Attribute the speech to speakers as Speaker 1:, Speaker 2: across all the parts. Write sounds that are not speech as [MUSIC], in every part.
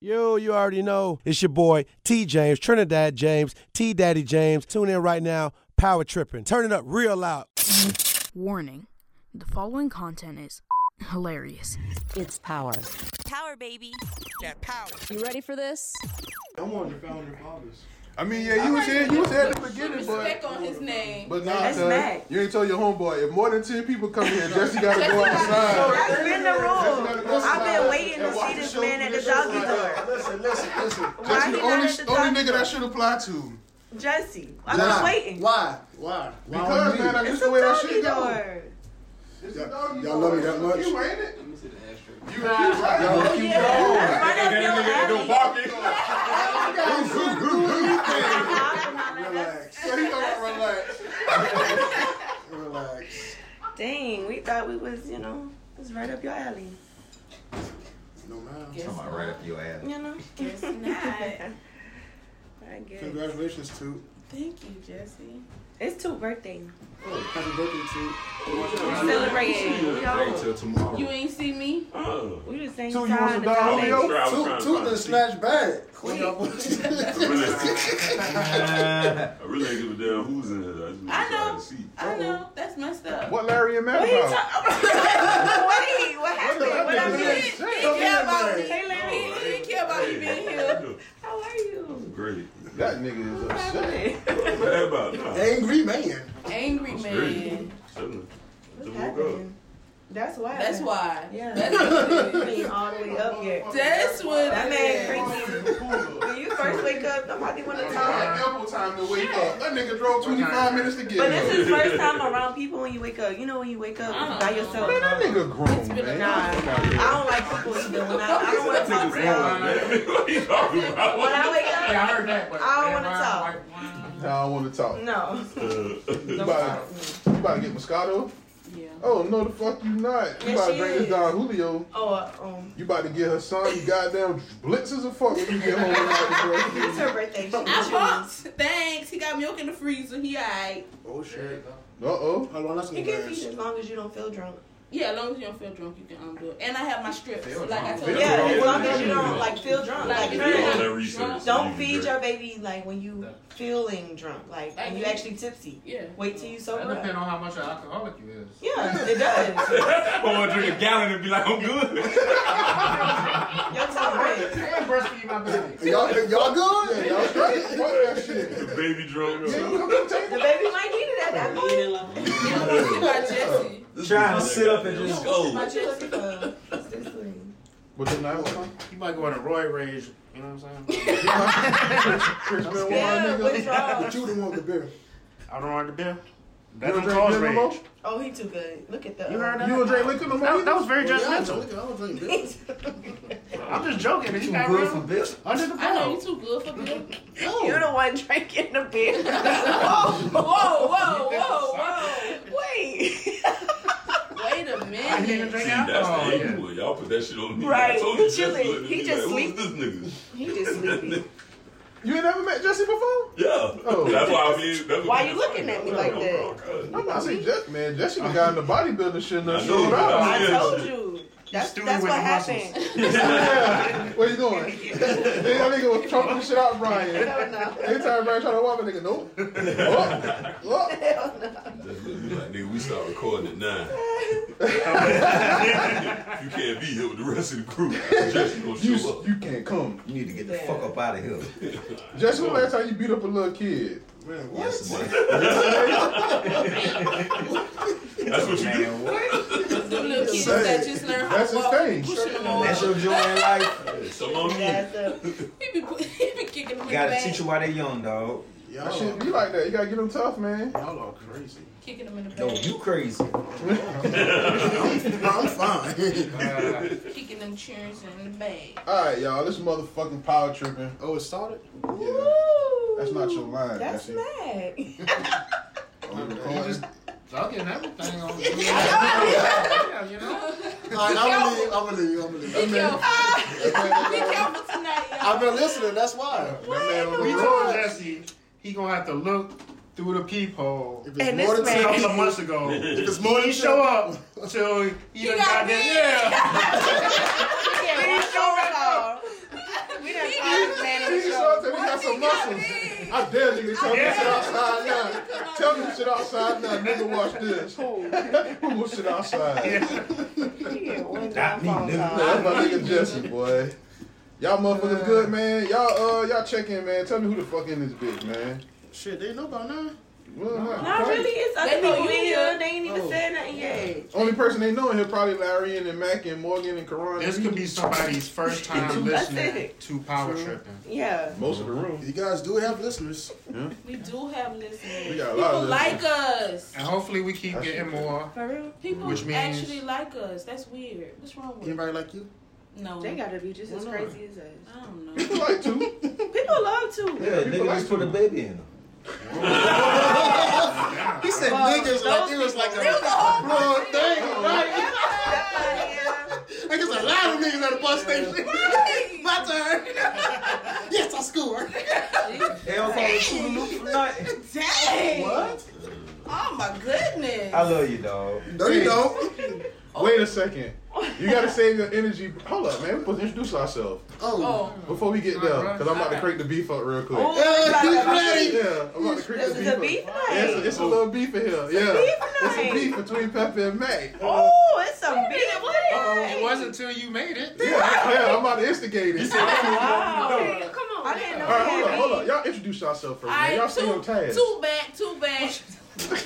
Speaker 1: Yo, you already know. It's your boy, T James, Trinidad James, T Daddy James. Tune in right now, Power Tripping. Turn it up real loud.
Speaker 2: Warning the following content is [LAUGHS] hilarious.
Speaker 3: It's power.
Speaker 4: Power, baby. That power.
Speaker 3: You ready for this?
Speaker 5: I'm one of the founder fathers.
Speaker 6: I mean, yeah, you was here, you was here at the beginning,
Speaker 7: Respect
Speaker 6: but
Speaker 7: on his name.
Speaker 6: but nah,
Speaker 8: That's
Speaker 6: son,
Speaker 8: Mac.
Speaker 6: you ain't told your homeboy. If more than ten people come here, Jesse gotta go outside.
Speaker 8: That's been the rule. I've been waiting to see this man at the doggy door.
Speaker 5: Listen, listen, listen.
Speaker 8: Why
Speaker 6: Jesse,
Speaker 8: he
Speaker 6: the
Speaker 8: not
Speaker 6: only,
Speaker 8: at the
Speaker 6: only
Speaker 8: doggy
Speaker 6: nigga
Speaker 8: door?
Speaker 6: that should apply to.
Speaker 8: Jesse, I've
Speaker 6: Nah.
Speaker 8: been waiting.
Speaker 5: Why? Why? Why on
Speaker 6: Because
Speaker 5: me?
Speaker 6: man, I
Speaker 8: It's
Speaker 6: used
Speaker 8: a
Speaker 6: the way that
Speaker 8: doggy
Speaker 6: shit go.
Speaker 8: door.
Speaker 6: It's a
Speaker 5: Y'all-
Speaker 6: doggy
Speaker 5: y'all
Speaker 6: door.
Speaker 5: love me that much?
Speaker 6: You ain't it? You right?
Speaker 5: Y'all keep going.
Speaker 8: Right up your alley.
Speaker 6: So he gonna relax.
Speaker 5: Relax.
Speaker 8: Dang, we thought we was, you know, it's right up your alley.
Speaker 5: No man.
Speaker 9: Come on, right up your ass.
Speaker 8: You know?
Speaker 7: Guess not.
Speaker 8: [LAUGHS] I guess.
Speaker 5: Congratulations, Toot.
Speaker 7: Thank you, Jesse.
Speaker 8: It's two birthday.
Speaker 6: oh,
Speaker 5: Happy birthday, Toot.
Speaker 8: We celebrating. We
Speaker 9: Wait
Speaker 8: all-
Speaker 9: till tomorrow.
Speaker 7: You ain't see me?
Speaker 8: Uh, We the same
Speaker 6: Two, you
Speaker 8: time.
Speaker 6: was a
Speaker 8: the [LAUGHS]
Speaker 6: dog,
Speaker 8: same
Speaker 6: Leo?
Speaker 8: age.
Speaker 5: Toot, Toot done snatched back. When y'all
Speaker 8: [LAUGHS]
Speaker 10: I really ain't give a damn who's in here. I
Speaker 7: I
Speaker 10: just
Speaker 7: know.
Speaker 10: want to see.
Speaker 7: I know. That's messed up.
Speaker 6: What Larry and Matt
Speaker 8: What he
Speaker 6: about?
Speaker 8: talk- Wait, what happened? What I
Speaker 5: nigga
Speaker 8: mean?
Speaker 5: said?
Speaker 7: He didn't care about me.
Speaker 8: Hey, Larry.
Speaker 7: He didn't care about me being here.
Speaker 8: How are you?
Speaker 10: Great.
Speaker 6: That nigga is upset.
Speaker 7: [LAUGHS]
Speaker 10: What that about? Nah,
Speaker 5: Angry man.
Speaker 7: Angry man.
Speaker 10: chillin'. Just woke up.
Speaker 8: happening? That's why.
Speaker 7: That's why.
Speaker 8: Yeah.
Speaker 7: That's what
Speaker 8: [LAUGHS]
Speaker 7: it is.
Speaker 8: Being all the way up here.
Speaker 7: That's what
Speaker 8: That
Speaker 7: it
Speaker 8: man
Speaker 7: is.
Speaker 8: crazy. When you first wake up, nobody want to talk.
Speaker 6: Ample time to wake up. That nigga drove 25 minutes to get
Speaker 8: But
Speaker 6: here.
Speaker 8: this is first time around people when you wake up. You know when you wake up by yourself.
Speaker 6: Man, that nigga grown,
Speaker 7: been a
Speaker 6: man.
Speaker 8: Nah, I don't like people either. When I, I don't want to talk to y'all.
Speaker 10: Man, [LAUGHS] what you talking about?
Speaker 8: When I wake up,
Speaker 9: I heard that, but
Speaker 8: I don't want to talk.
Speaker 6: Nah, I don't want to talk.
Speaker 8: No. [LAUGHS]
Speaker 6: You
Speaker 10: Uh,
Speaker 6: about, you about to get Moscato?
Speaker 7: Yeah.
Speaker 6: Oh, no, the fuck you not. You
Speaker 8: Yes,
Speaker 6: about to
Speaker 8: she
Speaker 6: bring this
Speaker 8: is.
Speaker 6: dog Julio.
Speaker 8: Oh, uh, um,
Speaker 6: You about to get her son you goddamn blitzes and fuck when you get home tonight,
Speaker 8: [LAUGHS]
Speaker 6: bro.
Speaker 8: it's her birthday. She
Speaker 7: I bumped. Thanks. He got milk in the freezer. He alright.
Speaker 5: Oh shit.
Speaker 6: Uh-oh.
Speaker 5: How long that's
Speaker 8: You
Speaker 5: gonna
Speaker 8: can feed
Speaker 5: last?
Speaker 8: as long as you don't feel drunk.
Speaker 7: Yeah, as long as you don't feel drunk, you can um, do it. And I have my strips. Like I told you.
Speaker 8: Yeah, as
Speaker 10: drunk.
Speaker 8: long as you don't like feel drunk. Like,
Speaker 7: Like,
Speaker 10: you
Speaker 8: try
Speaker 10: all
Speaker 8: to-
Speaker 10: that research.
Speaker 8: Don't
Speaker 10: You
Speaker 8: feed
Speaker 10: great.
Speaker 8: your baby like when you feeling drunk, like when you actually tipsy.
Speaker 7: Yeah.
Speaker 8: Wait till you sober.
Speaker 9: That depends
Speaker 8: up.
Speaker 9: on how much of an alcoholic you is.
Speaker 8: Yeah, it does.
Speaker 10: [LAUGHS] I want to drink a gallon and be like, I'm good.
Speaker 8: Your tolerance.
Speaker 9: I breastfeed my baby.
Speaker 5: Y'all, y'all good?
Speaker 6: Yeah, y'all straight? Fuck that shit.
Speaker 10: Baby drunk.
Speaker 6: Yeah, you come take
Speaker 8: The baby might need it at that point.
Speaker 7: You don't want to see my Jesse.
Speaker 10: Trying to sit up and just go.
Speaker 7: My Jesse.
Speaker 6: What's your name? Chris
Speaker 9: You might go into Roy rage. You know what I'm saying?
Speaker 6: Benoit,
Speaker 8: Yeah, what's
Speaker 6: nigga.
Speaker 8: wrong?
Speaker 5: But you the one with the beer.
Speaker 9: I don't want the bill.
Speaker 6: You
Speaker 9: That
Speaker 6: don't
Speaker 9: don't
Speaker 6: drink
Speaker 9: cause
Speaker 6: beer no more?
Speaker 9: rage.
Speaker 6: You
Speaker 8: Oh, he too good. Look at the.
Speaker 9: You heard that?
Speaker 6: don't drink liquor no more?
Speaker 9: That, that was very
Speaker 5: Yeah, I
Speaker 9: judgmental.
Speaker 5: don't, I don't drink beer.
Speaker 9: I'm just joking. It's not
Speaker 5: good
Speaker 9: real.
Speaker 5: for
Speaker 9: Under the
Speaker 7: I know
Speaker 9: belt.
Speaker 7: you too good for milk.
Speaker 8: [LAUGHS] You're the one drinking the beer.
Speaker 7: Whoa, whoa, whoa, whoa.
Speaker 8: Wait.
Speaker 7: Wait a
Speaker 9: I didn't even
Speaker 7: minute.
Speaker 9: drink
Speaker 10: See, that's
Speaker 9: alcohol.
Speaker 10: the
Speaker 9: Oh, Yeah.
Speaker 10: angle. Y'all put that shit on me.
Speaker 8: Right.
Speaker 10: I told you
Speaker 8: Chilling.
Speaker 10: Jesse looked at
Speaker 8: He
Speaker 10: me
Speaker 8: just
Speaker 10: like,
Speaker 8: sleep.
Speaker 10: Who's this nigga?
Speaker 8: he just sleepy.
Speaker 6: You ain't never met Jesse before?
Speaker 10: Yeah.
Speaker 6: Oh.
Speaker 10: That's why I mean. That's
Speaker 8: Why
Speaker 10: what
Speaker 8: you
Speaker 10: I'm
Speaker 8: looking
Speaker 10: saying.
Speaker 8: at me like
Speaker 10: I'm
Speaker 8: that?
Speaker 10: wrong, cuz.
Speaker 6: I'm not saying Jesse, man. Jesse the guy in the bodybuilding shit. No
Speaker 10: I
Speaker 6: shit.
Speaker 10: know, but
Speaker 6: about
Speaker 8: I
Speaker 6: him.
Speaker 10: Yeah.
Speaker 8: told you. That's
Speaker 9: Stewie
Speaker 8: that's
Speaker 9: with
Speaker 8: what
Speaker 9: the muscles.
Speaker 8: happened.
Speaker 6: Yeah. Where you going? that nigga was chomping the shit out, Brian.
Speaker 8: Hell no.
Speaker 6: Anytime Brian try to walk, that nigga, nope. Oh, oh.
Speaker 8: Hell no.
Speaker 10: Just look at me like, nigga, we start recording at nine.
Speaker 8: [LAUGHS]
Speaker 10: you can't be here with the rest of the crew. Jesse gonna
Speaker 6: You,
Speaker 10: show up.
Speaker 6: you can't come.
Speaker 9: You need to get
Speaker 8: the fuck up
Speaker 9: out of here.
Speaker 6: Jesse, when last time you beat up a little kid?
Speaker 5: Man, what?
Speaker 9: Yes,
Speaker 10: That's what you do.
Speaker 7: Them little kids that just learned how
Speaker 6: That's
Speaker 7: to
Speaker 6: his
Speaker 7: walk.
Speaker 6: thing.
Speaker 7: Pushing them on.
Speaker 9: your joy in life.
Speaker 10: Some on me.
Speaker 8: That's a-
Speaker 7: He be, pu- [LAUGHS] he be kicking them in the back.
Speaker 9: why they young, dog.
Speaker 6: That
Speaker 5: Y'all,
Speaker 6: shit be like that. You gotta get them tough,
Speaker 5: [LAUGHS]
Speaker 6: man.
Speaker 5: y'all are crazy.
Speaker 7: Kicking them in the back.
Speaker 9: Oh, crazy.
Speaker 5: I'm fine.
Speaker 7: Kicking them cheers in the back.
Speaker 6: [LAUGHS] All right, y'all. This motherfucking power tripping.
Speaker 5: oh, it started?
Speaker 6: Yeah, that's not your line.
Speaker 8: That's
Speaker 6: Jesse. [LAUGHS]
Speaker 8: mad.
Speaker 9: [LAUGHS]
Speaker 6: We recording.
Speaker 9: Fucking everything
Speaker 5: [LAUGHS]
Speaker 9: on yeah, you know?
Speaker 5: All right, I'm gonna leave. I'm gonna leave.
Speaker 7: Be
Speaker 5: I'm gonna
Speaker 7: careful.
Speaker 5: leave.
Speaker 7: Be careful tonight,
Speaker 5: [LAUGHS] I've
Speaker 7: y'all.
Speaker 5: been listening. That's why.
Speaker 6: That man
Speaker 9: We
Speaker 6: was-
Speaker 9: told Jesse he gonna have to look through the peephole
Speaker 5: If it's
Speaker 8: And
Speaker 5: more
Speaker 8: this
Speaker 5: than
Speaker 9: a
Speaker 8: man-
Speaker 5: ten,
Speaker 9: couple of months
Speaker 10: [LAUGHS]
Speaker 9: ago. He
Speaker 5: if it's more than
Speaker 9: show
Speaker 5: ten,
Speaker 9: up till he,
Speaker 7: He
Speaker 9: done
Speaker 7: got
Speaker 9: got
Speaker 7: me.
Speaker 9: there. Yeah.
Speaker 8: He can't walk over at all.
Speaker 6: some muscles. I dare you to tell me shit outside now. Tell me shit outside now. Nigga, watch this. Who will sit outside?
Speaker 11: Not me, nigga.
Speaker 6: Nah, that's my nigga Jesse, boy. Y'all motherfuckers good, man. Y'all, uh, y'all check in, man. Tell me who the fuck in this bitch, man.
Speaker 12: Shit, they know about now.
Speaker 6: Well, not-
Speaker 8: Not
Speaker 6: probably-
Speaker 8: really. It's other
Speaker 4: They know
Speaker 8: people
Speaker 4: you
Speaker 8: in
Speaker 4: here.
Speaker 8: here. They ain't even said nothing yet.
Speaker 6: Only person they know in here probably Larry and then Mac and Morgan and Karan.
Speaker 10: This could be somebody's first time
Speaker 8: That's
Speaker 10: listening
Speaker 8: it.
Speaker 10: to Power Tripping.
Speaker 8: Yeah.
Speaker 6: most of the room.
Speaker 12: You guys do have listeners.
Speaker 4: We do have listeners.
Speaker 6: We got a lot
Speaker 4: People
Speaker 6: of
Speaker 4: like us.
Speaker 10: And hopefully we keep
Speaker 6: That's
Speaker 10: getting
Speaker 6: it.
Speaker 10: more.
Speaker 8: For real?
Speaker 4: People
Speaker 10: Which means-
Speaker 4: actually like us. That's weird. What's wrong with
Speaker 12: Anybody like you?
Speaker 4: No.
Speaker 8: They gotta be just as crazy as us.
Speaker 4: I don't know.
Speaker 6: People like two.
Speaker 8: People love to.
Speaker 13: Yeah, nigga just put a baby in them.
Speaker 12: He said niggas like it was like a
Speaker 8: whole
Speaker 12: blood thing, right?
Speaker 8: That's
Speaker 12: Like it's a lot of niggas at the bus station. My turn. yes, I scored.
Speaker 13: They don't call it Koodaloo for nothing.
Speaker 4: Dang.
Speaker 12: What?
Speaker 4: Oh my goodness.
Speaker 13: I love you, dog.
Speaker 12: No, you don't.
Speaker 6: Wait a second. You gotta save your energy. Hold up, man. We're supposed to introduce ourselves
Speaker 12: Oh.
Speaker 4: oh.
Speaker 6: before we get there, because I'm about to create the beef up real quick.
Speaker 8: Oh.
Speaker 12: Yeah, he's ready.
Speaker 6: Yeah, I'm about to create
Speaker 8: This
Speaker 6: the
Speaker 8: is
Speaker 6: beef.
Speaker 8: a
Speaker 6: up.
Speaker 8: beef night.
Speaker 6: Yeah, it's, a, it's a little beef in here. yeah, it's a
Speaker 8: night.
Speaker 6: beef between Pepper and Mac.
Speaker 8: Oh, it's some beef.
Speaker 10: It wasn't until you made it.
Speaker 6: Yeah, yeah, I'm about to instigate it.
Speaker 8: Wow.
Speaker 4: Oh, Come on.
Speaker 8: I didn't know
Speaker 6: All right, hold on,
Speaker 8: that.
Speaker 6: hold on. Y'all introduce yourself first, man.
Speaker 4: All
Speaker 6: Y'all
Speaker 4: right,
Speaker 6: see on
Speaker 4: two,
Speaker 6: task.
Speaker 4: two back, two back,
Speaker 12: Toot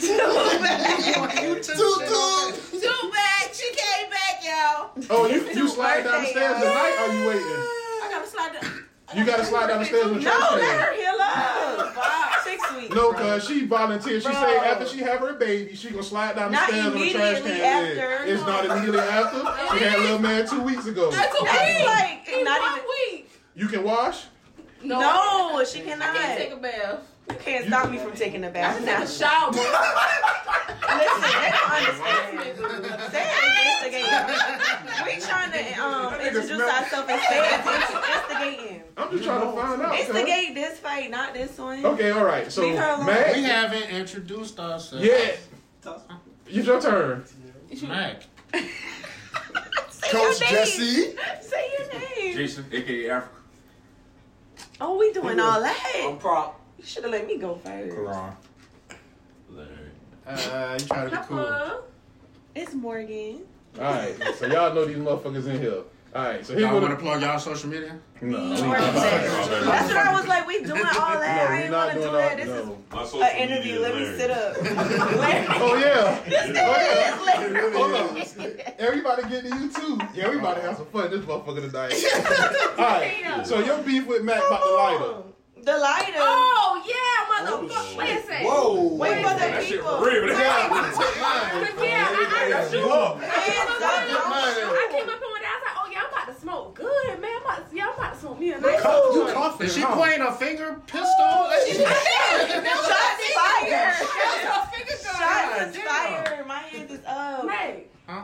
Speaker 12: toot.
Speaker 4: two back. She came back, y'all.
Speaker 6: Oh, you, you
Speaker 8: two
Speaker 6: slide down the
Speaker 8: birthday,
Speaker 6: stairs
Speaker 8: y'all.
Speaker 6: tonight? Or you waiting?
Speaker 4: I gotta slide down.
Speaker 6: You gotta slide down the stairs with your
Speaker 8: No,
Speaker 6: trash
Speaker 8: let
Speaker 6: can.
Speaker 8: her heal up. Six weeks.
Speaker 6: No, cause she volunteered. She
Speaker 8: Bro.
Speaker 6: say after she have her baby, she gonna slide down the
Speaker 8: Not
Speaker 6: stairs on the trash can.
Speaker 8: immediately
Speaker 6: lid.
Speaker 8: after.
Speaker 6: It's not immediately
Speaker 8: [LAUGHS]
Speaker 6: after. She had little man two weeks ago.
Speaker 4: That's a
Speaker 8: That's
Speaker 4: week.
Speaker 8: like
Speaker 4: In
Speaker 8: not
Speaker 4: one
Speaker 8: even.
Speaker 4: week.
Speaker 6: You can wash.
Speaker 4: No,
Speaker 8: No, she
Speaker 4: I
Speaker 8: cannot.
Speaker 4: can't take a bath.
Speaker 8: you can't stop me from taking a
Speaker 4: I
Speaker 8: bath.
Speaker 4: can
Speaker 8: Now,
Speaker 4: take a
Speaker 8: listen,
Speaker 4: shower.
Speaker 8: they don't understand. They investigating. We trying to um, introduce
Speaker 6: smell-
Speaker 8: ourselves and say instigating.
Speaker 6: I'm just trying to find out. cuz.
Speaker 8: Instigate this fight, not this one.
Speaker 6: Okay, all right. So
Speaker 8: Leave her alone.
Speaker 6: Mac,
Speaker 10: We haven't introduced ourselves.
Speaker 6: yeah, it's your turn.
Speaker 8: [LAUGHS]
Speaker 10: Mac.
Speaker 8: Say
Speaker 12: Coach
Speaker 8: your name.
Speaker 12: Jesse.
Speaker 8: Say your name.
Speaker 13: Jason, aka Africa.
Speaker 8: Oh, we doing all that.
Speaker 13: prop.
Speaker 8: You should have let me go first.
Speaker 10: Karan.
Speaker 13: Larry.
Speaker 10: Uh, you try to be cool.
Speaker 8: Papa. It's Morgan.
Speaker 6: All right. So y'all know these motherfuckers in here. All right. So here
Speaker 10: Y'all
Speaker 6: go
Speaker 10: want to
Speaker 6: the.
Speaker 10: plug y'all social media?
Speaker 6: No,
Speaker 8: Morgan. That's what I was like.
Speaker 6: [LAUGHS]
Speaker 8: We doing all that. I
Speaker 6: we
Speaker 8: ain't
Speaker 6: not
Speaker 8: want to
Speaker 6: doing
Speaker 8: do
Speaker 6: all
Speaker 8: that. This is
Speaker 6: No.
Speaker 11: My social
Speaker 8: an interview. [LAUGHS] Let me sit
Speaker 6: [LAUGHS]
Speaker 8: up. Larry.
Speaker 6: Oh yeah.
Speaker 8: [LAUGHS] This nigga
Speaker 6: yeah.
Speaker 8: is Larry.
Speaker 6: Hold on. Everybody get to you too. Yeah, everybody have some fun. This motherfucker tonight.
Speaker 4: [LAUGHS]
Speaker 6: All right. So your beef with Mac about the lighter.
Speaker 8: [LAUGHS] The lighter.
Speaker 4: Oh yeah, motherfucker. Listen.
Speaker 12: Whoa.
Speaker 8: Wait for the
Speaker 11: That shit
Speaker 8: people.
Speaker 11: for real.
Speaker 6: Yeah.
Speaker 4: Yeah, I, I, shoot.
Speaker 6: Get
Speaker 8: Hands up.
Speaker 6: mine.
Speaker 4: I came up here one day. I was like, oh yeah, I'm about to smoke good, man. I'm about to, yeah, I'm about to smoke me a nice.
Speaker 12: You
Speaker 6: Ooh.
Speaker 12: coughing?
Speaker 10: Is she
Speaker 12: huh?
Speaker 10: playing a finger
Speaker 4: [LAUGHS]
Speaker 10: pistol?
Speaker 8: Oh, Shots fired. Shots
Speaker 10: God
Speaker 8: is
Speaker 10: damn.
Speaker 8: fired. My hands is up. Oh.
Speaker 4: Ray,
Speaker 10: Huh?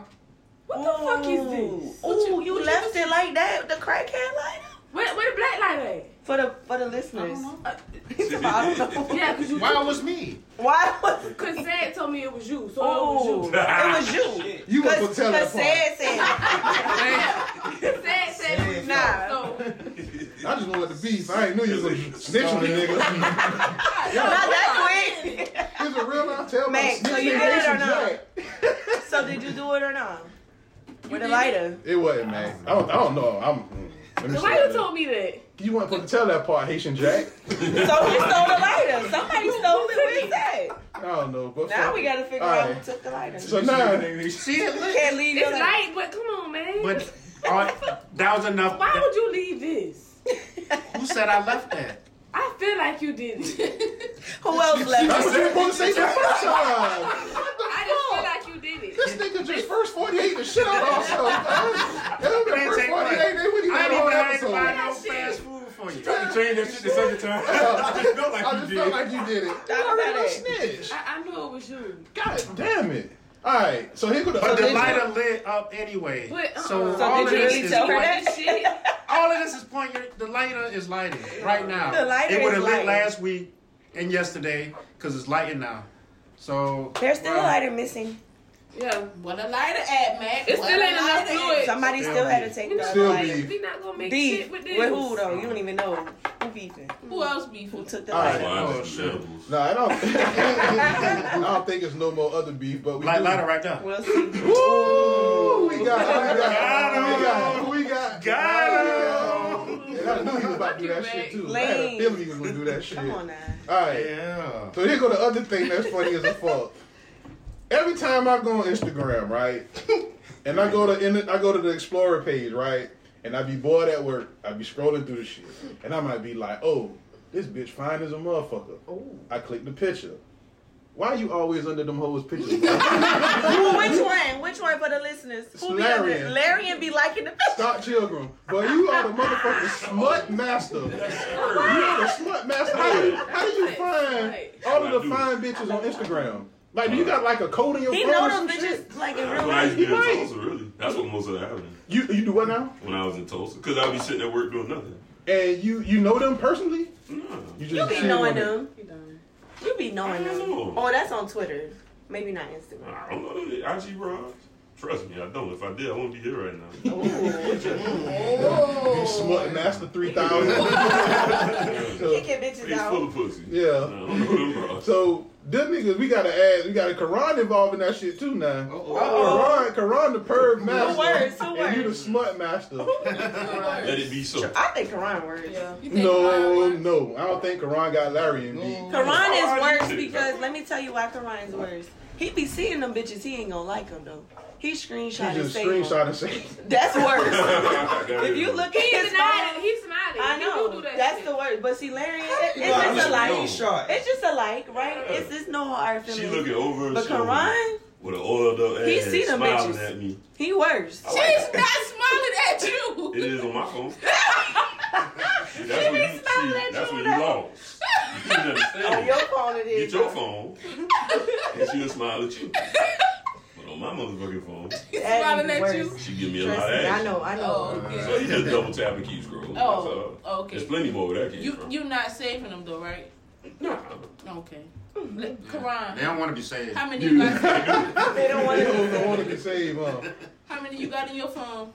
Speaker 4: what the fuck is this? What
Speaker 8: Ooh, you
Speaker 4: what
Speaker 8: left it like that. The crackhead lighter.
Speaker 4: Where, where the black light at?
Speaker 8: For the for the listeners.
Speaker 6: [LAUGHS]
Speaker 8: He said, I don't know.
Speaker 4: Yeah, cause you,
Speaker 10: Why was me?
Speaker 8: Why was
Speaker 4: cause Zed told me it was you, so
Speaker 6: [LAUGHS]
Speaker 8: Ooh,
Speaker 10: [LAUGHS]
Speaker 4: it was
Speaker 8: it was you.
Speaker 6: You want to tell that
Speaker 8: Cause
Speaker 6: part?
Speaker 8: said said.
Speaker 4: you. Zed said it was you.
Speaker 8: Nah.
Speaker 4: So
Speaker 6: I just wanted the beef. I ain't knew you was gonna snitch on me, nigga.
Speaker 8: Not that quick.
Speaker 6: Here's a real life tell my
Speaker 8: Mac, so
Speaker 6: snitch
Speaker 8: you
Speaker 6: nigga, they
Speaker 8: did it or
Speaker 6: should
Speaker 8: not?
Speaker 6: jack.
Speaker 8: So did you do it or not? With a
Speaker 4: did
Speaker 8: lighter.
Speaker 6: It wasn't, Mac. I don't, I don't know. I'm. mm, Let me see
Speaker 4: why
Speaker 6: that.
Speaker 4: you told me that?
Speaker 6: You weren't supposed to tell that part, Haitian Jack.
Speaker 8: So who stole the lighter? Somebody stole it. What is that?
Speaker 6: I don't know, but
Speaker 8: Now
Speaker 6: fuck
Speaker 8: we
Speaker 6: it.
Speaker 8: gotta figure
Speaker 6: All
Speaker 8: out
Speaker 6: right.
Speaker 8: who took the lighter.
Speaker 6: So now,
Speaker 10: See, look,
Speaker 8: Can't leave your
Speaker 4: It's
Speaker 8: lighter.
Speaker 4: light, but come on, man.
Speaker 10: but uh, that was enough.
Speaker 4: why would you leave this?
Speaker 8: [LAUGHS]
Speaker 10: Who said I left that?
Speaker 4: I feel like you did it. [LAUGHS]
Speaker 8: Who else left?
Speaker 6: that's
Speaker 8: it?
Speaker 6: what you were supposed to say that first
Speaker 4: I
Speaker 6: time.
Speaker 4: just feel like you did it.
Speaker 6: [LAUGHS] This nigga just first 48 the shit out of ourselves, man. That don't been
Speaker 10: Man,
Speaker 6: first
Speaker 10: take
Speaker 6: 48,
Speaker 10: one.
Speaker 6: they wouldn't even
Speaker 10: I
Speaker 6: have
Speaker 10: ain't
Speaker 6: a whole
Speaker 10: even had to buy
Speaker 6: episode.
Speaker 10: no fast food for you.
Speaker 13: Change that shit the second
Speaker 10: [LAUGHS]
Speaker 13: time. I just felt
Speaker 6: I just felt like you did it. You already done snitch.
Speaker 4: I, I knew it was you.
Speaker 6: God damn it. All right, so here go the
Speaker 10: But the
Speaker 6: other
Speaker 10: lighter lit up anyway.
Speaker 4: But, uh-uh.
Speaker 10: So,
Speaker 4: So
Speaker 10: all,
Speaker 8: did
Speaker 10: of
Speaker 8: you
Speaker 10: this
Speaker 8: really
Speaker 10: is
Speaker 8: tell her
Speaker 10: point-
Speaker 8: that? [LAUGHS]
Speaker 4: Shit.
Speaker 10: all of this is point. your- The lighter is lighting right now.
Speaker 8: The lighter
Speaker 10: it would have
Speaker 8: is
Speaker 10: lit
Speaker 8: lighting.
Speaker 10: last week and yesterday because it's lighting now. So
Speaker 8: There's still a
Speaker 10: well,
Speaker 8: lighter missing.
Speaker 4: Yeah.
Speaker 14: What a lighter at, Mac.
Speaker 4: It still ain't enough fluid.
Speaker 8: Somebody still had to take the
Speaker 6: Still
Speaker 8: lighter.
Speaker 6: be.
Speaker 4: We not gonna make
Speaker 8: Beef
Speaker 4: shit
Speaker 8: with
Speaker 4: with this.
Speaker 8: who though? You don't even know. Who Who beefing?
Speaker 4: Who else beefing?
Speaker 8: Who took the
Speaker 6: All right.
Speaker 8: light?
Speaker 10: Mine
Speaker 9: Oh,
Speaker 10: is
Speaker 9: shit.
Speaker 10: edibles.
Speaker 6: No, I don't. [LAUGHS] I don't think it's no more other beef, but we
Speaker 9: Light
Speaker 6: do.
Speaker 9: lighter right there.
Speaker 8: We'll see.
Speaker 6: Ooh, we got, we
Speaker 9: Got
Speaker 6: got,
Speaker 9: him.
Speaker 6: we got, we got,
Speaker 10: Ah!
Speaker 9: Got him.
Speaker 6: And I knew he was about to do that shit too. I had a
Speaker 8: Lame.
Speaker 6: feeling he was gonna do that shit.
Speaker 8: Come on now.
Speaker 6: All right.
Speaker 9: Yeah.
Speaker 6: So here go the other thing that's funny as a fuck. Every time I go on Instagram, right, and I go to in I go to the Explorer page, right, and I be bored at work, I be scrolling through the shit, and I might be like, oh, this bitch fine as a motherfucker. I click the picture. Why you always under them hoes pictures? bro?
Speaker 8: Who, which one? Which one for the listeners? Who be under-
Speaker 6: Larian.
Speaker 8: Larian be liking the picture.
Speaker 6: Stop children. But you are the motherfucking smut master. You are the smut master. How do you, how do you find all of the fine bitches on Instagram? Like, do you got like a code in your
Speaker 8: He
Speaker 6: phone?
Speaker 8: know
Speaker 6: or
Speaker 8: them
Speaker 6: some shit?
Speaker 8: bitches like in
Speaker 10: That's
Speaker 8: real
Speaker 10: what I used
Speaker 8: life.
Speaker 10: to do in
Speaker 6: Right.
Speaker 10: Tulsa, really. That's what most of that happened
Speaker 6: You you do what now?
Speaker 10: when I was in Tulsa. Because I be sitting at work doing nothing.
Speaker 6: And you you know them personally?
Speaker 10: No.
Speaker 6: You
Speaker 8: You be
Speaker 6: shit
Speaker 8: knowing
Speaker 6: on it.
Speaker 8: them. You be knowing them.
Speaker 10: know.
Speaker 8: Oh, that's on Twitter. Maybe not Instagram.
Speaker 10: I don't know the IG Robs. Trust me, I don't. If I did, I wouldn't be here
Speaker 8: [LAUGHS]
Speaker 10: right now.
Speaker 6: You smut master
Speaker 9: [LAUGHS]
Speaker 6: three thousand.
Speaker 8: Kicking bitches
Speaker 10: He's
Speaker 8: out.
Speaker 10: full of pussy.
Speaker 6: Yeah.
Speaker 10: No, I don't know them broads.
Speaker 6: so them niggas, we gotta add, we got a Quran involved in that shit too now. Quran, Quran the perv master,
Speaker 8: worse? Who
Speaker 6: and you the
Speaker 8: worse?
Speaker 6: smut master.
Speaker 10: Let it be so. [LAUGHS]
Speaker 8: I think Quran works.
Speaker 4: You think mine
Speaker 6: No,
Speaker 4: works?
Speaker 6: no, I don't think Quran got Larry in beat.
Speaker 8: Quran is worse
Speaker 10: shit.
Speaker 8: because let me tell you why Quran is worse. He be seeing them bitches. He ain't gonna like them though. He screenshot
Speaker 6: He
Speaker 8: and
Speaker 6: just
Speaker 8: save
Speaker 6: screenshot
Speaker 8: them.
Speaker 6: and say,
Speaker 8: That's
Speaker 10: [LAUGHS]
Speaker 8: worse. if you look at
Speaker 4: He's
Speaker 8: his
Speaker 4: not.
Speaker 8: phone,
Speaker 4: He's not.
Speaker 8: I know
Speaker 4: do that
Speaker 8: that's
Speaker 4: shit.
Speaker 8: the worst. But see, Larry, it-
Speaker 10: You know,
Speaker 8: it's just
Speaker 10: I'm
Speaker 8: a
Speaker 10: like,
Speaker 8: like.
Speaker 10: yo,
Speaker 8: It's just a like, right? It's it's no hard
Speaker 10: She
Speaker 8: feelings.
Speaker 10: looking over her
Speaker 8: But
Speaker 10: shoulder
Speaker 8: Quran,
Speaker 10: with an oiled up
Speaker 8: He
Speaker 10: ass
Speaker 8: see them
Speaker 10: smiling
Speaker 8: bitches.
Speaker 10: at me.
Speaker 8: he worse.
Speaker 4: She's not smiling at you.
Speaker 10: [LAUGHS] It is on my
Speaker 8: [LAUGHS]
Speaker 10: phone. See, that's what
Speaker 8: smiling
Speaker 10: you, see,
Speaker 8: at
Speaker 10: that's
Speaker 8: you
Speaker 10: what
Speaker 8: now.
Speaker 10: you lost.
Speaker 8: [LAUGHS]
Speaker 10: You didn't
Speaker 8: On
Speaker 10: understand.
Speaker 8: your phone it
Speaker 10: Get
Speaker 8: is.
Speaker 10: your phone, and she'll smile at you. But on my motherfucking phone,
Speaker 4: She's
Speaker 8: That'd
Speaker 4: smiling
Speaker 8: be
Speaker 4: at
Speaker 8: worse.
Speaker 4: you.
Speaker 10: she give me a
Speaker 8: Trust
Speaker 10: lot of
Speaker 8: me, I
Speaker 10: action.
Speaker 8: know, I know.
Speaker 4: Oh,
Speaker 10: So
Speaker 4: okay.
Speaker 10: you just double tap and keep scrolling.
Speaker 4: Oh,
Speaker 10: That's all.
Speaker 4: okay.
Speaker 10: There's plenty more where that came
Speaker 4: You
Speaker 10: from.
Speaker 4: you not saving them though, right?
Speaker 10: nah.
Speaker 4: Okay. Let- Karan,
Speaker 9: They don't want to be saved.
Speaker 4: how many you got?
Speaker 8: They don't want
Speaker 6: you
Speaker 8: to.
Speaker 6: don't want to be saved, huh?
Speaker 4: How many you got in your phone?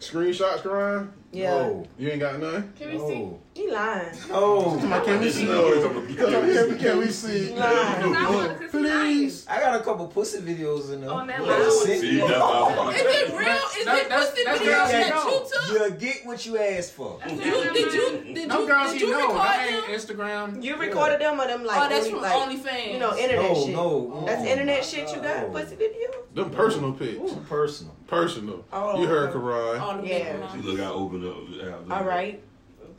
Speaker 6: Screenshots, Quran?
Speaker 8: Yeah,
Speaker 15: Oh.
Speaker 6: You ain't got none?
Speaker 4: Can we see?
Speaker 15: Oh.
Speaker 8: he lying.
Speaker 15: Oh.
Speaker 10: Can we see?
Speaker 6: Can, can we see?
Speaker 8: He lying.
Speaker 4: I want to Please.
Speaker 15: I got a couple pussy videos in there.
Speaker 7: On that
Speaker 15: Like,
Speaker 7: loud.
Speaker 15: sit-
Speaker 10: See, that's all.
Speaker 4: Is it real? Is
Speaker 9: That-
Speaker 4: it
Speaker 9: that's-
Speaker 4: pussy
Speaker 9: that's-
Speaker 4: videos
Speaker 9: that's-
Speaker 4: that you took?
Speaker 15: You'll get what you asked for.
Speaker 4: You did you did
Speaker 9: No
Speaker 4: you
Speaker 9: girls
Speaker 4: did
Speaker 9: he
Speaker 4: you
Speaker 9: know.
Speaker 4: record
Speaker 9: That ain't
Speaker 4: them?
Speaker 9: Instagram.
Speaker 8: You recorded them or them like
Speaker 4: Oh, that's
Speaker 8: only,
Speaker 4: from
Speaker 8: like,
Speaker 4: OnlyFans.
Speaker 8: You know, internet
Speaker 15: No,
Speaker 8: shit.
Speaker 15: no.
Speaker 8: That's
Speaker 15: Oh,
Speaker 8: internet
Speaker 15: my
Speaker 8: shit you
Speaker 15: God.
Speaker 8: got? Pussy video?
Speaker 6: Them personal pics.
Speaker 15: Too personal.
Speaker 6: Personal.
Speaker 8: Oh,
Speaker 6: you heard
Speaker 8: okay.
Speaker 6: Quran.
Speaker 4: all the
Speaker 8: Yeah.
Speaker 10: See,
Speaker 4: yeah.
Speaker 10: look, I opened up. the app.
Speaker 8: All right.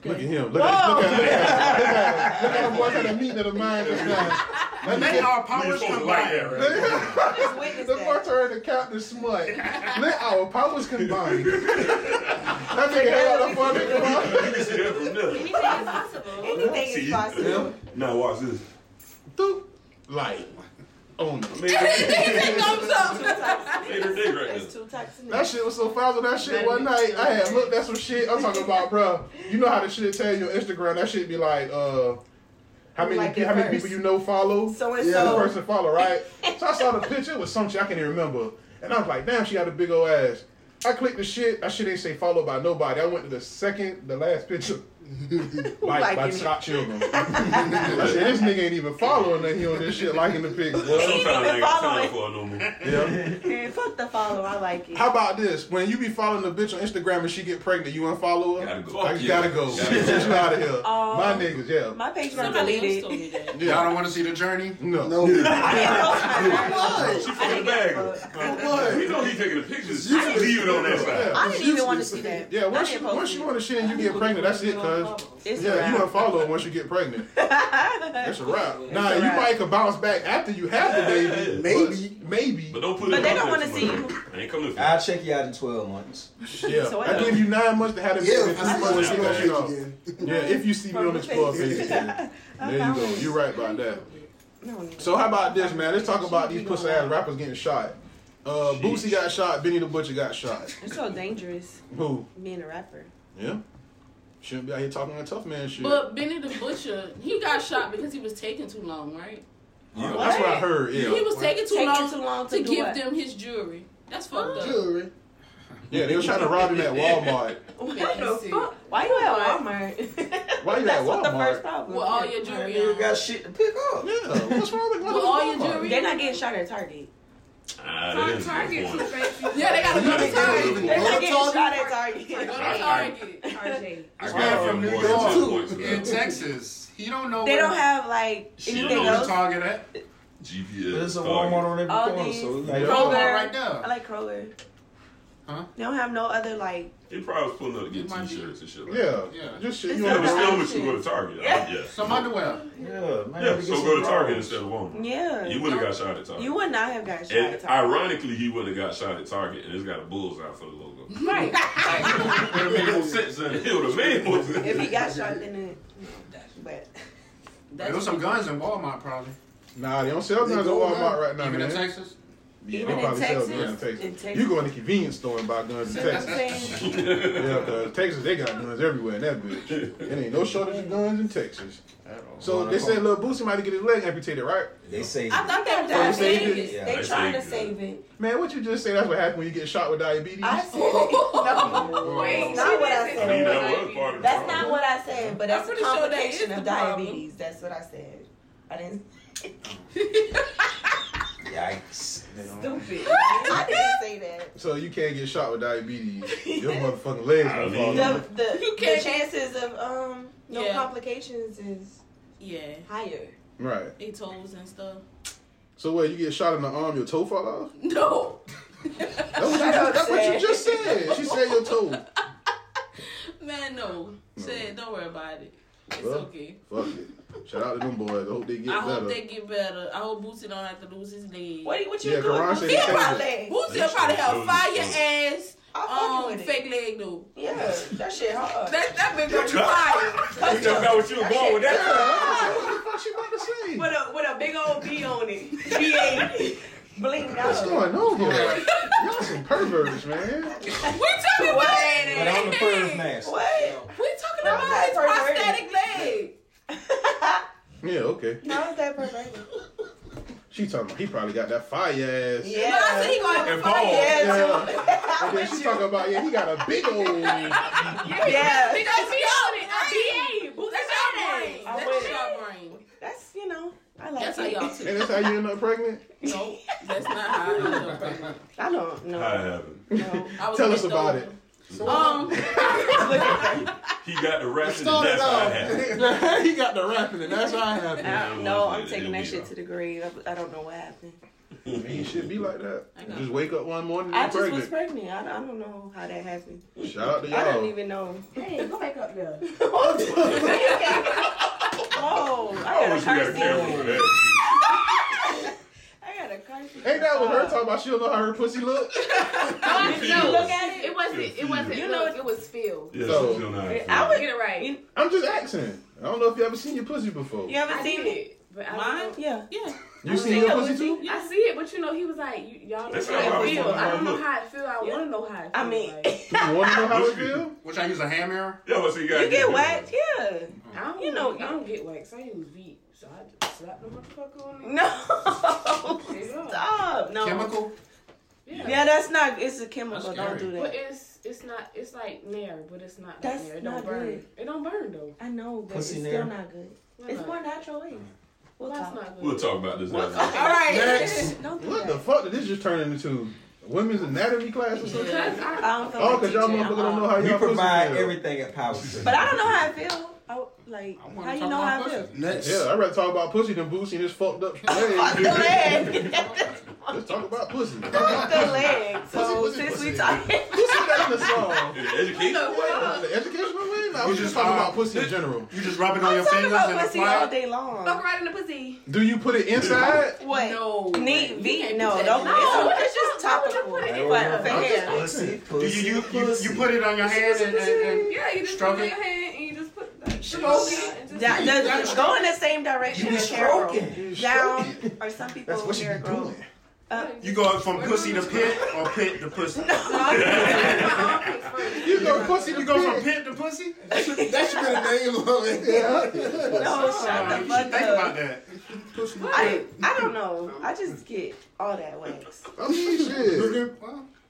Speaker 6: Look at him. Look at, look at, look at, look at, look at him. Boy, kind of meeting of the mind just now. Let me
Speaker 9: They
Speaker 6: get-
Speaker 9: are
Speaker 10: You're
Speaker 9: powers
Speaker 10: supposed to
Speaker 9: combined.
Speaker 10: like that, right?
Speaker 8: Just witness
Speaker 6: The
Speaker 8: that.
Speaker 6: part turned to Captain Smut. Let our powers combine. that nigga had all the fun in Quran.
Speaker 10: You can see that from there.
Speaker 8: Anything
Speaker 10: See?
Speaker 8: is possible.
Speaker 10: Now watch this.
Speaker 6: Doop. Like, on
Speaker 4: [LAUGHS]
Speaker 6: it.
Speaker 10: Made her,
Speaker 4: Thumbs up.
Speaker 10: made her day right there.
Speaker 8: There's two types of
Speaker 6: That
Speaker 8: niggas.
Speaker 6: shit was so foul with that shit one night. I had looked at some shit. I'm talking about, bro. You know how the shit tell you on Instagram? That shit be like, uh, how many
Speaker 8: Like
Speaker 6: pe-
Speaker 8: it
Speaker 6: how many
Speaker 8: first.
Speaker 6: people you know follow?
Speaker 8: So and
Speaker 6: yeah,
Speaker 8: so.
Speaker 6: this person follow, right? so I saw the picture with some shit I can't even remember, and I was like, damn, she had a big old ass. I clicked the shit. That shit ain't say followed by nobody. I went to the second, the last
Speaker 8: [LAUGHS]
Speaker 6: picture. like by
Speaker 8: Liking it.
Speaker 6: Scott Children. [LAUGHS] I said, this nigga ain't even following nothing on this shit liking the pic. boy.
Speaker 10: Sometimes I ain't got time for it no more.
Speaker 6: Yeah.
Speaker 8: Man, Fuck the follow, I like it.
Speaker 6: How about this? When you be following the bitch on Instagram and she get pregnant, you unfollow her?
Speaker 10: Gotta go.
Speaker 6: I
Speaker 10: Fuck you.
Speaker 6: gotta go.
Speaker 10: Gotta go.
Speaker 6: Get you out of here.
Speaker 8: [LAUGHS] Oh.
Speaker 6: My niggas, yeah.
Speaker 8: My page got
Speaker 4: Somebody else
Speaker 8: deleted. [LAUGHS]
Speaker 4: told me that.
Speaker 9: Y'all don't want to see the journey.
Speaker 6: no. [LAUGHS]
Speaker 8: I didn't post my journey.
Speaker 10: She fucking bag. You know he taking the pictures. You
Speaker 8: didn't-
Speaker 10: leave it on that side.
Speaker 8: I didn't even want to see that.
Speaker 6: Yeah, once
Speaker 8: I
Speaker 6: you,
Speaker 8: didn't post
Speaker 6: once you
Speaker 8: it.
Speaker 6: want to shit and you get pregnant, that's it, cuz.
Speaker 8: It's
Speaker 6: Yeah, you
Speaker 8: around.
Speaker 6: unfollow her once you get
Speaker 8: [LAUGHS]
Speaker 6: pregnant. That's a wrap. Nah,
Speaker 8: a
Speaker 6: you
Speaker 8: wrap.
Speaker 6: might could bounce back after you have the baby.
Speaker 15: Maybe.
Speaker 6: but- Maybe.
Speaker 10: But don't put
Speaker 8: But
Speaker 10: it
Speaker 8: they
Speaker 10: on
Speaker 8: don't wanna
Speaker 10: there too
Speaker 8: see
Speaker 10: much. I ain't coming for
Speaker 15: I'll
Speaker 10: you.
Speaker 15: check you out in 12 months.
Speaker 6: yeah.
Speaker 8: So
Speaker 6: I
Speaker 8: what?
Speaker 6: give you nine months to have the
Speaker 5: Yeah,
Speaker 6: baby.
Speaker 5: I
Speaker 10: see
Speaker 6: if
Speaker 10: you
Speaker 6: you
Speaker 10: on
Speaker 6: see me on
Speaker 5: again.
Speaker 6: Explore. Yeah, if you see me on
Speaker 8: From
Speaker 6: Explore
Speaker 8: the
Speaker 6: page.
Speaker 8: page. [LAUGHS]
Speaker 6: There you go. You're right about that.
Speaker 8: No, no.
Speaker 6: So how about this, man? Let's talk about these pussy ass rappers getting shot. Uh, Boosie got shot. Benny the Butcher got shot.
Speaker 8: It's so dangerous
Speaker 6: Who?
Speaker 8: being a rapper.
Speaker 6: Yeah. Shouldn't be out here talking that tough man shit.
Speaker 4: But Benny the Butcher, he got shot because he was taking too long, right?
Speaker 10: Yeah.
Speaker 6: That's what I heard. Yeah.
Speaker 4: He was taking too,
Speaker 8: Taking
Speaker 4: long,
Speaker 8: too long
Speaker 4: to,
Speaker 8: to do
Speaker 4: give
Speaker 8: what?
Speaker 4: them his jewelry. That's fucked up.
Speaker 5: Jewelry.
Speaker 8: [LAUGHS]
Speaker 6: Yeah, they was trying to rob him at Walmart.
Speaker 8: What the fuck? Why you at Walmart?
Speaker 6: Why
Speaker 15: you
Speaker 8: that's
Speaker 15: at
Speaker 8: what the
Speaker 15: Walmart.
Speaker 8: first problem.
Speaker 4: With all your jewelry on.
Speaker 15: You got shit to pick up.
Speaker 6: Yeah, what's wrong with going
Speaker 4: With
Speaker 6: to
Speaker 4: all your
Speaker 6: Walmart?
Speaker 4: jewelry.
Speaker 8: They're not getting shot at Target.
Speaker 10: Ah, that is a
Speaker 7: Target
Speaker 10: good
Speaker 7: too
Speaker 10: point.
Speaker 7: fancy.
Speaker 4: Yeah, they gotta go
Speaker 10: They
Speaker 4: to
Speaker 10: gotta
Speaker 4: Target.
Speaker 10: go
Speaker 8: They're not
Speaker 10: Target.
Speaker 8: getting shot at Target.
Speaker 4: Go to Target.
Speaker 7: RJ.
Speaker 10: I
Speaker 9: Man
Speaker 10: got
Speaker 9: from New
Speaker 10: more
Speaker 9: York.
Speaker 10: good points, bro.
Speaker 9: in Texas. He don't know.
Speaker 8: They
Speaker 9: where-
Speaker 8: don't have like
Speaker 10: Shit,
Speaker 9: He don't
Speaker 8: anything
Speaker 9: know where
Speaker 8: else.
Speaker 9: the Target at.
Speaker 10: GPS.
Speaker 15: But it's a
Speaker 10: target.
Speaker 15: Walmart on every
Speaker 8: All
Speaker 15: corner,
Speaker 8: these-
Speaker 15: so it's
Speaker 9: They
Speaker 15: like,
Speaker 9: don't have
Speaker 8: Kroger.
Speaker 9: right
Speaker 8: I
Speaker 9: there.
Speaker 8: like Kroger.
Speaker 9: Huh?
Speaker 8: They don't have no other like.
Speaker 10: They probably was pulling up to get
Speaker 9: It might be-
Speaker 10: t-shirts and shit. Like that.
Speaker 6: Yeah,
Speaker 9: Yeah.
Speaker 6: Just shit.
Speaker 8: It's
Speaker 6: You
Speaker 10: But
Speaker 6: want
Speaker 10: it's
Speaker 8: not-
Speaker 6: to
Speaker 10: still what you go to Target. Yeah. yeah.
Speaker 9: Some underwear.
Speaker 15: yeah, man.
Speaker 10: Yeah,
Speaker 15: we
Speaker 10: so
Speaker 15: some
Speaker 10: go to Target
Speaker 15: drawers.
Speaker 10: instead of Walmart.
Speaker 8: Yeah.
Speaker 10: You would have got shot at Target.
Speaker 8: You would not have got shot at
Speaker 10: And
Speaker 8: Target.
Speaker 10: ironically, he would have got shot at Target, and it's got a bullseye for the logo. It
Speaker 7: Right.
Speaker 10: would have made more sense than it would have made more sense.
Speaker 8: If he got shot, then it. But
Speaker 9: There was some guns in Walmart probably.
Speaker 6: Nah, they don't sell guns at
Speaker 15: They go around.
Speaker 6: Walmart right now,
Speaker 9: Even in
Speaker 6: man.
Speaker 9: Texas.
Speaker 6: Yeah,
Speaker 8: Even
Speaker 6: they
Speaker 8: in
Speaker 6: probably sell
Speaker 8: Texas?
Speaker 6: guns in
Speaker 8: In
Speaker 6: Texas.
Speaker 8: Texas.
Speaker 6: You go in the convenience store and buy guns in
Speaker 8: I'm
Speaker 6: Texas.
Speaker 8: saying,
Speaker 6: Yeah, cause Texas they got guns everywhere in that bitch. It ain't no shortage of guns in Texas. So they said little Boosie might get his leg amputated, right?
Speaker 15: They say
Speaker 8: I thought that
Speaker 6: Oh,
Speaker 8: was
Speaker 6: you saved
Speaker 8: saving.
Speaker 6: it?
Speaker 8: They
Speaker 15: Yeah,
Speaker 10: I
Speaker 8: trying to
Speaker 10: saved it.
Speaker 8: save it.
Speaker 6: Man, what you just say? That's what happens when you get shot with diabetes.
Speaker 8: I said no.
Speaker 7: Wait,
Speaker 8: Not what I
Speaker 10: I
Speaker 8: said.
Speaker 10: mean, that was part of the
Speaker 8: That's
Speaker 10: problem.
Speaker 8: not what I said, but that's
Speaker 4: I'm
Speaker 8: a
Speaker 4: pretty sure that
Speaker 8: complication
Speaker 4: is
Speaker 8: of
Speaker 4: the problem.
Speaker 8: diabetes. That's what I said. I didn't.
Speaker 4: [LAUGHS]
Speaker 15: yikes.
Speaker 8: Stupid. I didn't say that.
Speaker 6: So you can't get shot with diabetes. Your motherfucking legs
Speaker 10: I
Speaker 6: gonna
Speaker 10: mean-
Speaker 6: fall
Speaker 8: The
Speaker 6: off.
Speaker 8: the,
Speaker 4: You
Speaker 8: the
Speaker 4: can't-
Speaker 8: chances of um no
Speaker 4: Yeah.
Speaker 8: complications is
Speaker 4: Yeah.
Speaker 8: higher.
Speaker 6: Right.
Speaker 4: Eight toes and stuff.
Speaker 6: So what? You get shot in the arm, your toe fall off?
Speaker 4: No.
Speaker 6: That's what you just, that's what you just said. She said your toe.
Speaker 4: [LAUGHS] Man, no. Said, don't worry about it. It's
Speaker 6: Well,
Speaker 4: okay.
Speaker 6: Fuck it. Shout out to them boys. I hope they get
Speaker 4: I
Speaker 6: better.
Speaker 4: hope they get better. I hope Boosie don't have to lose his leg.
Speaker 8: What what you
Speaker 6: Yeah,
Speaker 8: doing?
Speaker 6: Karan
Speaker 8: You
Speaker 6: said
Speaker 8: see
Speaker 6: he
Speaker 8: my
Speaker 6: changed it.
Speaker 8: leg?
Speaker 4: Boosie will probably have fire ass
Speaker 8: I'm fucking
Speaker 4: um
Speaker 8: with it.
Speaker 4: fake leg though.
Speaker 8: Yeah, that shit hard.
Speaker 4: That that bitch gonna be fire.
Speaker 10: You just got what you were going with that.
Speaker 6: What the fuck she about to say?
Speaker 8: with a with a big old B on [LAUGHS] it. B A. Blink
Speaker 6: What's
Speaker 8: out.
Speaker 6: going on here? Y'all some perverts, man.
Speaker 4: We talking about
Speaker 15: But I'm the first
Speaker 4: that.
Speaker 15: master.
Speaker 8: What?
Speaker 4: We talking
Speaker 8: I'm
Speaker 4: about
Speaker 8: not
Speaker 4: his
Speaker 8: perverted.
Speaker 4: prosthetic leg.
Speaker 6: Yeah, okay.
Speaker 8: How is that [LAUGHS] perverted?
Speaker 6: She talking about he probably got that fire ass.
Speaker 8: Yeah.
Speaker 4: But I said he gonna have
Speaker 10: And
Speaker 4: fire.
Speaker 10: Paul.
Speaker 8: Yeah,
Speaker 6: Yeah. And then she talking about, yeah, he got a big old. Yeah,
Speaker 8: Yeah.
Speaker 4: Because we own it. I BA. Boosie that's your brain.
Speaker 8: I
Speaker 4: That's
Speaker 8: win.
Speaker 4: your brain.
Speaker 8: That's you know. I like
Speaker 4: That's how
Speaker 8: it.
Speaker 4: y'all too.
Speaker 6: [LAUGHS] And that's how you end up pregnant?
Speaker 4: No, that's not how I ended up pregnant.
Speaker 8: I don't know.
Speaker 10: I haven't.
Speaker 8: No.
Speaker 4: I was
Speaker 6: Tell us
Speaker 4: picked
Speaker 6: about
Speaker 4: over.
Speaker 6: it.
Speaker 4: Um,
Speaker 10: He got the rest and that's how I
Speaker 6: [LAUGHS]
Speaker 10: happened.
Speaker 6: he got the rapping, and that's how I happened.
Speaker 8: I don't know. I'm taking that shit to the grave. I, I don't know what happened.
Speaker 6: He should be like that.
Speaker 4: I know.
Speaker 6: Just wake up one morning
Speaker 8: I
Speaker 6: and
Speaker 8: just
Speaker 6: be
Speaker 8: was
Speaker 6: pregnant.
Speaker 8: pregnant. I, I don't know how that happened.
Speaker 6: Shout out to
Speaker 8: I don't
Speaker 6: y'all.
Speaker 8: even know.
Speaker 7: Hey, go back up there.
Speaker 8: Oh, [LAUGHS] I
Speaker 10: I
Speaker 8: got a
Speaker 10: wish we had a
Speaker 8: curse.
Speaker 10: camera for that.
Speaker 8: I got a curse.
Speaker 6: Ain't that what her talking about? She don't know how her pussy look.
Speaker 10: She
Speaker 7: no,
Speaker 10: was-
Speaker 7: look at it. It wasn't. It wasn't.
Speaker 8: You
Speaker 7: You
Speaker 8: know-
Speaker 7: know, it was filled.
Speaker 10: Yeah,
Speaker 6: So-
Speaker 10: she's still not.
Speaker 8: I would
Speaker 7: Get it right.
Speaker 6: I'm just asking. I don't know if you ever seen your pussy before.
Speaker 8: You haven't
Speaker 7: I
Speaker 8: seen
Speaker 7: did
Speaker 8: it?
Speaker 7: it, but I
Speaker 4: Mine?
Speaker 7: don't know-
Speaker 8: Yeah.
Speaker 4: yeah.
Speaker 6: You seen your pussy too?
Speaker 7: I see it, but you know, he was like, you, y'all don't
Speaker 10: That's
Speaker 7: know
Speaker 10: how
Speaker 7: how
Speaker 10: I
Speaker 7: it
Speaker 10: was
Speaker 7: feel.
Speaker 10: wondering
Speaker 7: I
Speaker 10: how it
Speaker 7: don't know
Speaker 10: looked.
Speaker 7: how it feel. I want to know how it feel.
Speaker 8: I mean,
Speaker 7: like, [LAUGHS]
Speaker 6: Do you want to know how it feel?
Speaker 9: Which I use a hand mirror.
Speaker 10: Yeah, what's he got?
Speaker 8: you get whacked? Yeah.
Speaker 7: I don't,
Speaker 8: You know-
Speaker 7: I don't get waxed. I use V, so I just slap the motherfucker on it. [LAUGHS]
Speaker 8: No. [LAUGHS] Stop. No.
Speaker 9: Chemical.
Speaker 7: Yeah.
Speaker 8: Yeah, that's not. It's a chemical.
Speaker 9: That's
Speaker 8: Don't
Speaker 9: scary.
Speaker 8: do
Speaker 7: But
Speaker 8: that.
Speaker 7: it's it's not it's like nair, but it's not like
Speaker 8: That's
Speaker 7: nair. It
Speaker 8: not
Speaker 7: don't burn.
Speaker 8: good.
Speaker 7: It don't burn though.
Speaker 8: I know, but
Speaker 15: Pussy
Speaker 8: it's
Speaker 15: there.
Speaker 8: still not good.
Speaker 7: Why
Speaker 8: It's
Speaker 7: not?
Speaker 8: more natural ways. We'll
Speaker 7: Why it's
Speaker 8: talk.
Speaker 7: not good.
Speaker 10: We'll talk about this later.
Speaker 8: All right.
Speaker 6: Next.
Speaker 8: Don't do
Speaker 6: What
Speaker 8: that.
Speaker 6: the fuck did this just turn into? Women's anatomy class or something?
Speaker 7: Because I,
Speaker 8: I don't feel
Speaker 6: Oh,
Speaker 8: like
Speaker 6: because y'all
Speaker 8: teaching.
Speaker 6: motherfuckers
Speaker 8: I'm
Speaker 6: don't know
Speaker 8: off.
Speaker 6: how
Speaker 15: We
Speaker 6: y'all
Speaker 15: provide
Speaker 6: pussy feel.
Speaker 15: everything at Power Trip.
Speaker 8: But I don't know how I feel. I, like,
Speaker 9: I
Speaker 8: how
Speaker 9: want to talk
Speaker 8: you know
Speaker 9: about
Speaker 8: how I feel?
Speaker 9: pussy. Next.
Speaker 6: Yeah, I'd rather talk about pussy than Boosie and his
Speaker 5: [LAUGHS]
Speaker 6: fucked up
Speaker 8: Fuck the
Speaker 6: leg.
Speaker 8: leg.
Speaker 6: Let's talk about
Speaker 5: [LAUGHS]
Speaker 6: pussy. Put
Speaker 8: Fuck the
Speaker 6: [LAUGHS]
Speaker 8: leg. So
Speaker 6: Pussy, pussy,
Speaker 8: since
Speaker 6: pussy.
Speaker 8: we talking,
Speaker 6: that in the song.
Speaker 10: Yeah, education.
Speaker 6: The educational way? Nah, we
Speaker 9: You
Speaker 6: just
Speaker 9: just,
Speaker 6: talking
Speaker 9: uh,
Speaker 6: about pussy in general.
Speaker 9: You just rub it
Speaker 8: [LAUGHS]
Speaker 9: on
Speaker 8: I'm
Speaker 9: your
Speaker 8: talking
Speaker 9: fingers
Speaker 8: about
Speaker 9: and
Speaker 8: pussy all
Speaker 9: apply.
Speaker 8: day long.
Speaker 7: fuck right in the [LAUGHS] pussy.
Speaker 6: Do you put it
Speaker 5: [LAUGHS]
Speaker 6: inside?
Speaker 8: What?
Speaker 4: No.
Speaker 8: Knee, V?
Speaker 4: can't
Speaker 8: No,
Speaker 4: do that.
Speaker 8: don't.
Speaker 4: No,
Speaker 8: it's,
Speaker 7: what
Speaker 8: it's
Speaker 7: the
Speaker 8: just
Speaker 7: fuck? Why would you
Speaker 8: topical.
Speaker 7: put it
Speaker 8: But
Speaker 7: in?
Speaker 8: for
Speaker 6: I'm just
Speaker 8: hair,
Speaker 15: Pussy,
Speaker 9: Do
Speaker 15: pussy,
Speaker 9: you, you, you,
Speaker 15: pussy.
Speaker 9: you put it on your hand and, and, and
Speaker 7: Yeah, you just
Speaker 9: Stroke
Speaker 7: put it in
Speaker 9: it.
Speaker 7: your hand and you just put that.
Speaker 4: Stroke it.
Speaker 7: And just-
Speaker 8: that, does, go in the same
Speaker 15: You
Speaker 8: direction
Speaker 15: be
Speaker 8: as hair grow.
Speaker 15: stroking.
Speaker 6: You
Speaker 8: Down,
Speaker 6: stroking.
Speaker 8: or some people
Speaker 6: That's what you
Speaker 8: hair
Speaker 6: be
Speaker 8: grow.
Speaker 6: doing.
Speaker 7: uh,
Speaker 9: you go from
Speaker 8: [LAUGHS]
Speaker 7: [LAUGHS]
Speaker 9: pussy to pit or pit to pussy.
Speaker 6: You go pussy to
Speaker 9: You go from
Speaker 6: go
Speaker 9: pit to pussy?
Speaker 5: That should be the name of it.
Speaker 6: [LAUGHS]
Speaker 8: No, Oh, shut
Speaker 9: Uh,
Speaker 8: the
Speaker 9: you should
Speaker 8: fuck
Speaker 9: think about
Speaker 8: up.
Speaker 9: that.
Speaker 8: I, I don't know. I just get all that wax.
Speaker 6: I mean, shit.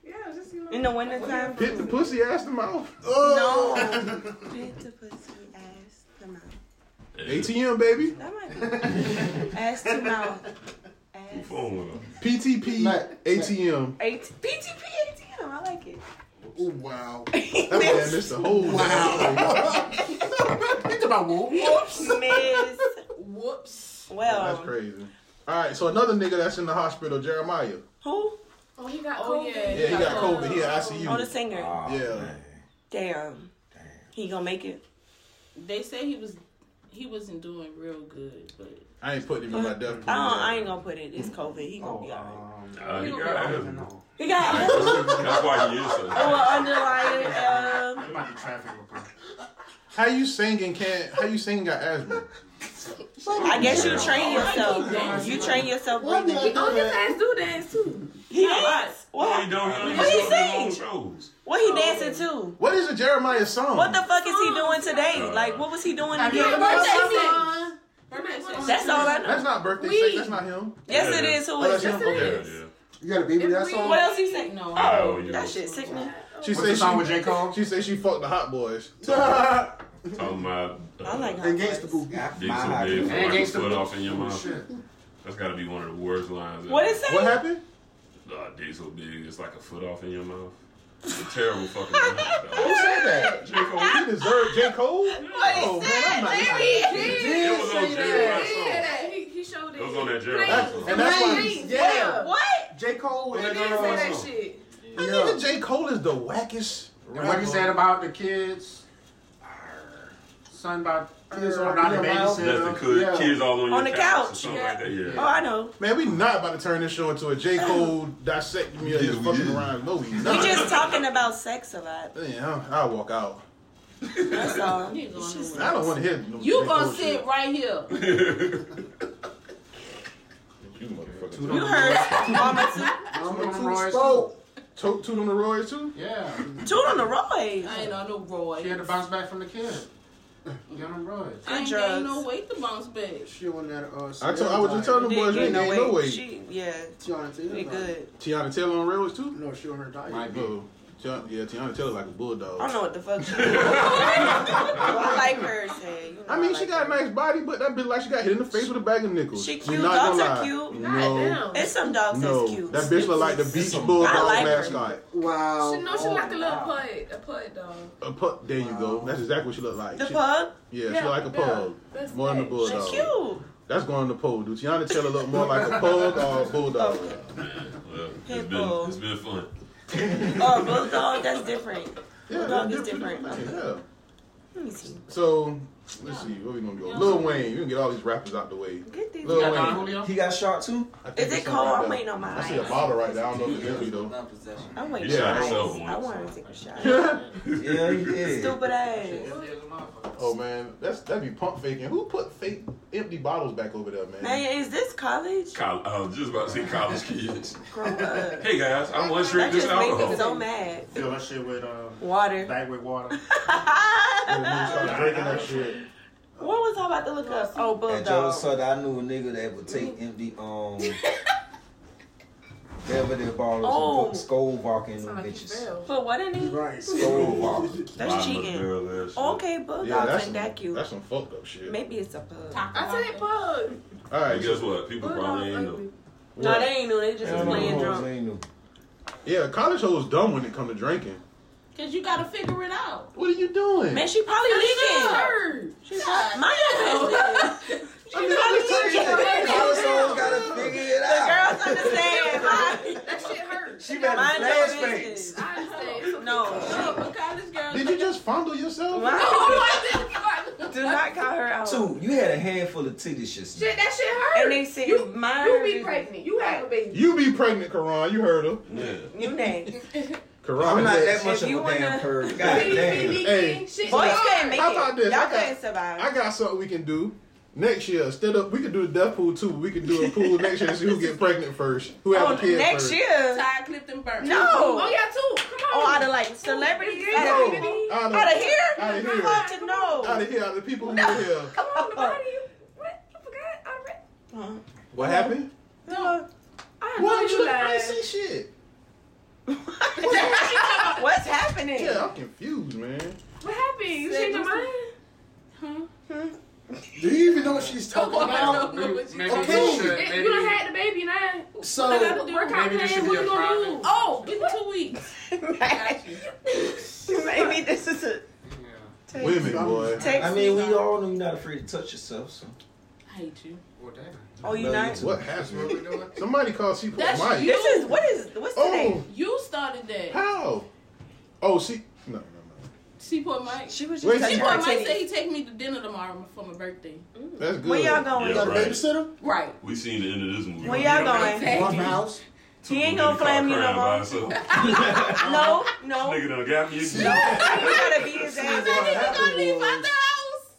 Speaker 7: Yeah, just you know.
Speaker 8: In the wintertime,
Speaker 5: Oh.
Speaker 6: Hit the pussy ass to mouth.
Speaker 8: no. Hit the pussy ass. come out.
Speaker 6: ATM, baby.
Speaker 8: That might be. Ass to mouth.
Speaker 6: PTP ATM.
Speaker 8: Eight, PTP ATM. I like it.
Speaker 5: Oh, wow.
Speaker 6: That man missed the whole
Speaker 5: Wow. [LAUGHS] Think about
Speaker 8: [LAUGHS]
Speaker 5: whoops.
Speaker 8: Miss.
Speaker 4: Whoops.
Speaker 8: Well,
Speaker 6: That's crazy. All right, so another nigga that's in the hospital, Jeremiah.
Speaker 8: who?
Speaker 2: Oh, he got
Speaker 4: Oh,
Speaker 2: COVID.
Speaker 4: yeah.
Speaker 6: Yeah, he got COVID. He at
Speaker 8: Oh, the
Speaker 6: ICU.
Speaker 8: singer.
Speaker 6: Yeah.
Speaker 8: Damn. He gonna make it.
Speaker 4: They say he was he wasn't doing real good, but
Speaker 6: I ain't putting him in my death pool.
Speaker 8: I don't. I ain't gonna put it. It's COVID. He gonna
Speaker 6: Oh,
Speaker 8: be alright.
Speaker 6: ah.
Speaker 10: Nah, Uh, he got it.
Speaker 8: He got
Speaker 10: [LAUGHS] That's why he used
Speaker 8: Oh, [LAUGHS]
Speaker 10: to.
Speaker 8: well, underlying. Um,
Speaker 9: It might be traffic report.
Speaker 6: How you singing can't? How you singing got asthma?
Speaker 8: I guess you train yourself. You train yourself.
Speaker 5: Why did
Speaker 8: breathing.
Speaker 5: I do
Speaker 4: oh, his
Speaker 5: that?
Speaker 4: ass do dance too.
Speaker 8: He dance.
Speaker 10: He
Speaker 8: What?
Speaker 10: don't he
Speaker 8: What he
Speaker 10: don't
Speaker 8: saying?
Speaker 10: do no shows.
Speaker 8: What he dancing to?
Speaker 6: What is a Jeremiah song?
Speaker 8: What the fuck is he doing today?
Speaker 6: Uh.
Speaker 8: Like, what was he doing again? That's all I know.
Speaker 6: That's not birthday
Speaker 4: We-
Speaker 6: sex. That's not him. Oh,
Speaker 8: Yes, it is. Who is
Speaker 6: that's
Speaker 8: it?
Speaker 6: him. Okay.
Speaker 10: Yeah, yeah.
Speaker 5: You got a baby that song?
Speaker 8: What else he say?
Speaker 4: No.
Speaker 10: Oh, you
Speaker 8: That shit sick man.
Speaker 6: She
Speaker 9: What's the
Speaker 6: says
Speaker 9: song with J. Cole?
Speaker 6: she. She says she fucked the
Speaker 9: [LAUGHS]
Speaker 6: hot boys.
Speaker 10: talking about uh,
Speaker 8: I like
Speaker 5: And Gangsta Boo.
Speaker 10: dig some dick
Speaker 9: And
Speaker 10: before I
Speaker 9: gangsta-
Speaker 10: put off in your mouth.
Speaker 9: Shit.
Speaker 10: That's got to be one of the worst lines.
Speaker 8: What
Speaker 10: ever.
Speaker 8: is it?
Speaker 6: what happened?
Speaker 10: Uh, dick so big, it's like a foot off in your mouth. It's a terrible fucking line. dog.
Speaker 6: Who said that? J. Cole. You deserve J. Cole? oh, man, I'm not
Speaker 10: It was on Jeremiah's song.
Speaker 4: He, he showed
Speaker 10: It was on that Jeremiah song.
Speaker 6: And that's why
Speaker 5: Yeah.
Speaker 8: What?
Speaker 5: J. Cole.
Speaker 9: What
Speaker 5: and-
Speaker 9: that
Speaker 6: uh,
Speaker 9: Jeremiah song?
Speaker 4: shit.
Speaker 6: I think J. Cole is the wackest
Speaker 9: And what
Speaker 6: rapper.
Speaker 9: he said about the kids, son about
Speaker 5: Kids
Speaker 9: or
Speaker 5: are-
Speaker 9: not the
Speaker 5: yeah, Miles.
Speaker 10: That's the
Speaker 9: babysitter.
Speaker 10: good
Speaker 5: Yeah.
Speaker 10: kids all on,
Speaker 8: On
Speaker 10: your
Speaker 8: the
Speaker 10: or
Speaker 8: couch.
Speaker 10: something like that. Yeah. Uh,
Speaker 8: Oh, I know.
Speaker 6: Man, we not about to turn this show into a J. Cole dissecting me of his fucking rhymes. No, we
Speaker 8: We
Speaker 6: not.
Speaker 8: just talking about sex a lot.
Speaker 6: Yeah, I'll walk out.
Speaker 8: That's all.
Speaker 4: He going nowhere.
Speaker 6: I don't want to hear no
Speaker 4: You
Speaker 6: J.
Speaker 4: gonna
Speaker 6: Cole
Speaker 4: sit
Speaker 6: shit.
Speaker 4: right here.
Speaker 6: You
Speaker 8: You
Speaker 6: motherfucker.
Speaker 8: heard Mama Toot.
Speaker 9: Number
Speaker 5: Two
Speaker 9: Royce.
Speaker 5: spoke.
Speaker 6: Toot Toot on the Roy's too?
Speaker 9: Yeah.
Speaker 8: Toot on the road.
Speaker 4: I ain't on no
Speaker 9: She
Speaker 4: Roy.
Speaker 9: had to bounce back from the kid. Get him Royce.
Speaker 4: I ain't
Speaker 8: drugs.
Speaker 4: gained no weight to bounce back.
Speaker 5: She on that, uh,
Speaker 6: I, told, I was just telling the boys, you ain't no
Speaker 8: Ain't way.
Speaker 6: way.
Speaker 8: She, yeah,
Speaker 5: She on it, too.
Speaker 8: we good.
Speaker 6: Tiana Taylor on Railways too?
Speaker 5: No, she on her diet.
Speaker 9: Might be.
Speaker 6: Oh, Tiana, yeah, Tiana Taylor like a bulldog.
Speaker 8: I don't know what the fuck
Speaker 6: [LAUGHS]
Speaker 8: she doing. I like her, say. You know,
Speaker 6: I mean, she
Speaker 8: like
Speaker 6: got a
Speaker 8: her.
Speaker 6: nice body, but that bitch like she got hit in the face with a bag of nickels.
Speaker 8: She
Speaker 6: We
Speaker 8: cute.
Speaker 6: not
Speaker 8: Dogs
Speaker 6: gonna
Speaker 8: are
Speaker 6: lie. Mm-hmm.
Speaker 8: cute.
Speaker 6: No,
Speaker 8: It's some dogs
Speaker 6: no.
Speaker 8: that's cute.
Speaker 6: That bitch look like the beach
Speaker 8: I
Speaker 6: bulldog
Speaker 8: like her.
Speaker 6: mascot.
Speaker 5: Wow.
Speaker 4: She know she like a little putt, a putt dog.
Speaker 6: A pug. There you go. That's exactly what she look like.
Speaker 8: The
Speaker 6: She-
Speaker 8: pug,
Speaker 6: Yeah, she like a pug.
Speaker 4: That's
Speaker 6: More than a
Speaker 4: it.
Speaker 8: she
Speaker 6: bulldog.
Speaker 8: cute.
Speaker 6: That's going to pole. Do Tiana Taylor look more
Speaker 8: [LAUGHS]
Speaker 6: like a pug or a bulldog?
Speaker 10: Well, it's been
Speaker 8: Pitbull.
Speaker 10: it's been fun.
Speaker 8: Oh, a bulldog, that's different.
Speaker 6: Yeah,
Speaker 8: Bulldog
Speaker 6: that's
Speaker 8: is different.
Speaker 6: Yeah.
Speaker 8: Let me see.
Speaker 6: So let's see where we gonna go. Lil Wayne. We can get all these rappers out the way.
Speaker 8: Get these.
Speaker 6: Lil
Speaker 9: Don
Speaker 6: Wayne.
Speaker 9: Julio?
Speaker 15: He got shot too?
Speaker 6: I think
Speaker 8: Is
Speaker 6: there's
Speaker 8: it
Speaker 6: something
Speaker 8: cold?
Speaker 6: right
Speaker 8: I'm
Speaker 6: there.
Speaker 8: waiting on my
Speaker 6: I see a
Speaker 8: eyes.
Speaker 6: bottle right there. I don't know if it's empty though.
Speaker 8: I'm waiting
Speaker 10: He
Speaker 8: on
Speaker 10: shot
Speaker 8: my eyes.
Speaker 10: himself
Speaker 8: I
Speaker 10: once.
Speaker 8: want to take a shot.
Speaker 6: [LAUGHS]
Speaker 15: Yeah, he did.
Speaker 8: Stupid ass.
Speaker 6: Oh man, that's that'd be pump faking. Who put fake empty bottles back over there, man?
Speaker 8: Man, is this college?
Speaker 10: Col- I was just about to say college kids.
Speaker 8: Grow up.
Speaker 10: Hey guys, I want to
Speaker 8: That
Speaker 10: drink this
Speaker 8: just makes me
Speaker 10: alcohol.
Speaker 8: so mad.
Speaker 9: Fill that shit with um,
Speaker 8: Water.
Speaker 9: back with water.
Speaker 6: When we started drinking that shit.
Speaker 8: [LAUGHS] What was I about to look up? Oh,
Speaker 15: At Joe's
Speaker 8: bulldog. Mm-hmm.
Speaker 15: Sud, I knew a nigga that would take empty
Speaker 8: [LAUGHS]
Speaker 15: um Belvedere bottles
Speaker 8: Oh.
Speaker 15: and put skull walking in them
Speaker 4: Like he
Speaker 15: bitches.
Speaker 4: fell.
Speaker 8: But what in he?
Speaker 5: Right.
Speaker 15: Skull walking.
Speaker 8: That's cheating. Okay, bulldogs
Speaker 6: Yeah, that's
Speaker 8: ain't
Speaker 6: some,
Speaker 8: that cute.
Speaker 6: that's some fucked up shit.
Speaker 8: Maybe it's a pug.
Speaker 4: I said pug.
Speaker 6: All right,
Speaker 10: And guess
Speaker 6: so,
Speaker 10: what? People probably ain't know.
Speaker 8: No, they ain't new. They just was
Speaker 15: Them
Speaker 8: playing
Speaker 15: hoes
Speaker 8: drunk.
Speaker 15: ain't no-
Speaker 6: yeah, college hoes dumb when it come to drinking.
Speaker 4: Cause you gotta figure it out.
Speaker 6: What are you doing?
Speaker 8: Man, she probably leaking. She's hot. My [LAUGHS] business.
Speaker 6: I mean, I'm just telling you,
Speaker 15: College hoes gotta figure it out.
Speaker 8: Girls understand. My,
Speaker 4: That shit hurts.
Speaker 15: She better
Speaker 8: mind
Speaker 15: flash
Speaker 8: your
Speaker 15: face.
Speaker 8: business.
Speaker 4: I understand.
Speaker 8: [LAUGHS] No.
Speaker 4: But college girls. [LAUGHS]
Speaker 6: Did you just fondle yourself?
Speaker 4: Oh,
Speaker 8: Do not call her out.
Speaker 15: Two, you had a handful of titties just now.
Speaker 4: Shit, that shit hurts.
Speaker 8: And they said,
Speaker 4: you,
Speaker 8: mind
Speaker 4: you
Speaker 8: her
Speaker 4: be
Speaker 8: business.
Speaker 4: pregnant. You have a baby.
Speaker 6: You be pregnant, Karan. You heard her.
Speaker 10: Yeah.
Speaker 8: You name.
Speaker 6: Karan.
Speaker 15: I'm not
Speaker 6: said-
Speaker 15: that much
Speaker 8: If
Speaker 15: of a
Speaker 8: you
Speaker 15: damn
Speaker 8: wanna-
Speaker 15: perv. God
Speaker 4: Hey.
Speaker 15: damn.
Speaker 6: Hey.
Speaker 4: Shit,
Speaker 8: Boys
Speaker 4: hurts.
Speaker 8: couldn't make
Speaker 6: How about
Speaker 8: it.
Speaker 6: this? I
Speaker 8: Y'all
Speaker 6: got-
Speaker 8: couldn't survive.
Speaker 6: I got something we can do. Next year, instead of we could do the death pool too. We could do a pool next year and see who get pregnant first, who have
Speaker 8: oh,
Speaker 6: a kid
Speaker 8: next
Speaker 6: first.
Speaker 8: year.
Speaker 4: Ty Clifton Burton.
Speaker 8: No.
Speaker 4: Oh yeah, two. Come
Speaker 8: Oh,
Speaker 4: on.
Speaker 8: out of like celebrities.
Speaker 4: Yeah.
Speaker 8: Out of,
Speaker 6: No, out of,
Speaker 8: out of here?
Speaker 6: Out of
Speaker 8: I
Speaker 6: here.
Speaker 8: want to
Speaker 6: Out
Speaker 8: know.
Speaker 6: of here, out of the people who live here.
Speaker 8: Come on, the body.
Speaker 4: What? You forgot already?
Speaker 6: What happened?
Speaker 8: No.
Speaker 4: I know
Speaker 6: What
Speaker 4: you
Speaker 6: you? I
Speaker 4: lied.
Speaker 6: ain't see shit.
Speaker 8: What's happening?
Speaker 6: Yeah, I'm confused, man.
Speaker 4: What happened? You changed your mind? Huh?
Speaker 5: know what she's talking
Speaker 7: Oh, I
Speaker 5: about.
Speaker 7: don't know what
Speaker 9: Maybe
Speaker 5: Okay.
Speaker 9: we should.
Speaker 7: If
Speaker 9: Maybe,
Speaker 7: you done had the baby now.
Speaker 5: So-
Speaker 7: What I gotta do? workout
Speaker 9: Maybe this should
Speaker 7: plan.
Speaker 9: be
Speaker 7: What
Speaker 9: a
Speaker 7: you gonna do?
Speaker 9: private-
Speaker 7: Oh, give me two
Speaker 8: [LAUGHS]
Speaker 7: weeks.
Speaker 8: [LAUGHS] Maybe this is a.
Speaker 6: Women, boy.
Speaker 8: Text
Speaker 15: I mean, we all know you're not afraid to touch yourself. So.
Speaker 4: I hate you.
Speaker 9: well, damn.
Speaker 8: Oh, you not?
Speaker 6: What
Speaker 9: What we
Speaker 6: happened?
Speaker 9: doing?
Speaker 6: Somebody called C.
Speaker 4: That's
Speaker 6: Mike.
Speaker 4: you.
Speaker 8: This is what is what's today?
Speaker 6: Oh,
Speaker 4: You started that.
Speaker 6: how? Oh, see, no, no, no.
Speaker 4: Seaport Mike.
Speaker 8: She was
Speaker 6: Wait,
Speaker 8: just touching
Speaker 4: Seaport
Speaker 8: her
Speaker 6: Seaport
Speaker 4: Mike said
Speaker 8: titties.
Speaker 4: he take me to dinner tomorrow for my birthday.
Speaker 6: That's good.
Speaker 8: Where y'all going?
Speaker 10: Yeah.
Speaker 5: got a
Speaker 10: Right.
Speaker 5: babysitter?
Speaker 4: Right.
Speaker 10: We seen the end of this movie.
Speaker 8: Where y'all going?
Speaker 4: Exactly.
Speaker 5: One house?
Speaker 10: Two
Speaker 8: He ain't gonna
Speaker 10: women
Speaker 8: flame you no
Speaker 10: caught
Speaker 8: more.
Speaker 10: crying by [LAUGHS] herself.
Speaker 8: [LAUGHS] No, no,
Speaker 10: Nigga done got me again.
Speaker 8: you gotta beat his ass.
Speaker 6: What happened was-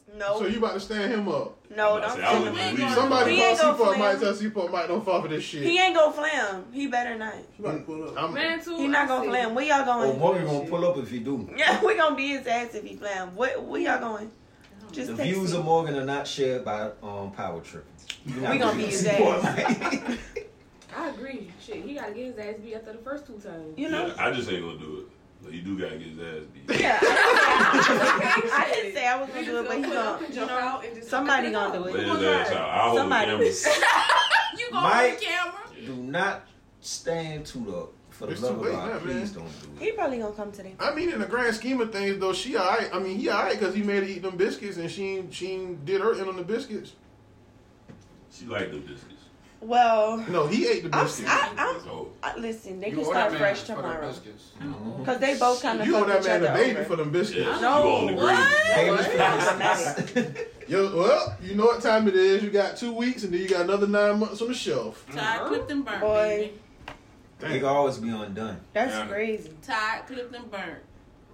Speaker 6: So
Speaker 8: No,
Speaker 6: you about to stand him up?
Speaker 8: no,
Speaker 10: I
Speaker 8: don't.
Speaker 10: said, I
Speaker 8: tell
Speaker 10: wouldn't
Speaker 8: him.
Speaker 10: believe it.
Speaker 6: Somebody
Speaker 8: He
Speaker 6: called
Speaker 8: ain't gonna
Speaker 6: Seaport
Speaker 8: flame.
Speaker 6: Mike. Tell Seaport Mike don't fall for this shit.
Speaker 8: He ain't gonna flam. He better not.
Speaker 6: I'm,
Speaker 4: Man, too.
Speaker 6: Oh,
Speaker 8: He not gonna flam. Where y'all
Speaker 15: Oh,
Speaker 8: going?
Speaker 15: Morgan gonna pull up if you do.
Speaker 8: Yeah, [LAUGHS] we gonna beat his ass if he flam. Where, where y'all going? Just
Speaker 15: The
Speaker 8: text
Speaker 15: views
Speaker 8: me.
Speaker 15: of Morgan are not shared by um, Power Trip. You're not
Speaker 8: We gonna be his
Speaker 15: support,
Speaker 8: ass.
Speaker 15: man.
Speaker 7: I agree. Shit, he gotta get his ass beat after the first two times.
Speaker 8: You know.
Speaker 10: Yeah, I just ain't gonna do it. But you do gotta get his ass beat.
Speaker 8: Yeah, I didn't say- [LAUGHS] I didn't say I was gonna do it, but he gonna.
Speaker 7: Jump out and just
Speaker 8: Somebody gonna do
Speaker 10: Let
Speaker 8: it.
Speaker 10: his ass out. I'll hold
Speaker 8: Somebody.
Speaker 10: the camera.
Speaker 8: [LAUGHS]
Speaker 4: You going
Speaker 15: Mike.
Speaker 4: on the camera?
Speaker 15: Do not stand too up. For the
Speaker 6: It's
Speaker 15: love
Speaker 6: too
Speaker 15: of
Speaker 6: late
Speaker 15: God,
Speaker 6: now, man.
Speaker 15: please don't do
Speaker 8: He
Speaker 15: it.
Speaker 8: probably gonna come today.
Speaker 6: I mean, in the grand scheme of things, though, she alright. I mean, he alright because he made her eat them biscuits, and she ain't- she ain't did her in on the biscuits.
Speaker 10: She like them biscuits.
Speaker 8: Well,
Speaker 6: No, he ate the
Speaker 8: I'm,
Speaker 6: biscuits.
Speaker 8: I, I'm
Speaker 10: It's over.
Speaker 8: I, listen, they
Speaker 9: You
Speaker 8: can
Speaker 9: owe that
Speaker 8: start
Speaker 9: man
Speaker 8: fresh
Speaker 9: for the
Speaker 8: tomorrow.
Speaker 9: biscuits.
Speaker 8: Because they both kind of
Speaker 6: you owe
Speaker 8: fucked
Speaker 6: that
Speaker 8: each
Speaker 6: man
Speaker 8: other
Speaker 6: the baby
Speaker 8: over.
Speaker 6: for them biscuits.
Speaker 10: Yeah,
Speaker 7: No,
Speaker 10: you on the green.
Speaker 15: Babies
Speaker 8: What?
Speaker 15: feel this-
Speaker 6: Yo, well, you know what time it is. You got two weeks, and then you got another nine months on the shelf.
Speaker 4: Todd clipped and burnt,
Speaker 8: Boy.
Speaker 4: baby.
Speaker 15: They can always be undone.
Speaker 8: That's
Speaker 10: Yeah.
Speaker 8: crazy.
Speaker 4: Todd clipped and burnt.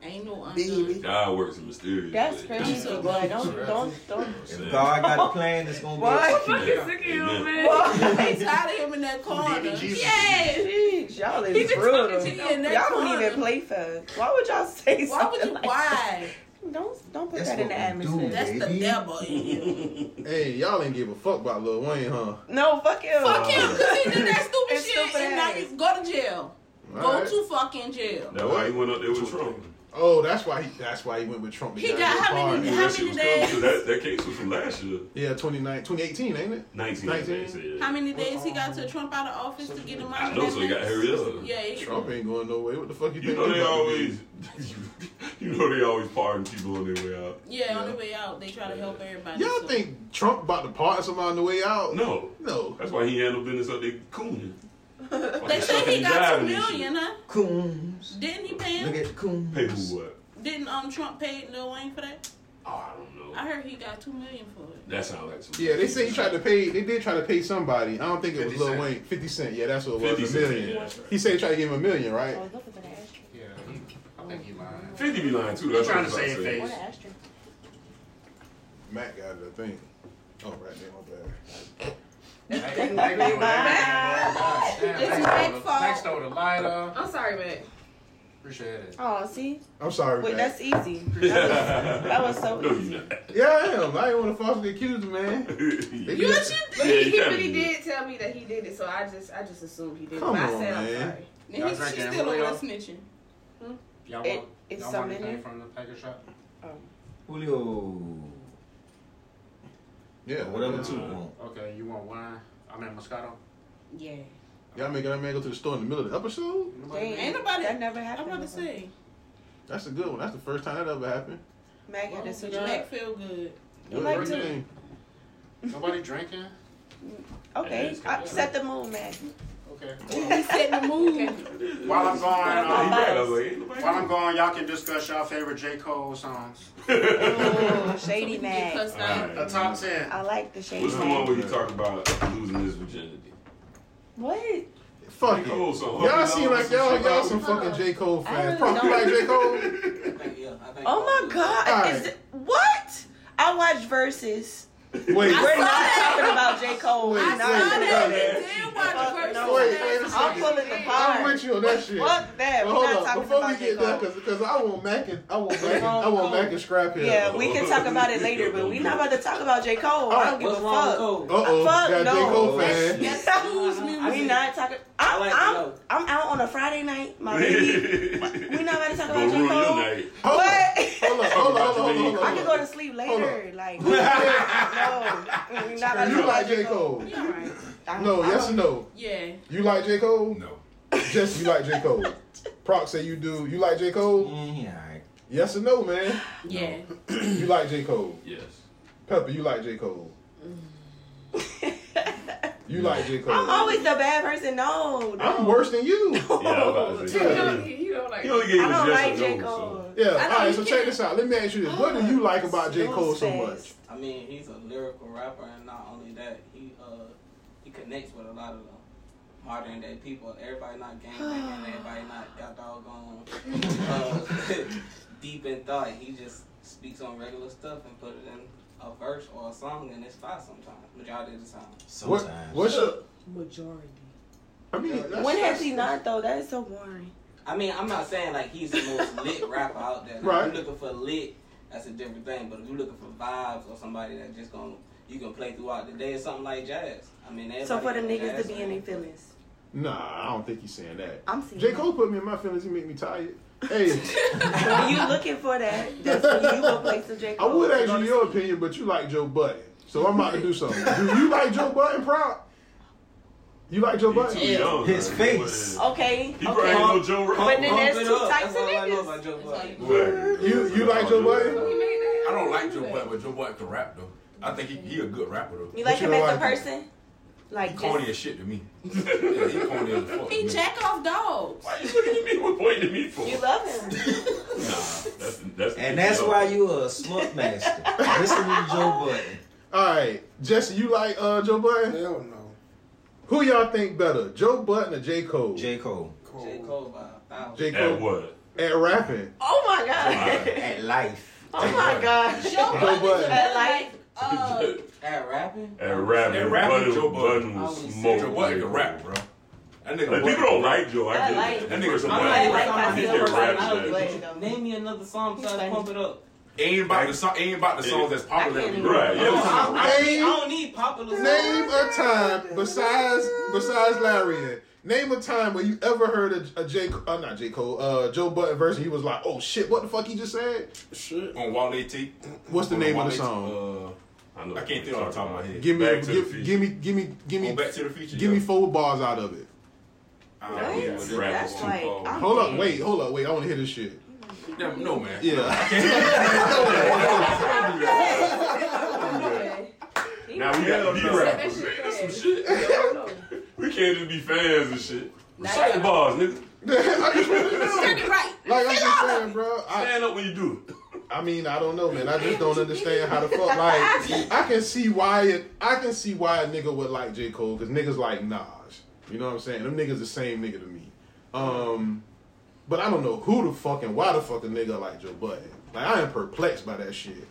Speaker 4: Ain't no
Speaker 5: Baby.
Speaker 4: undone.
Speaker 10: God works in mysterious
Speaker 8: That's
Speaker 10: ways.
Speaker 8: crazy,
Speaker 10: That's
Speaker 8: boy. Don't, don't, don't.
Speaker 10: what I'm
Speaker 15: If
Speaker 10: saying.
Speaker 15: God got a plan, it's gonna be
Speaker 8: What?
Speaker 15: executed.
Speaker 10: Yeah. [LAUGHS]
Speaker 4: [LAUGHS]
Speaker 10: Amen.
Speaker 4: They tired of him in that corner.
Speaker 5: Jesus.
Speaker 4: Yes.
Speaker 8: Jeez, y'all
Speaker 4: He
Speaker 8: is
Speaker 4: just
Speaker 8: brutal.
Speaker 4: talking to you in that
Speaker 8: Y'all don't
Speaker 4: corner.
Speaker 8: even play fair. Why would y'all say
Speaker 4: Why would
Speaker 8: [LAUGHS] something
Speaker 4: you?
Speaker 8: like
Speaker 4: Why?
Speaker 8: that? Don't, don't put
Speaker 15: That's
Speaker 8: that in the
Speaker 15: what we do,
Speaker 8: atmosphere.
Speaker 15: man.
Speaker 4: That's the
Speaker 15: Baby.
Speaker 4: devil in you.
Speaker 6: Hey, y'all ain't give a fuck about Lil Wayne, huh?
Speaker 8: No, fuck him.
Speaker 4: Fuck him, because he did that stupid
Speaker 8: It's
Speaker 4: shit
Speaker 8: stupid
Speaker 4: and now
Speaker 8: ass.
Speaker 4: he's go to jail. go
Speaker 6: Alright.
Speaker 4: to fucking jail.
Speaker 10: That's why he went up there with Trump.
Speaker 6: Oh, that's why he. That's why he went with Trump.
Speaker 4: He
Speaker 6: got
Speaker 4: got
Speaker 6: his
Speaker 4: how
Speaker 6: car
Speaker 4: many-
Speaker 6: and
Speaker 4: how
Speaker 10: That
Speaker 6: he-
Speaker 10: shit was
Speaker 4: many
Speaker 10: coming through. That, that case was from last year.
Speaker 6: Yeah, 29, 2018, ain't it?
Speaker 10: 19.
Speaker 6: 19.
Speaker 4: How many days he got to Trump out of office to get him out
Speaker 10: I
Speaker 4: of
Speaker 10: know,
Speaker 4: that
Speaker 10: so he got
Speaker 4: mess?
Speaker 10: hurried up.
Speaker 4: Yeah, he,
Speaker 6: Trump ain't going nowhere. What the fuck you,
Speaker 10: You
Speaker 6: think?
Speaker 10: know
Speaker 6: he
Speaker 10: they
Speaker 6: about to
Speaker 10: always, [LAUGHS]
Speaker 6: do?
Speaker 10: you know they always pardon people on their way out.
Speaker 4: yeah, on the way out, they try to help everybody.
Speaker 6: Y'all
Speaker 4: so-
Speaker 6: think Trump about to pardon somebody on the way out?
Speaker 10: No,
Speaker 6: no.
Speaker 10: that's why he handled business up there cooning.
Speaker 4: They say he got two million, huh?
Speaker 15: Coombs.
Speaker 4: Didn't he pay
Speaker 15: Look
Speaker 4: him?
Speaker 15: at Coombs.
Speaker 10: Pay who what?
Speaker 4: Didn't um Trump pay Lil Wayne for that?
Speaker 10: Oh, I don't
Speaker 4: I
Speaker 10: know.
Speaker 4: heard he got two million for it.
Speaker 10: That sounds like some.
Speaker 6: Yeah, they say he tried to pay. They did try to pay somebody. I don't think it was
Speaker 9: 50
Speaker 6: Lil
Speaker 9: Cent.
Speaker 6: Wayne. Fifty Cent. Yeah, that's what it was.
Speaker 10: 50
Speaker 6: a
Speaker 10: Cent,
Speaker 6: million.
Speaker 10: yeah, that's right.
Speaker 6: He said he tried to give him a million, right?
Speaker 4: Oh.
Speaker 8: I was looking for the ashtray.
Speaker 9: Yeah, he, I think he lying.
Speaker 10: Fifty be lying too.
Speaker 9: He's
Speaker 10: That's what
Speaker 9: trying to
Speaker 10: I'm
Speaker 9: save
Speaker 10: [LAUGHS] saying.
Speaker 9: face.
Speaker 8: What an ashtray.
Speaker 6: Matt got it, I think. Oh, right there, my bad.
Speaker 9: Maybe- maybe he was laughing. Damn,
Speaker 4: It's
Speaker 9: thanks
Speaker 4: Mac's
Speaker 9: for the-
Speaker 4: fault.
Speaker 9: Thanks for the lighter.
Speaker 7: I'm sorry, man.
Speaker 9: Appreciate it.
Speaker 8: Oh, see?
Speaker 6: I'm sorry,
Speaker 8: Wait,
Speaker 6: Matt.
Speaker 8: that's easy.
Speaker 10: That
Speaker 8: was so
Speaker 10: No,
Speaker 8: easy.
Speaker 10: you not. [LAUGHS]
Speaker 6: Yeah, I am. I ain't want to falsely accuse the man.
Speaker 10: You
Speaker 6: Yeah,
Speaker 7: But
Speaker 10: yeah,
Speaker 7: he,
Speaker 10: you
Speaker 7: he
Speaker 10: kinda
Speaker 7: really
Speaker 10: do.
Speaker 7: did tell me that he did it, so I just I just assumed he did. it.
Speaker 6: Come
Speaker 7: But I
Speaker 6: on,
Speaker 7: said I'm
Speaker 6: man.
Speaker 7: sorry.
Speaker 4: Then he,
Speaker 9: Y'all
Speaker 4: she's
Speaker 9: drinking
Speaker 4: still over
Speaker 9: Julio?
Speaker 4: there snitching.
Speaker 9: Y'all
Speaker 8: It-
Speaker 9: want,
Speaker 8: it's
Speaker 9: y'all
Speaker 8: so
Speaker 9: want
Speaker 8: many.
Speaker 9: anything from the package shop?
Speaker 15: Julio.
Speaker 6: Yeah,
Speaker 15: Whatever two want.
Speaker 9: Okay, you want wine? I mean Moscato.
Speaker 4: Yeah.
Speaker 6: Y'all making that man go to the store in the middle of the episode?
Speaker 8: Dang,
Speaker 4: Ain't nobody-
Speaker 8: That never
Speaker 4: I'm
Speaker 8: happened.
Speaker 4: about to
Speaker 8: before.
Speaker 4: say,
Speaker 6: That's a good one. That's the first time that ever happened.
Speaker 8: Mac had to switch it
Speaker 4: Mac
Speaker 8: up.
Speaker 4: feel
Speaker 7: [LAUGHS]
Speaker 4: good.
Speaker 6: Good
Speaker 8: like
Speaker 6: good
Speaker 8: to-
Speaker 6: thing.
Speaker 9: Nobody drinking?
Speaker 8: Okay,
Speaker 10: Yeah,
Speaker 8: I
Speaker 10: it's
Speaker 8: set the
Speaker 4: [LAUGHS]
Speaker 8: mood, Mac.
Speaker 9: Okay.
Speaker 4: He setting the mood.
Speaker 9: While I'm going,
Speaker 10: Nah, he
Speaker 9: um,
Speaker 10: right. I was like, ain't nobody.
Speaker 9: while I'm going, y'all can discuss y'all favorite J Cole songs.
Speaker 8: [LAUGHS] Ooh, shady
Speaker 4: Get
Speaker 8: Mac.
Speaker 4: cussed out.
Speaker 9: The top ten.
Speaker 8: I like the shady
Speaker 10: What's the one
Speaker 8: Mac.
Speaker 10: where he talked about losing his virginity?
Speaker 8: What?
Speaker 6: Fuck it.
Speaker 10: Cole song.
Speaker 6: Y'all seem like y'all y'all some fucking J Cole fans.
Speaker 8: really
Speaker 6: Probably like J [LAUGHS] Cole.
Speaker 8: Oh
Speaker 6: um,
Speaker 8: my God! Is
Speaker 6: Alright.
Speaker 8: it, what? I watched Versus.
Speaker 6: Wait,
Speaker 8: We're
Speaker 6: wait,
Speaker 8: not talking about J. Cole.
Speaker 6: Wait,
Speaker 8: We're
Speaker 4: I
Speaker 8: not.
Speaker 4: saw that.
Speaker 6: wait,
Speaker 4: He did watch
Speaker 8: Fuck
Speaker 4: Versus.
Speaker 8: no.
Speaker 6: Wait, wait a
Speaker 8: I'm
Speaker 6: second.
Speaker 8: pulling the
Speaker 6: I'm
Speaker 8: car.
Speaker 6: with you on that shit.
Speaker 8: Fuck that.
Speaker 6: But
Speaker 8: We're
Speaker 6: hold
Speaker 8: not
Speaker 6: up,
Speaker 8: talking
Speaker 6: before we
Speaker 8: about J.
Speaker 6: get there, cause,
Speaker 8: Cole.
Speaker 6: 'cause I want Mac and I want Mac and, I want Mac and scrap here.
Speaker 8: Yeah, we can talk about it later, but we're not about to talk about J. Cole. I don't give a fuck.
Speaker 6: Uh oh,
Speaker 8: Fuck
Speaker 6: got J
Speaker 8: no.
Speaker 6: Cole fan.
Speaker 8: [LAUGHS]
Speaker 4: That's blues
Speaker 8: We
Speaker 4: music.
Speaker 8: not talking. I'm, I'm, I'm out on a Friday night, my baby. We not about to talk
Speaker 10: Gonna
Speaker 8: about J.
Speaker 10: ruin your
Speaker 8: Cole.
Speaker 10: night.
Speaker 8: [LAUGHS]
Speaker 6: Hold up,
Speaker 8: What?
Speaker 6: hold up, hold hold on, hold on, hold on.
Speaker 8: I can go to sleep later.
Speaker 6: [LAUGHS]
Speaker 8: Like, no, Mm, not like
Speaker 6: You like J. Cole? No, yes or no?
Speaker 4: Yeah.
Speaker 6: You like J. Cole? No. Just you like J. Cole. Proc say you do. You like J. Cole? Mm, yeah, Yes or no, man?
Speaker 4: Yeah.
Speaker 6: you like J. Cole?
Speaker 10: [LAUGHS] Yes.
Speaker 6: Pepper, you like J. Cole? you like J. Cole?
Speaker 8: Mm. I'm always the bad person. No, no.
Speaker 6: I'm worse than
Speaker 8: [LAUGHS]
Speaker 6: you. Oh,
Speaker 10: about
Speaker 4: [LAUGHS]
Speaker 10: to say. You don't-
Speaker 8: you don't like.
Speaker 10: you only gave
Speaker 8: I
Speaker 10: us
Speaker 8: don't
Speaker 10: yes
Speaker 8: like
Speaker 10: or
Speaker 8: J.
Speaker 10: no,
Speaker 8: Cole.
Speaker 6: Yeah, all
Speaker 8: I know
Speaker 6: right,
Speaker 8: you
Speaker 6: so check
Speaker 8: can't-
Speaker 6: this out. Let me ask you this. What do you like about J. Cole so much?
Speaker 16: I mean, he's a lyrical rapper, and not only that, he uh he connects with a lot of the modern day people. Everybody not gang
Speaker 6: [SIGHS]
Speaker 16: and everybody not got doggone uh, [LAUGHS] deep in thought. He just speaks on regular stuff and put it in a verse or a song, and it's fire sometimes. Majority of the time.
Speaker 6: What, what's your.
Speaker 8: Majority.
Speaker 6: I mean,
Speaker 16: that's-
Speaker 8: when has
Speaker 16: that's-
Speaker 8: he not though? That is so boring.
Speaker 16: I mean, I'm not saying like he's the most [LAUGHS] lit rapper out there. Like,
Speaker 8: Right.
Speaker 16: If you're looking for lit, that's a different thing. But if you're looking for vibes or somebody that just gonna you can play throughout the day, it's something like jazz. I mean,
Speaker 8: So for the
Speaker 16: everybody got
Speaker 8: niggas to
Speaker 16: jazz
Speaker 8: be in their feelings.
Speaker 6: Nah, I don't think he's saying that.
Speaker 8: I'm seeing
Speaker 6: J.
Speaker 8: it.
Speaker 6: Cole put me in my feelings. He made me tired. Hey.
Speaker 8: [LAUGHS] When you looking for that, that's when you go play some
Speaker 6: [LAUGHS]
Speaker 8: J.
Speaker 6: I
Speaker 8: Cole.
Speaker 6: would ask you your opinion, but you like Joe Button. So I'm about to do something. Do you like Joe Button, Prop? You like Joe Button?
Speaker 10: too young,
Speaker 6: His face.
Speaker 8: Okay.
Speaker 6: He
Speaker 8: okay.
Speaker 6: probably ain't no Joe Rogan.
Speaker 8: But then
Speaker 6: Pump
Speaker 8: there's
Speaker 6: it
Speaker 8: two
Speaker 6: up.
Speaker 8: types of niggas.
Speaker 6: You you like Joe Button?
Speaker 17: I don't like Joe Budden, but Joe Budden can rap though. I think he, he a good rapper though.
Speaker 8: You like him as a person?
Speaker 17: He
Speaker 8: Like
Speaker 17: corny as shit to me. yeah, he corny as fuck.
Speaker 4: He
Speaker 17: to me.
Speaker 4: jack off dogs.
Speaker 10: Why you looking at me? What point at me for?
Speaker 8: You love him.
Speaker 15: And that's why you a slump master. Listen to Joe Budden.
Speaker 6: All right, Jesse, you like uh, Joe Button? Hell no. Who y'all think better, Joe Button or J Cole? J Cole.
Speaker 16: J. Cole vibe.
Speaker 6: J Cole.
Speaker 10: At what?
Speaker 6: At rapping.
Speaker 8: Oh my god.
Speaker 6: At life.
Speaker 8: Oh my god.
Speaker 6: Joe Budden.
Speaker 8: At life.
Speaker 16: At rapping?
Speaker 10: At rapping,
Speaker 17: At rapping,
Speaker 10: Budden-
Speaker 17: Joe
Speaker 10: Budden
Speaker 17: Budden.
Speaker 10: was
Speaker 17: I always say
Speaker 10: smoking
Speaker 17: Joe Budden can rap,
Speaker 10: bro.
Speaker 17: That nigga
Speaker 10: Like,
Speaker 17: Budden
Speaker 10: people
Speaker 17: can
Speaker 10: don't
Speaker 17: rap.
Speaker 10: like Joe. I
Speaker 17: I
Speaker 10: get
Speaker 17: like-
Speaker 10: it. That nigga's a
Speaker 17: I
Speaker 10: wild
Speaker 17: like
Speaker 10: rapper. He
Speaker 17: myself.
Speaker 10: can
Speaker 17: I
Speaker 10: rap
Speaker 17: like
Speaker 10: that.
Speaker 16: Name me another song, son. Pump it up.
Speaker 17: Ain't about the song. Ain't about the songs that's popular.
Speaker 16: can't
Speaker 17: Right.
Speaker 16: even- I
Speaker 17: Yeah.
Speaker 16: don't need- I don't need popular songs.
Speaker 6: Name a time besides besides Larry. Name a time where you ever heard a, a J. Uh, not J. Cole, uh, Joe Button verse, and you was like, "Oh shit, what the fuck he just said?" Shit.
Speaker 17: On Wale T.
Speaker 6: What's the
Speaker 17: On
Speaker 6: name of
Speaker 17: Wale
Speaker 6: the
Speaker 17: T,
Speaker 6: song?
Speaker 17: Uh, I, can't think off the top of my head.
Speaker 6: Give me,
Speaker 17: Back to the
Speaker 6: give,
Speaker 17: future.
Speaker 6: give me, give me, give me,
Speaker 17: On Back to the Future,
Speaker 6: Give me four bars out of it.
Speaker 17: What? That's
Speaker 8: too like- far. I'm
Speaker 6: hold up,
Speaker 8: dead.
Speaker 6: wait, hold up, wait. I want to hear this shit.
Speaker 17: No, no man. [LAUGHS]
Speaker 6: Yeah.
Speaker 10: Now we got to be
Speaker 6: Hell no.
Speaker 10: rappers. man. That's some shit. We can't just be fans and shit. Recite bars, nigga.
Speaker 6: Like I'm just saying, bro. I,
Speaker 10: Stand up when you do
Speaker 6: it. I mean, I don't know, man. I just don't understand how the fuck. Like, I can see why it. I can see why a nigga would like J Cole because niggas like Nas. You know what I'm saying? Them niggas the same nigga to me. Um, but I don't know who the fuck and why the fuck a nigga like Joe Budden. Like, I am perplexed by that shit.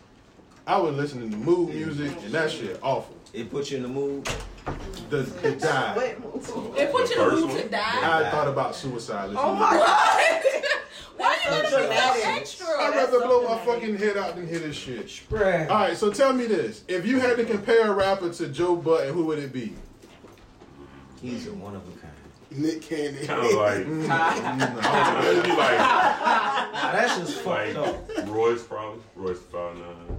Speaker 6: I was listening to mood music and that shit awful. Mm-hmm. It put you in the mood. The, the die.
Speaker 4: It put you in the
Speaker 6: First
Speaker 4: mood to
Speaker 6: one?
Speaker 4: die.
Speaker 6: I thought about suicide.
Speaker 4: Oh my god. Why you gotta
Speaker 6: That's so
Speaker 4: be so
Speaker 6: dramatic.
Speaker 4: extra?
Speaker 6: I'd rather blow my fucking head out than hear this shit. All right, so tell me this: if you had to compare a rapper to Joe Button, who would it be?
Speaker 15: He's a one of a kind.
Speaker 5: Nick Cannon.
Speaker 10: Kind of
Speaker 5: [LAUGHS]
Speaker 10: like. It'd be like.
Speaker 15: that's just fucked
Speaker 10: like,
Speaker 15: up.
Speaker 10: Royce probably. Royce five nine.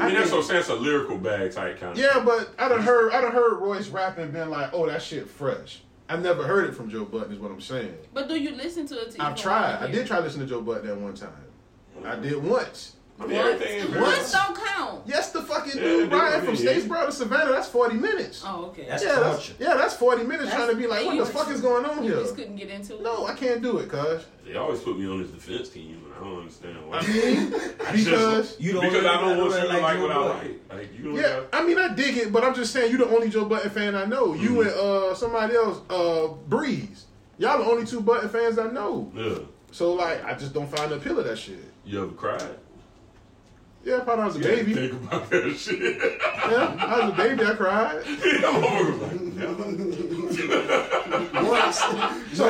Speaker 10: I mean, that's what I'm saying. It's a lyrical bag type kind of.
Speaker 6: Yeah, but I done heard I done heard Royce rapping, been like, "Oh, that shit fresh." I've never heard it from Joe Button, is what I'm saying.
Speaker 4: But do you listen to it? till you
Speaker 6: I've
Speaker 4: don't
Speaker 6: tried.
Speaker 4: wanna
Speaker 6: I
Speaker 4: hear
Speaker 6: did try to listen to Joe Button at one time. I did once.
Speaker 10: I mean, everything is
Speaker 4: it? Once don't count.
Speaker 6: Yes, the fucking
Speaker 10: Yeah,
Speaker 6: dude
Speaker 10: they
Speaker 6: Ryan
Speaker 10: were
Speaker 6: from
Speaker 10: big.
Speaker 6: Statesboro to Savannah, that's 40 minutes.
Speaker 4: Oh, okay.
Speaker 6: yeah, that's, yeah, that's 40 minutes
Speaker 4: That's-
Speaker 6: trying to be like,
Speaker 4: and
Speaker 6: what
Speaker 4: you
Speaker 6: the
Speaker 4: just-
Speaker 6: fuck is going on
Speaker 4: You
Speaker 6: here?
Speaker 4: just couldn't get into it.
Speaker 6: No, I can't do it, cuz.
Speaker 10: They always put me on this defense team, and I don't understand
Speaker 6: [LAUGHS]
Speaker 10: why.
Speaker 6: because- You don't
Speaker 10: because I don't want you to
Speaker 6: like
Speaker 10: like,
Speaker 6: Joe
Speaker 10: what I
Speaker 6: Budden.
Speaker 10: like. Like you don't
Speaker 6: Yeah, I mean, I dig it, but I'm just saying, you the only Joe Button fan I know. You and uh, somebody else, uh, Breeze. Y'all the only two Button fans I know.
Speaker 10: got. Yeah.
Speaker 6: So, like, I just don't find the appeal of that shit.
Speaker 10: You ever cried?
Speaker 6: Yeah, probably when I was a
Speaker 10: You had to
Speaker 6: baby.
Speaker 10: Think about that shit.
Speaker 6: Yeah, [LAUGHS] I was a baby, I cried.
Speaker 10: [LAUGHS] So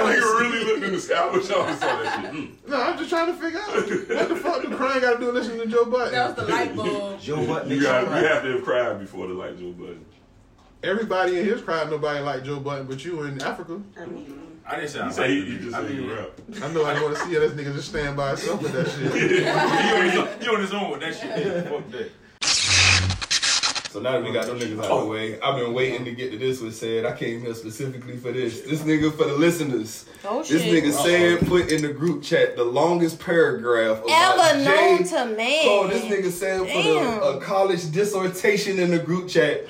Speaker 10: I really looked in the sky. I wish I was saw that shit. Mm.
Speaker 6: No, I'm just trying to figure out what the fuck do crying got to do listening to Joe Button. That
Speaker 4: was the light bulb.
Speaker 15: Joe Budden
Speaker 10: You,
Speaker 15: makes you
Speaker 10: got,
Speaker 15: cry.
Speaker 10: you have to have cried before to like Joe Budden.
Speaker 6: Everybody in his crowd, nobody like Joe Button, but you in Africa.
Speaker 17: I didn't say I
Speaker 10: He
Speaker 17: like
Speaker 10: said he-
Speaker 17: the
Speaker 10: he
Speaker 17: nigga.
Speaker 10: just
Speaker 17: I
Speaker 10: said he
Speaker 17: mean,
Speaker 10: rap.
Speaker 6: I know I didn't want to see how this nigga just stand by himself with that
Speaker 17: he, on
Speaker 6: shit.
Speaker 17: his own, he on his own with that shit. [LAUGHS] Fuck that.
Speaker 18: So now that we got them niggas
Speaker 6: Oh.
Speaker 18: out of the way, I've been waiting to get to this one said. I came here specifically for this. This nigga for the listeners.
Speaker 19: Oh,
Speaker 18: this
Speaker 19: shit.
Speaker 18: nigga said put in the group chat the longest paragraph about
Speaker 19: Ever known
Speaker 18: Jay
Speaker 19: to man.
Speaker 18: Cole. This nigga said for
Speaker 19: Damn.
Speaker 18: the, a college dissertation in the group chat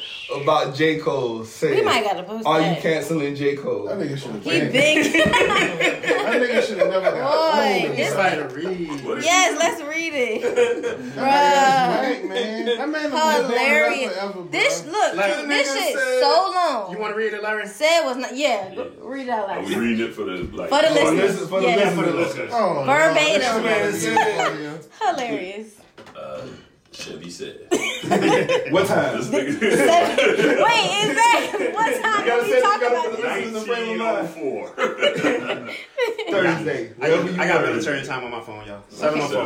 Speaker 18: about J. Cole. Said,
Speaker 19: We might gotta boost
Speaker 6: Oh,
Speaker 18: Are
Speaker 19: that.
Speaker 18: you canceling J. Cole? That
Speaker 6: nigga should have
Speaker 19: He big. [LAUGHS]
Speaker 6: [LAUGHS] That nigga should have never
Speaker 19: Boy,
Speaker 6: got
Speaker 19: this- uh,
Speaker 6: to read.
Speaker 19: Yes, let's read
Speaker 6: Uh,
Speaker 19: it.
Speaker 6: That
Speaker 19: Bruh.
Speaker 6: man is black, man. That man has been doing rap
Speaker 19: Hilarious.
Speaker 6: forever,
Speaker 19: This
Speaker 6: bruh.
Speaker 19: look,
Speaker 6: Like,
Speaker 19: this
Speaker 6: nigga
Speaker 19: shit
Speaker 6: said-
Speaker 19: so long.
Speaker 9: You want to read it, Larry?
Speaker 19: Said was not. Yeah, go- read it out
Speaker 10: Are
Speaker 19: loud.
Speaker 10: we reading it for the like
Speaker 19: For the
Speaker 18: Oh,
Speaker 19: listeners,
Speaker 10: For the
Speaker 19: yes.
Speaker 10: listeners. For the listeners.
Speaker 19: Oh, Verbatim.
Speaker 10: This man
Speaker 19: Hilarious.
Speaker 10: Uh, Chevy [LAUGHS] said.
Speaker 18: what time?
Speaker 10: This nigga.
Speaker 19: Wait, is
Speaker 10: [LAUGHS]
Speaker 19: that what time are we talking about?
Speaker 10: oh
Speaker 18: Thursday.
Speaker 9: I, got- I got better turn time on my phone, y'all. 704.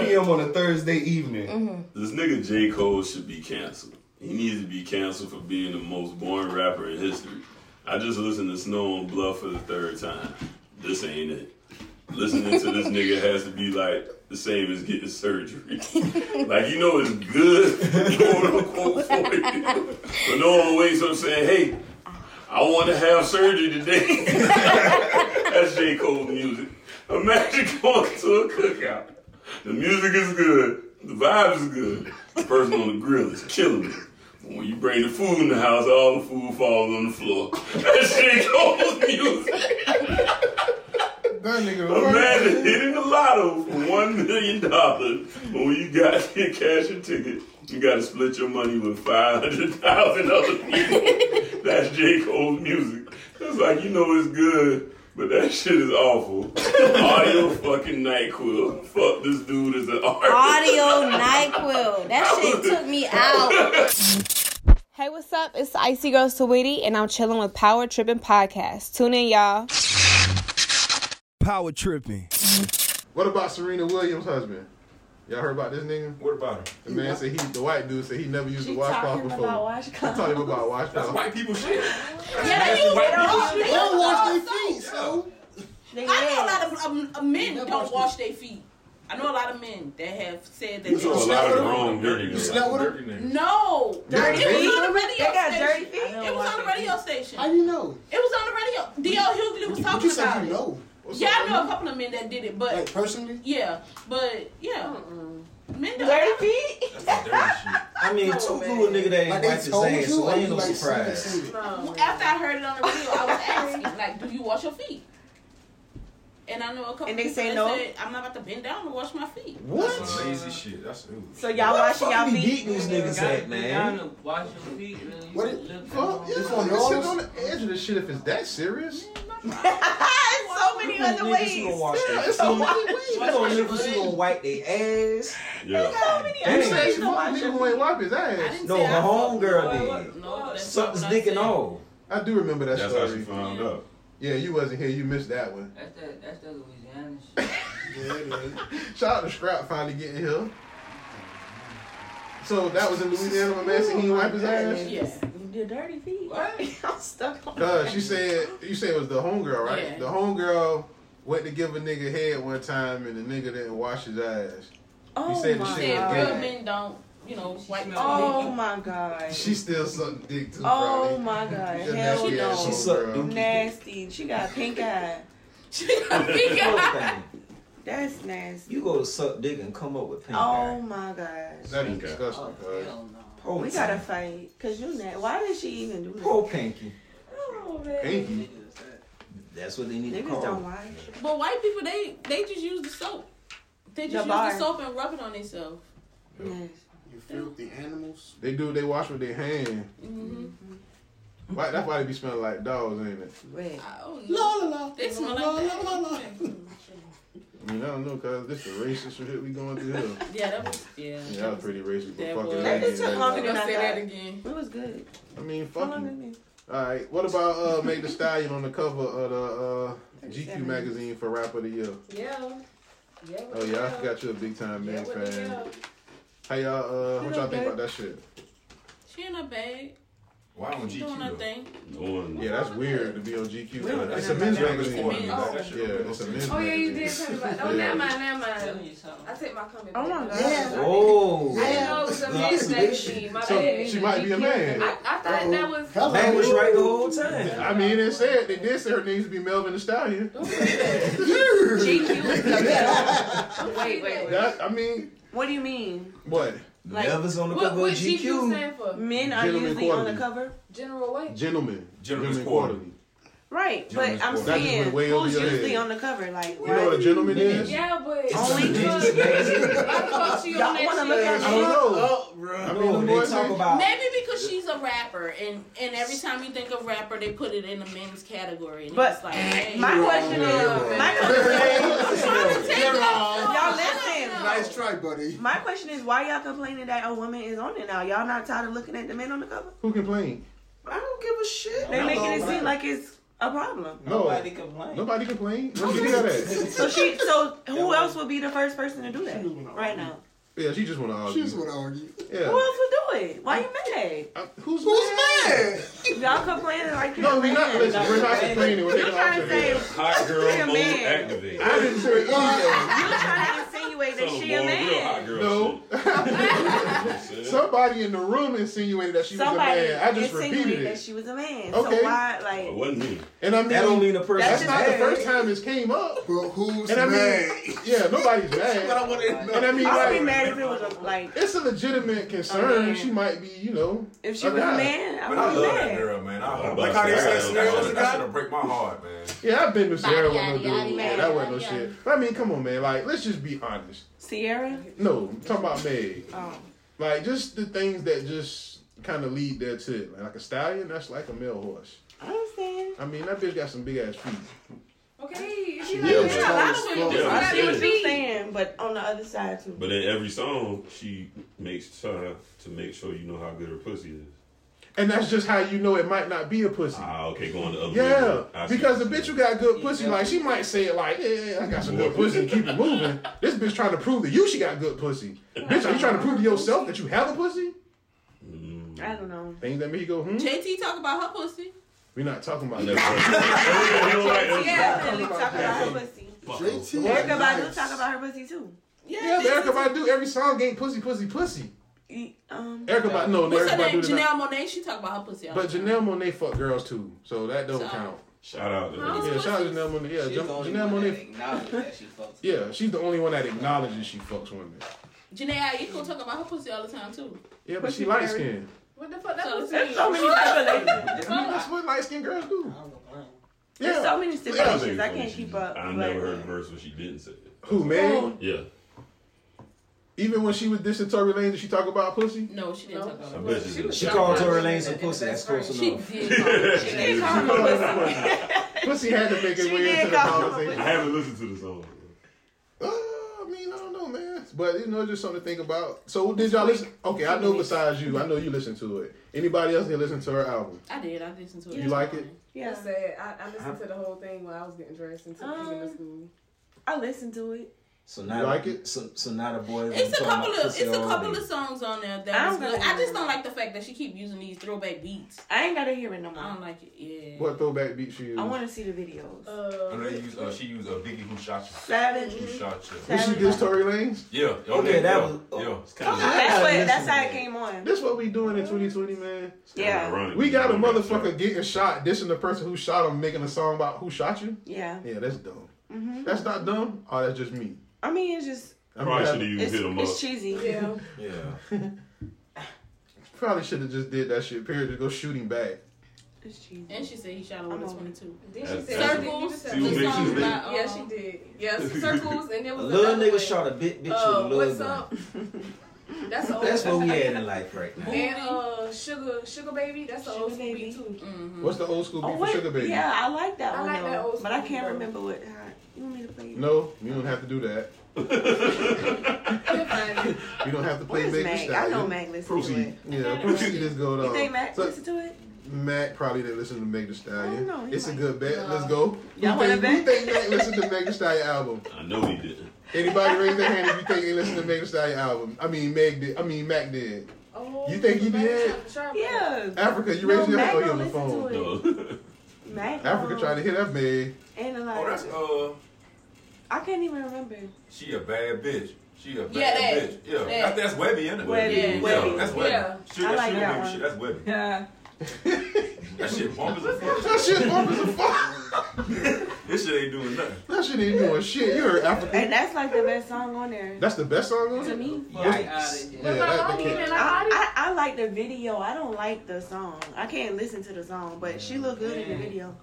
Speaker 18: 7:04 p.m. on a Thursday evening.
Speaker 10: This nigga J. Cole should be canceled. He needs to be canceled for being the most boring rapper in history. I just listened to Snow on Bluff for the third time. This ain't it. Listening to this nigga has to be like the same as getting surgery. [LAUGHS] like you know it's good, quote unquote, for you. But no one wakes up saying, "Hey, I want to have surgery today." [LAUGHS] That's J. Cole's music. Imagine going to a cookout. The music is good. The vibe is good. The person on the grill is killing it. But When you bring the food in the house, all the food falls on the floor. That shit goes music.
Speaker 6: That nigga
Speaker 10: Imagine hitting the lotto for one million dollars, but when you got [LAUGHS] your cash and ticket, you got to split your money with five hundred thousand
Speaker 8: [LAUGHS]
Speaker 10: other people. That's J Cole's music. It's like you know it's good, but that shit is awful. Audio fucking Nyquil. Fuck this dude is an artist.
Speaker 19: Audio NyQuil. That shit took
Speaker 6: [LAUGHS]
Speaker 19: me out.
Speaker 20: Hey, what's up? It's Icy Girl Sweetie, and I'm chilling with Power Tripping Podcast. Tune in, y'all.
Speaker 6: Power tripping. What about Serena Williams' husband? Y'all heard about this nigga? What about him? The man said he, the white dude said he never used a washcloth
Speaker 7: talking
Speaker 6: before.
Speaker 7: about
Speaker 6: I
Speaker 7: washcloth.
Speaker 6: told him about washcloth. That's
Speaker 17: white people shit.
Speaker 7: Yeah,
Speaker 17: That's
Speaker 7: they
Speaker 17: white
Speaker 7: don't
Speaker 17: people
Speaker 7: wash-
Speaker 17: shit.
Speaker 7: they don't wash their feet,
Speaker 5: so.
Speaker 4: I know a lot of um, uh, men don't wash their feet. I know a lot of men that have said that.
Speaker 10: You
Speaker 4: they
Speaker 10: saw
Speaker 4: don't-
Speaker 21: [LAUGHS]
Speaker 10: a lot of the wrong dirty. You
Speaker 4: slept
Speaker 10: with
Speaker 4: No,
Speaker 10: You got
Speaker 4: it
Speaker 10: dirty
Speaker 4: was on the
Speaker 10: feet?
Speaker 4: radio
Speaker 7: They got
Speaker 4: station.
Speaker 7: dirty feet?
Speaker 4: It was on the radio station.
Speaker 5: How do you know?
Speaker 4: It was on the radio. D.O. Hughley was
Speaker 5: You
Speaker 4: talking
Speaker 5: said
Speaker 4: about
Speaker 5: you
Speaker 4: it.
Speaker 5: know.
Speaker 4: Yeah, I know a couple of men that did it, but like
Speaker 5: personally.
Speaker 4: Yeah, but yeah, men don't
Speaker 7: Dirty feet.
Speaker 15: I mean, two cool nigga that ain't like
Speaker 4: Like, they
Speaker 15: wiped his
Speaker 4: told
Speaker 15: ass,
Speaker 4: you,
Speaker 15: so
Speaker 4: or
Speaker 15: ain't
Speaker 4: you,
Speaker 15: no
Speaker 4: like,
Speaker 15: surprise.
Speaker 4: Well, After I heard it on the radio, I was asking, like, do you wash your feet? And I know a couple
Speaker 8: And they
Speaker 4: people
Speaker 8: say
Speaker 4: that
Speaker 8: no?
Speaker 4: said, I'm not about to bend down to wash my feet.
Speaker 17: That's some lazy shit. That's ooh.
Speaker 8: So y'all washing y'all feet?
Speaker 17: These niggas at man.
Speaker 16: Wash your feet, man.
Speaker 6: What it, fuck? Yeah,
Speaker 16: It's
Speaker 6: it's
Speaker 16: on
Speaker 6: on
Speaker 16: yours?
Speaker 6: on the edge of this shit if it's that serious.
Speaker 8: so many other ways.
Speaker 6: Yeah, it's
Speaker 15: So
Speaker 6: a
Speaker 15: why-
Speaker 6: lot of ways.
Speaker 15: You know, niggas who gonna wipe their ass.
Speaker 10: Yeah.
Speaker 6: [LAUGHS] You say you want nigga who ain't wipe his ass.
Speaker 15: No, her homegirl did. Sucks dick and all.
Speaker 6: I do remember that
Speaker 10: That's how
Speaker 6: story.
Speaker 10: she found out.
Speaker 6: Yeah, you wasn't here. You missed that one.
Speaker 16: That's that, that's that Louisiana shit.
Speaker 6: [LAUGHS] Shout out to Scrap finally getting here. So that was in Louisiana. My man said he didn't wipe his ass.
Speaker 7: The dirty feet. I'm stuck on
Speaker 6: Cause
Speaker 7: that.
Speaker 6: she said, you said it was the homegirl, right?
Speaker 7: Yeah.
Speaker 6: The homegirl went to give a nigga head one time, and the nigga didn't wash his ass.
Speaker 4: Oh
Speaker 6: he said
Speaker 4: my
Speaker 6: the shit
Speaker 4: God.
Speaker 6: was
Speaker 4: Real
Speaker 6: gay.
Speaker 4: men don't, you know, wipe their
Speaker 8: Oh
Speaker 4: feet.
Speaker 8: my god.
Speaker 6: She still sucked dick too.
Speaker 8: Oh
Speaker 6: probably.
Speaker 8: my god.
Speaker 6: She's a
Speaker 8: Hell
Speaker 6: nasty ass
Speaker 8: no.
Speaker 6: She sucked homegirl.
Speaker 8: nasty. She got pink eye.
Speaker 4: she
Speaker 15: got pink eye.
Speaker 8: That's nasty.
Speaker 15: You go to suck dick and come up with pink
Speaker 8: Oh my gosh.
Speaker 6: That is disgusting. cuz.
Speaker 15: Poor
Speaker 8: we gotta
Speaker 15: Tanky.
Speaker 8: fight. Cause you nasty. Why did she even do that?
Speaker 15: Poor Pinky.
Speaker 8: Oh,
Speaker 15: Pinky. That's what they need to
Speaker 8: Niggas
Speaker 15: call.
Speaker 8: don't
Speaker 15: her.
Speaker 8: wash.
Speaker 4: But white people, they they just use the soap. They
Speaker 8: The
Speaker 4: just use
Speaker 8: bar.
Speaker 4: the soap and rub it on themselves.
Speaker 5: You filthy animals.
Speaker 6: They do. They wash with their hand. Why, that's why they be smelling like dogs, ain't it?
Speaker 4: La la la. They smell like that.
Speaker 6: I mean, I don't know, cause this is racist shit we going through here.
Speaker 4: Yeah, that was yeah.
Speaker 7: [LAUGHS]
Speaker 6: Yeah, that was pretty racist. But
Speaker 4: That
Speaker 6: fucking
Speaker 4: was- That
Speaker 6: that
Speaker 4: took
Speaker 6: is
Speaker 4: longer
Speaker 6: racist.
Speaker 4: than I Say that again.
Speaker 8: It was good.
Speaker 6: I mean, fuck you. [LAUGHS] All right, what about uh, Meg Thee Stallion on the cover of the uh, GQ magazine for Rapper of the Year?
Speaker 7: Yeah. Yeah.
Speaker 6: Oh yeah, I forgot you're a big time
Speaker 7: Yeah,
Speaker 6: Meg
Speaker 7: what the
Speaker 6: fan.
Speaker 7: hell?
Speaker 6: How y'all? Uh,
Speaker 7: You
Speaker 6: what
Speaker 7: know,
Speaker 6: y'all think
Speaker 7: babe.
Speaker 6: about that shit?
Speaker 4: She in a bag.
Speaker 17: Why on
Speaker 4: She doing her
Speaker 17: GQ?
Speaker 4: thing.
Speaker 6: Yeah, that's weird to be on GQ.
Speaker 17: We were
Speaker 6: It's a
Speaker 17: doing
Speaker 6: men's
Speaker 17: that back
Speaker 6: magazine.
Speaker 17: before.
Speaker 6: Yeah, it's a men's
Speaker 7: Oh yeah, you did tell me
Speaker 6: magazine.
Speaker 7: about. Oh,
Speaker 6: Yeah.
Speaker 7: never mind, never mind. I take my comment. Oh my god.
Speaker 15: Oh.
Speaker 7: I didn't know it was a men's magazine. My
Speaker 6: So,
Speaker 7: bad.
Speaker 6: she might be a man.
Speaker 7: I, I thought that was.
Speaker 15: Man was right the whole time.
Speaker 6: I mean, they said they did say her name to be Melvin the Stallion.
Speaker 7: Oh. Wait, wait, wait.
Speaker 6: That, I mean,
Speaker 8: What do you mean?
Speaker 6: what?
Speaker 8: Like-
Speaker 15: Melvin's on the
Speaker 8: What-
Speaker 15: cover
Speaker 8: what
Speaker 15: of GQ.
Speaker 8: GQ stand
Speaker 7: for?
Speaker 8: Men are
Speaker 6: Gentlemen
Speaker 8: usually on
Speaker 6: Quarterly.
Speaker 8: the cover.
Speaker 7: General White.
Speaker 6: Gentlemen. Gentlemen's Quarterly.
Speaker 8: Right,
Speaker 6: Gentlemen's
Speaker 8: but I'm
Speaker 6: Quarterly. That just
Speaker 8: saying
Speaker 6: went way over
Speaker 8: who's
Speaker 6: your head.
Speaker 8: usually on the cover? Like,
Speaker 6: You know what a gentleman is?
Speaker 7: Yeah, but
Speaker 8: Only
Speaker 7: because why the fuck she on
Speaker 8: Y'all wanna
Speaker 7: that
Speaker 8: look
Speaker 7: shit?
Speaker 8: at
Speaker 6: I don't know. I mean,
Speaker 15: No,
Speaker 6: the
Speaker 15: they
Speaker 6: boys
Speaker 15: talk
Speaker 6: say-
Speaker 15: about-
Speaker 4: Maybe because she's a rapper, and, and every time you think of rapper, they put it in the men's category. And
Speaker 8: But
Speaker 4: it's like, hey,
Speaker 8: my question is,
Speaker 6: [LAUGHS]
Speaker 8: my question is,
Speaker 4: You're wrong.
Speaker 8: y'all listen.
Speaker 21: Nice try, buddy.
Speaker 8: My question is, why y'all complaining that a woman is on it now? Y'all not tired of looking at the men on the cover?
Speaker 6: [LAUGHS] Who complained?
Speaker 8: I don't give a shit.
Speaker 6: No,
Speaker 8: They making it
Speaker 6: no,
Speaker 8: seem
Speaker 6: no.
Speaker 8: like it's a problem.
Speaker 6: No. Nobody
Speaker 8: complained.
Speaker 6: Nobody complained. Let's get rid of that.
Speaker 8: So she, so who else would be the first person to do that right now?
Speaker 6: Yeah, she just want to argue.
Speaker 21: She just want to argue.
Speaker 6: Yeah.
Speaker 8: Who else would do it? Why you mad?
Speaker 6: Who's
Speaker 8: who's mad? Y'all complaining like you're
Speaker 6: No, we
Speaker 8: mad.
Speaker 6: not. Listen, we're not complaining. We're
Speaker 8: You're
Speaker 6: making
Speaker 8: trying to say
Speaker 6: observations.
Speaker 10: Hot girl
Speaker 8: She a
Speaker 10: mode
Speaker 8: man.
Speaker 10: activated.
Speaker 6: I didn't say anything.
Speaker 8: you're trying to insinuate that
Speaker 10: Some
Speaker 8: she a
Speaker 10: boy, real hot
Speaker 8: man.
Speaker 10: girl
Speaker 6: No. Somebody in the room insinuated that she was
Speaker 8: Somebody
Speaker 6: a man. I just
Speaker 8: insinuated
Speaker 6: repeated
Speaker 8: that
Speaker 6: it.
Speaker 8: she was a man.
Speaker 6: Okay.
Speaker 8: So why, like?
Speaker 10: It wasn't me.
Speaker 6: And I mean,
Speaker 15: That don't mean the person
Speaker 6: That's
Speaker 15: is
Speaker 6: not the
Speaker 15: mad.
Speaker 6: first time this came up.
Speaker 21: But who's
Speaker 6: And I
Speaker 21: mad?
Speaker 6: mean, yeah, nobody's mad.
Speaker 21: what I wanna know.
Speaker 6: And I mean,
Speaker 8: I would be
Speaker 6: like,
Speaker 8: mad if it was a, like
Speaker 6: it's a legitimate
Speaker 8: A
Speaker 6: concern.
Speaker 8: man.
Speaker 6: She might be, you know,
Speaker 8: if she was a
Speaker 6: guy.
Speaker 8: man, I
Speaker 17: But I
Speaker 8: would be
Speaker 17: love that
Speaker 8: mad.
Speaker 17: girl, man. I hope
Speaker 10: Like
Speaker 17: like
Speaker 10: how
Speaker 17: how
Speaker 10: they say Sarah was a
Speaker 17: That
Speaker 10: guy?
Speaker 17: should break my heart, man.
Speaker 6: Yeah, I've been with Sierra with no
Speaker 19: yada,
Speaker 6: dude.
Speaker 19: yada,
Speaker 6: Yeah, that wasn't no shit. But I mean, come on, man. Like, let's just be honest.
Speaker 8: Sierra.
Speaker 6: No, I'm talking about Meg.
Speaker 8: Oh.
Speaker 6: Like, just the things that just kind of lead there to it. Like, like a stallion, that's like a male horse.
Speaker 8: I understand.
Speaker 6: I mean, that bitch got some big ass feet.
Speaker 7: Okay, if you
Speaker 10: Yeah,
Speaker 7: like
Speaker 10: but-
Speaker 7: that, a lot of women just
Speaker 10: Yeah,
Speaker 8: I
Speaker 10: but-
Speaker 8: see what you're saying, but on the other side too.
Speaker 10: But in every song, she makes time to make sure you know how good her pussy is.
Speaker 6: And that's just how you know it might not be a pussy.
Speaker 10: Ah, okay, going the other
Speaker 6: Yeah,
Speaker 10: way. I see.
Speaker 6: because the bitch who got good pussy, like she might say it like, "Yeah, I got some good pussy," and keep it moving. This bitch trying to prove to you she got good pussy. Bitch, are you trying to prove to yourself that you have a pussy?
Speaker 8: I don't know.
Speaker 6: Things that make you go, hmm.
Speaker 4: JT talk about her pussy.
Speaker 6: We're not talking
Speaker 17: [LAUGHS]
Speaker 6: about
Speaker 10: that.
Speaker 8: Yeah, talk about her pussy.
Speaker 6: JT,
Speaker 8: Erica Badu talk about her pussy too.
Speaker 6: Yeah, but Erica Badu, every song ain't pussy, pussy, pussy.
Speaker 8: E- Um,
Speaker 6: Erica Badu, no,
Speaker 4: What's
Speaker 6: Erica
Speaker 4: her name?
Speaker 6: Badu. did not-
Speaker 4: Janelle Monae. She talk about her pussy. all
Speaker 6: But
Speaker 4: the time.
Speaker 6: Janelle Monae fuck girls too, so that don't
Speaker 4: So-
Speaker 6: count.
Speaker 10: Shout out to
Speaker 4: Huh?
Speaker 10: her.
Speaker 6: Yeah, shout out to Janelle Monae. Yeah,
Speaker 16: She's the only
Speaker 6: Janelle
Speaker 16: one that
Speaker 6: Monae.
Speaker 16: acknowledged that she fucks.
Speaker 6: Yeah, she's the only one that acknowledges she fucks women.
Speaker 4: Janae Aiko talk about her pussy all the time too.
Speaker 6: Yeah, but she light skinned.
Speaker 4: What the fuck? That was
Speaker 8: There's so many stipulations.
Speaker 6: I mean, that's what light skinned girls do.
Speaker 8: There's so many stipulations.
Speaker 10: think
Speaker 8: I
Speaker 10: so.
Speaker 8: can't keep up.
Speaker 10: I
Speaker 8: but-
Speaker 10: never heard a verse where she didn't say it.
Speaker 6: Who, man?
Speaker 10: Yeah.
Speaker 6: Even when she was dissing Tory Lanez, did she talk about pussy?
Speaker 4: No, she didn't talk about
Speaker 10: I
Speaker 4: her
Speaker 10: bet she did. [LAUGHS]
Speaker 15: She called Tory Lanez a pussy. That's close
Speaker 4: She
Speaker 15: enough.
Speaker 4: did. call her- She did call her.
Speaker 6: Pussy had to make it
Speaker 8: She
Speaker 6: way
Speaker 8: did
Speaker 6: into the
Speaker 8: call her
Speaker 6: conversation.
Speaker 10: I haven't listened to the song.
Speaker 6: Uh, [GASPS] I mean, I don't know, man. But you know, it's just something to think about. So, did y'all listen? Okay, I know. Besides you, I know you listened to it. Anybody else here listen to her album?
Speaker 4: I did. I listened to it.
Speaker 6: You like it?
Speaker 8: Yeah.
Speaker 7: I said I, I listened to the whole thing while I was getting dressed and took um, in the
Speaker 8: Um,
Speaker 7: school.
Speaker 8: I listened to it.
Speaker 15: So
Speaker 6: You
Speaker 15: now,
Speaker 6: like it?
Speaker 15: So, so now the boys. been
Speaker 4: It's a
Speaker 15: talking
Speaker 4: couple
Speaker 15: about
Speaker 4: of it's
Speaker 15: pussy
Speaker 4: a
Speaker 15: all
Speaker 4: couple
Speaker 15: day.
Speaker 4: of songs on there
Speaker 8: I
Speaker 4: that was
Speaker 8: don't
Speaker 4: good.
Speaker 8: know.
Speaker 4: I just don't like the fact that she keep using these throwback beats.
Speaker 8: I ain't gotta hear it no
Speaker 4: I
Speaker 8: more.
Speaker 4: don't like it. Yeah.
Speaker 6: What throwback beat she used?
Speaker 8: I want to see the videos.
Speaker 17: And they use, uh, she used uh, Biggie Who Shot You.
Speaker 8: Savage.
Speaker 17: Who Shot You.
Speaker 6: Did she diss Tory Lanez?
Speaker 17: Yeah.
Speaker 15: Okay, that
Speaker 17: yeah,
Speaker 15: was- oh.
Speaker 17: Yeah. It's
Speaker 8: Come on,
Speaker 17: kind of.
Speaker 8: that's what.
Speaker 15: listen
Speaker 8: That's
Speaker 15: to
Speaker 8: how
Speaker 15: that.
Speaker 8: it came on.
Speaker 6: This what we doing in 2020, man.
Speaker 8: Yeah.
Speaker 10: Ironic.
Speaker 6: We got a
Speaker 10: Yeah.
Speaker 6: motherfucker getting shot, dissing the person who shot him, making a song about who shot you.
Speaker 8: Yeah.
Speaker 6: Yeah, that's dumb.
Speaker 8: Mm-hmm.
Speaker 6: That's not dumb. Oh, that's just
Speaker 8: [LAUGHS]
Speaker 6: me.
Speaker 8: I mean, it's just
Speaker 6: I mean,
Speaker 10: Probably
Speaker 6: I
Speaker 10: should have used
Speaker 8: it's,
Speaker 10: Hit 'em Up.
Speaker 8: it's cheesy.
Speaker 7: Yeah.
Speaker 15: Yeah.
Speaker 6: probably should have just did that shit. Period. Just go shooting back.
Speaker 8: It's cheesy.
Speaker 4: And she said he shot her with a
Speaker 8: I'm over
Speaker 4: twenty two.
Speaker 7: Then she
Speaker 10: That's-
Speaker 7: said
Speaker 10: that's-
Speaker 7: circles.
Speaker 10: See what
Speaker 7: the
Speaker 10: makes you
Speaker 7: song
Speaker 10: think.
Speaker 4: about, uh,
Speaker 7: yeah, she did. Yes,
Speaker 17: [LAUGHS]
Speaker 7: circles, and there
Speaker 15: A
Speaker 7: was
Speaker 15: little
Speaker 7: another
Speaker 15: nigga
Speaker 7: one.
Speaker 15: shot a bit bitch
Speaker 7: Uh,
Speaker 15: with a little
Speaker 7: what's
Speaker 15: gun.
Speaker 7: up? That's an old.
Speaker 15: That's what we had in life right now.
Speaker 7: And uh, sugar, sugar baby. That's an
Speaker 8: Sugar
Speaker 7: old school
Speaker 8: Baby.
Speaker 7: beat too.
Speaker 4: Mm.
Speaker 6: What's the old school beat
Speaker 8: Oh,
Speaker 6: for
Speaker 8: what?
Speaker 6: Sugar Baby?
Speaker 8: Yeah, I like that
Speaker 7: I
Speaker 8: one.
Speaker 7: like that
Speaker 8: though,
Speaker 7: old
Speaker 8: but I
Speaker 7: school
Speaker 8: can't
Speaker 7: though.
Speaker 8: remember what. You want me to play? it?
Speaker 6: No, you don't have to do that.
Speaker 7: You'll find it.
Speaker 6: You don't have to play
Speaker 8: Where's
Speaker 6: Baby
Speaker 8: Mac?
Speaker 6: Stallion.
Speaker 8: I know Mac listens to
Speaker 6: Proceed.
Speaker 8: it.
Speaker 6: Yeah, proceed is going on.
Speaker 8: You think Mac
Speaker 6: So,
Speaker 8: listens to it?
Speaker 6: Mac probably didn't listen to Meg Thee
Speaker 8: I
Speaker 6: Stallion.
Speaker 8: don't know, he
Speaker 6: it's a
Speaker 8: might. uh,
Speaker 6: good bet. Let's go.
Speaker 8: Y'all
Speaker 6: who think,
Speaker 8: wanna
Speaker 6: who
Speaker 8: bet?
Speaker 6: think Mac listened to Meg Thee Stallion album?
Speaker 10: I know he didn't.
Speaker 6: Anybody raise their hand if you think they listened to Meg Thee Stallion album? I mean, Meg did. I mean, Mac did.
Speaker 7: Oh,
Speaker 6: You think he did?
Speaker 8: Yeah.
Speaker 6: Africa, you raised your hand. Oh, you on the
Speaker 8: [LAUGHS]
Speaker 6: phone.
Speaker 8: Mac.
Speaker 6: Africa tried to hit that
Speaker 8: [LAUGHS]
Speaker 6: man.
Speaker 8: Analyze.
Speaker 17: [LAUGHS] Oh, that's uh,
Speaker 8: I can't even remember.
Speaker 17: she a bad bitch. She a bad
Speaker 8: Yeah, that-
Speaker 17: bitch. Yeah,
Speaker 8: that.
Speaker 17: That- that's Webby, isn't it?
Speaker 8: Webby,
Speaker 17: yeah,
Speaker 8: Webby.
Speaker 17: that's Webby.
Speaker 8: Yeah.
Speaker 17: She,
Speaker 8: I
Speaker 17: that
Speaker 8: like
Speaker 17: shit
Speaker 8: that
Speaker 17: Webby
Speaker 8: one.
Speaker 17: shit, that's Webby.
Speaker 8: Yeah.
Speaker 17: That shit bump as a fuck.
Speaker 6: That shit bump as a fuck.
Speaker 17: This shit ain't doing nothing.
Speaker 6: That shit ain't doing shit. You heard Africa.
Speaker 8: And that's like the best song on there.
Speaker 6: That's the best song on
Speaker 8: to
Speaker 6: it?
Speaker 8: me.
Speaker 6: What's- Yeah, that, that can't.
Speaker 8: I, I, I like the video. I don't like the song. I can't listen to the song, but she look good in the video.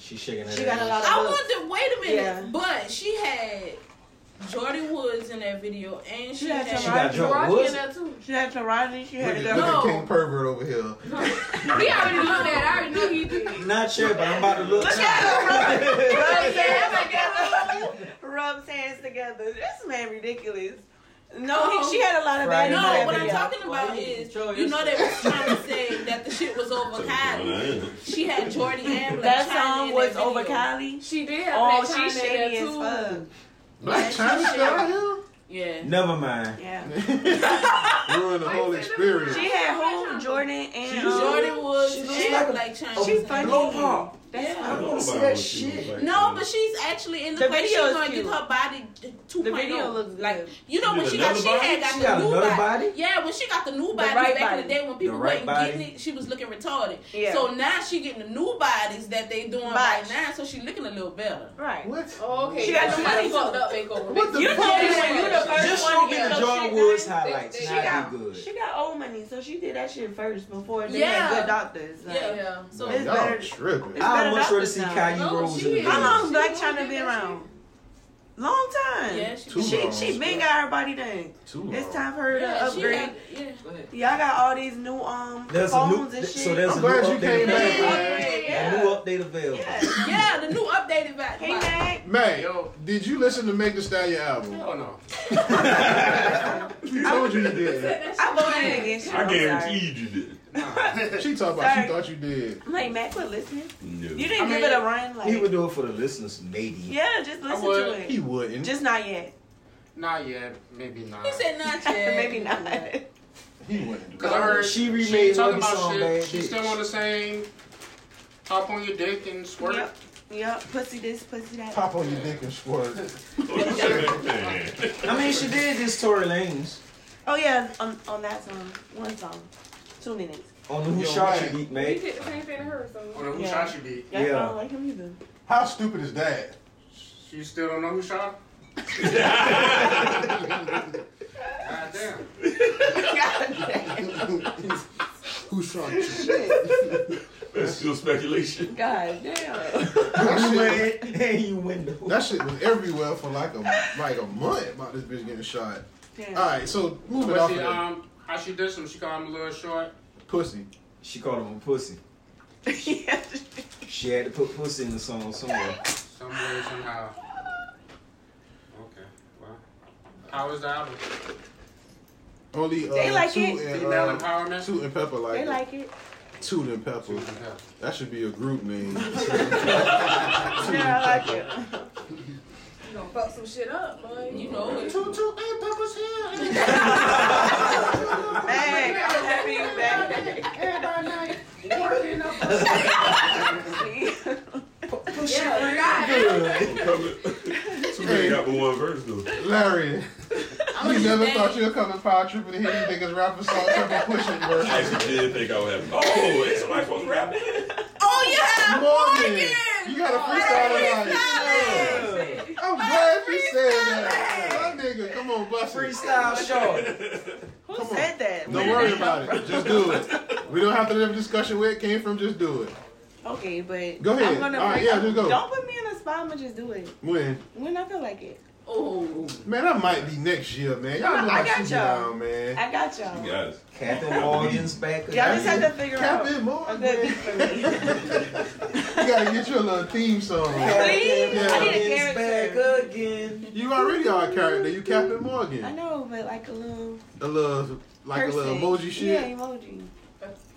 Speaker 15: She shaking that
Speaker 8: She got a lot of
Speaker 4: I
Speaker 8: looks.
Speaker 4: wonder. Wait a minute.
Speaker 8: Yeah.
Speaker 4: But she had Jordy Woods in that video, and she,
Speaker 8: She had
Speaker 4: had,
Speaker 8: She got Jordan
Speaker 4: Taraji
Speaker 8: Woods?
Speaker 4: in there too.
Speaker 8: She had Taraji. She
Speaker 6: Look
Speaker 8: had a
Speaker 6: at, look at
Speaker 8: girl.
Speaker 6: King Pervert over here.
Speaker 4: We already know that. I already know you did.
Speaker 15: Not sure, but I'm about to look.
Speaker 8: Look at him. Rub, rub
Speaker 4: Yeah.
Speaker 8: hands together. Rubs hands together. This man ridiculous. No,
Speaker 4: No.
Speaker 8: he, she had a lot of bad
Speaker 4: No,
Speaker 8: in that
Speaker 4: what I'm
Speaker 8: video.
Speaker 4: talking about is you know they was trying to say that the shit was over Kylie. She had Jordy and
Speaker 8: That
Speaker 4: Blac Chyna
Speaker 8: song
Speaker 4: in
Speaker 8: was
Speaker 4: video.
Speaker 8: over Kylie?
Speaker 4: She did. have
Speaker 8: Oh,
Speaker 4: Blac Chyna
Speaker 8: she's
Speaker 4: in
Speaker 8: shady
Speaker 4: there,
Speaker 8: as
Speaker 4: too.
Speaker 8: fuck.
Speaker 6: Black China shit out here?
Speaker 4: Yeah.
Speaker 15: Never mind.
Speaker 8: Yeah.
Speaker 6: Ruined the whole experience.
Speaker 8: She had who? Jordan and um,
Speaker 4: She was- Jordan Woods
Speaker 8: She,
Speaker 4: and Blac
Speaker 8: like
Speaker 4: Chyna.
Speaker 8: She's funny.
Speaker 15: Blow pop. Oh
Speaker 8: That's
Speaker 15: I don't
Speaker 8: funny.
Speaker 15: wanna see that shit.
Speaker 4: No, but she's actually in the,
Speaker 8: The
Speaker 4: place. She's
Speaker 8: video is
Speaker 4: gonna get
Speaker 8: cute.
Speaker 4: her body two
Speaker 8: The video looks
Speaker 4: like you know
Speaker 15: She
Speaker 4: when
Speaker 15: did
Speaker 4: she got
Speaker 15: another
Speaker 4: she had
Speaker 15: body?
Speaker 4: got
Speaker 15: She
Speaker 4: the
Speaker 15: got
Speaker 4: new
Speaker 15: another
Speaker 4: body.
Speaker 15: body?
Speaker 4: Yeah, when she got the new body back
Speaker 8: right
Speaker 4: in the
Speaker 8: body.
Speaker 4: day when people
Speaker 15: right
Speaker 4: wasn't
Speaker 15: body.
Speaker 4: getting it, she was looking retarded.
Speaker 8: Yeah.
Speaker 4: So now she getting the new bodies that they doing right now, so she looking a little better.
Speaker 8: Right.
Speaker 6: What?
Speaker 4: Oh, okay.
Speaker 8: She got
Speaker 4: Well,
Speaker 8: the
Speaker 4: she
Speaker 8: money
Speaker 4: done
Speaker 8: too.
Speaker 4: fucked up makeover.
Speaker 8: What the
Speaker 4: You
Speaker 8: fuck
Speaker 4: told me
Speaker 8: is
Speaker 4: when
Speaker 8: that?
Speaker 4: you the first
Speaker 15: Just
Speaker 4: one
Speaker 15: show
Speaker 4: to
Speaker 15: me
Speaker 4: get
Speaker 15: the
Speaker 4: up.
Speaker 15: John Woods highlights.
Speaker 8: She
Speaker 15: She not
Speaker 8: got
Speaker 15: be good.
Speaker 8: she got old money, so she did that shit first before they
Speaker 4: Yeah.
Speaker 8: had good doctors. Like,
Speaker 4: Yeah, yeah. So
Speaker 8: It's
Speaker 6: Y'all
Speaker 8: better.
Speaker 6: tripping.
Speaker 8: It's better
Speaker 15: I much rather
Speaker 8: doctors
Speaker 15: see
Speaker 8: now.
Speaker 15: Kylie
Speaker 4: No,
Speaker 15: Rose in
Speaker 4: she
Speaker 15: the
Speaker 4: is.
Speaker 8: How long
Speaker 15: video.
Speaker 8: has Black China been around? Long time.
Speaker 4: Yeah, she-
Speaker 6: Too
Speaker 8: she
Speaker 6: long.
Speaker 8: she been got her body done.
Speaker 6: Too
Speaker 8: It's
Speaker 6: long.
Speaker 8: time for her to
Speaker 4: Yeah, she
Speaker 8: upgrade.
Speaker 4: got- yeah.
Speaker 8: Y'all got all these new um
Speaker 15: There's a new,
Speaker 8: phones and shit.
Speaker 15: so there's
Speaker 6: I'm
Speaker 15: a new
Speaker 6: glad you
Speaker 15: update
Speaker 6: came back,
Speaker 15: available.
Speaker 4: Oh,
Speaker 6: man.
Speaker 15: A new update available.
Speaker 4: Yeah, the new updated back.
Speaker 8: hey Mac.
Speaker 6: May, did you listen to Make the Stallion album?
Speaker 9: Hell no.
Speaker 6: She told you you did.
Speaker 8: I voted against you.
Speaker 10: I
Speaker 8: I'm sorry.
Speaker 10: guarantee you did.
Speaker 6: She talked about
Speaker 8: Sorry.
Speaker 6: she thought you did.
Speaker 8: I'm like Mac would listen.
Speaker 10: No.
Speaker 8: You didn't
Speaker 9: I mean,
Speaker 8: give it a run. Like
Speaker 15: He would do it
Speaker 17: [LAUGHS]
Speaker 15: for the listeners, maybe.
Speaker 8: yeah, just listen to
Speaker 9: would.
Speaker 8: it.
Speaker 6: He wouldn't.
Speaker 8: Just not yet.
Speaker 9: [LAUGHS] Not yet. Maybe not.
Speaker 4: He said not yet.
Speaker 8: [LAUGHS] Maybe not. [LAUGHS]
Speaker 6: He wouldn't do
Speaker 9: Cause I heard
Speaker 15: She
Speaker 9: she
Speaker 15: remade
Speaker 9: remade talking
Speaker 15: Webby's
Speaker 9: about
Speaker 15: song,
Speaker 9: shit.
Speaker 15: Bad
Speaker 9: she
Speaker 15: Bitch.
Speaker 9: still on the same. Hop on your dick and squirt.
Speaker 8: Yep. Yep. Pussy this, pussy that.
Speaker 6: Pop on your dick and squirt.
Speaker 15: I mean, she did this Tory Lanez
Speaker 8: Oh yeah, on on that song, one song, two minutes.
Speaker 15: on the Who
Speaker 6: Yo,
Speaker 15: Shot
Speaker 6: man.
Speaker 15: You Beat,
Speaker 7: He
Speaker 15: mate.
Speaker 7: did the same thing to her, so.
Speaker 9: Or the who
Speaker 8: Yeah.
Speaker 9: shot you beat.
Speaker 8: Y'all
Speaker 15: Yeah.
Speaker 8: don't like him either.
Speaker 6: How stupid is that?
Speaker 9: You still don't know who
Speaker 4: [LAUGHS]
Speaker 9: shot? God damn.
Speaker 5: Who shot you?
Speaker 10: That's still speculation.
Speaker 8: God damn. [LAUGHS]
Speaker 6: That
Speaker 15: You
Speaker 6: shit,
Speaker 15: went and you window.
Speaker 6: that shit was everywhere for like a like a month about this bitch getting shot.
Speaker 8: Damn.
Speaker 6: All right, so moving
Speaker 9: But
Speaker 6: off
Speaker 9: she,
Speaker 6: of that
Speaker 9: um, how she did some? She called him a little short.
Speaker 6: pussy.
Speaker 15: She called him a pussy.
Speaker 8: yeah.
Speaker 15: She had to put pussy in the song somewhere.
Speaker 9: Some way, somehow. Okay. Well, how was the album?
Speaker 6: Only uh,
Speaker 8: They like
Speaker 6: two
Speaker 8: it.
Speaker 6: and
Speaker 9: Female
Speaker 6: uh,
Speaker 9: empowerment.
Speaker 6: two and Pepper like,
Speaker 8: They
Speaker 6: it.
Speaker 8: like it.
Speaker 6: two and Pepper.
Speaker 9: Yeah.
Speaker 6: That should be a group
Speaker 8: [LAUGHS]
Speaker 6: name.
Speaker 8: Yeah, I like it.
Speaker 4: You gonna fuck some shit up, boy. You know it.
Speaker 6: two two and Pepper's here.
Speaker 8: [LAUGHS] Meg, I'm happy you back.
Speaker 6: Everybody night.
Speaker 10: Too many got but one verse though.
Speaker 6: Larry, you
Speaker 4: just
Speaker 6: never
Speaker 4: mad.
Speaker 6: thought you'd come and power trip and hit you niggas rapping songs and pushing, bro.
Speaker 10: I actually did think I would have. Oh, it's my supposed to rap that?
Speaker 4: Oh yeah,
Speaker 6: Morgan,
Speaker 4: Morgan.
Speaker 6: you got a freestyle tonight. I'm glad you said that. My nigga, come on, bust it.
Speaker 15: Freestyle short.
Speaker 8: Who said that?
Speaker 6: Don't worry about it. Just do it. We don't have to have a discussion where it came from. Just do it.
Speaker 8: Okay, but
Speaker 6: Go ahead.
Speaker 8: I'm gonna
Speaker 6: All right,
Speaker 8: bring-
Speaker 6: yeah, just go.
Speaker 8: Don't put me in a spot. I'ma just do it
Speaker 6: When?
Speaker 8: when I feel like it.
Speaker 4: Oh,
Speaker 6: Man, I might be next year, man. Y'all know
Speaker 8: I
Speaker 6: how
Speaker 8: got
Speaker 6: she
Speaker 8: y'all.
Speaker 6: down, man.
Speaker 8: I got y'all. Y'all
Speaker 10: Guys,
Speaker 15: Captain Morgan's back again.
Speaker 8: just have to figure out.
Speaker 6: Captain
Speaker 8: a
Speaker 6: Morgan.
Speaker 8: good beat for me.
Speaker 6: You gotta get your little theme song.
Speaker 15: Captain
Speaker 6: Yeah.
Speaker 8: I need a
Speaker 15: Morgan's
Speaker 8: character.
Speaker 15: back again.
Speaker 6: You already are a character. You Captain
Speaker 8: [LAUGHS] I
Speaker 6: Morgan.
Speaker 8: know, but like a little
Speaker 6: A little, like
Speaker 8: person.
Speaker 6: a little emoji shit.
Speaker 8: Yeah, emoji.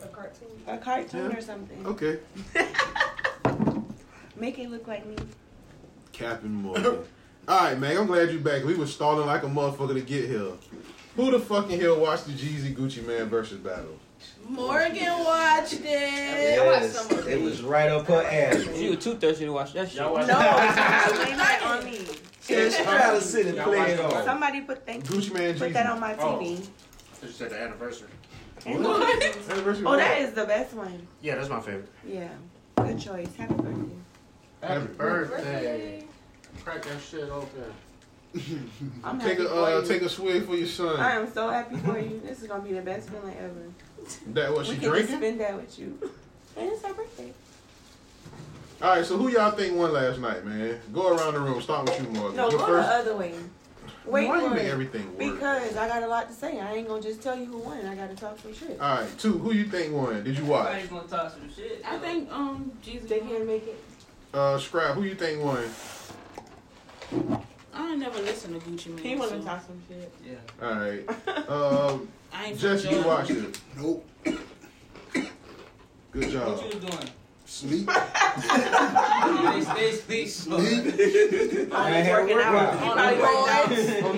Speaker 4: a cartoon.
Speaker 8: A cartoon
Speaker 6: Yeah.
Speaker 8: or something.
Speaker 6: Okay.
Speaker 8: Make it look like [LAUGHS] me.
Speaker 6: [LAUGHS] Captain Morgan. All right, man. I'm glad you back. We was stalling like a motherfucker to get here. Who the fucking hell watched the Jeezy Gucci Man versus battle?
Speaker 8: Morgan watched it.
Speaker 15: Yes, it was right up her alley.
Speaker 21: You were too thirsty to watch that shit.
Speaker 8: No, somebody that on me.
Speaker 15: Yeah, she tried to sit and
Speaker 8: Y'all
Speaker 15: play it
Speaker 8: watched it?
Speaker 15: off.
Speaker 8: Somebody put thank
Speaker 6: Gucci Man
Speaker 8: Put
Speaker 6: Jeezy.
Speaker 8: that on my
Speaker 6: Oh.
Speaker 8: TV.
Speaker 21: You said the anniversary.
Speaker 6: Anniversary
Speaker 8: [LAUGHS] Oh,
Speaker 6: what?
Speaker 8: that is the best one.
Speaker 21: Yeah, that's my favorite.
Speaker 8: Yeah, good choice. Happy birthday.
Speaker 6: Happy
Speaker 9: birthday. Crack that shit open.
Speaker 6: [LAUGHS]
Speaker 8: I'm
Speaker 6: take
Speaker 8: happy
Speaker 6: a
Speaker 8: for
Speaker 6: uh,
Speaker 8: you.
Speaker 6: take a swig for your son.
Speaker 8: I am so happy for you. This is gonna be the best feeling ever.
Speaker 6: That what
Speaker 8: we
Speaker 6: she
Speaker 8: can
Speaker 6: drinking?
Speaker 8: Just spend that with you. And it's her birthday.
Speaker 6: All right, so who y'all think won last night, man? Go around the room. Start with you, Morgan.
Speaker 8: No,
Speaker 6: you
Speaker 8: go the other way. Wait
Speaker 6: Why you
Speaker 8: for
Speaker 6: make
Speaker 8: it.
Speaker 6: everything work?
Speaker 8: Because I got a lot to say. I ain't gonna just tell you who won. I gotta talk some shit.
Speaker 6: All right, two. Who you think won? Did you watch?
Speaker 16: Everybody's gonna talk some shit.
Speaker 8: I think um Jesus they can't make it.
Speaker 6: Uh, Scrap. Who you think won?
Speaker 4: I ain't never listened to Gucci Man.
Speaker 8: He wanna
Speaker 4: so
Speaker 8: talk some shit.
Speaker 16: Yeah.
Speaker 6: All
Speaker 8: [LAUGHS]
Speaker 6: right. Uh,
Speaker 4: I ain't
Speaker 6: Jess, you
Speaker 4: judging.
Speaker 6: watched it. Nope. Good job.
Speaker 16: What you was doing?
Speaker 6: Sleep.
Speaker 16: they stay sleep.
Speaker 15: I ain't had work out.
Speaker 8: [LAUGHS]
Speaker 6: On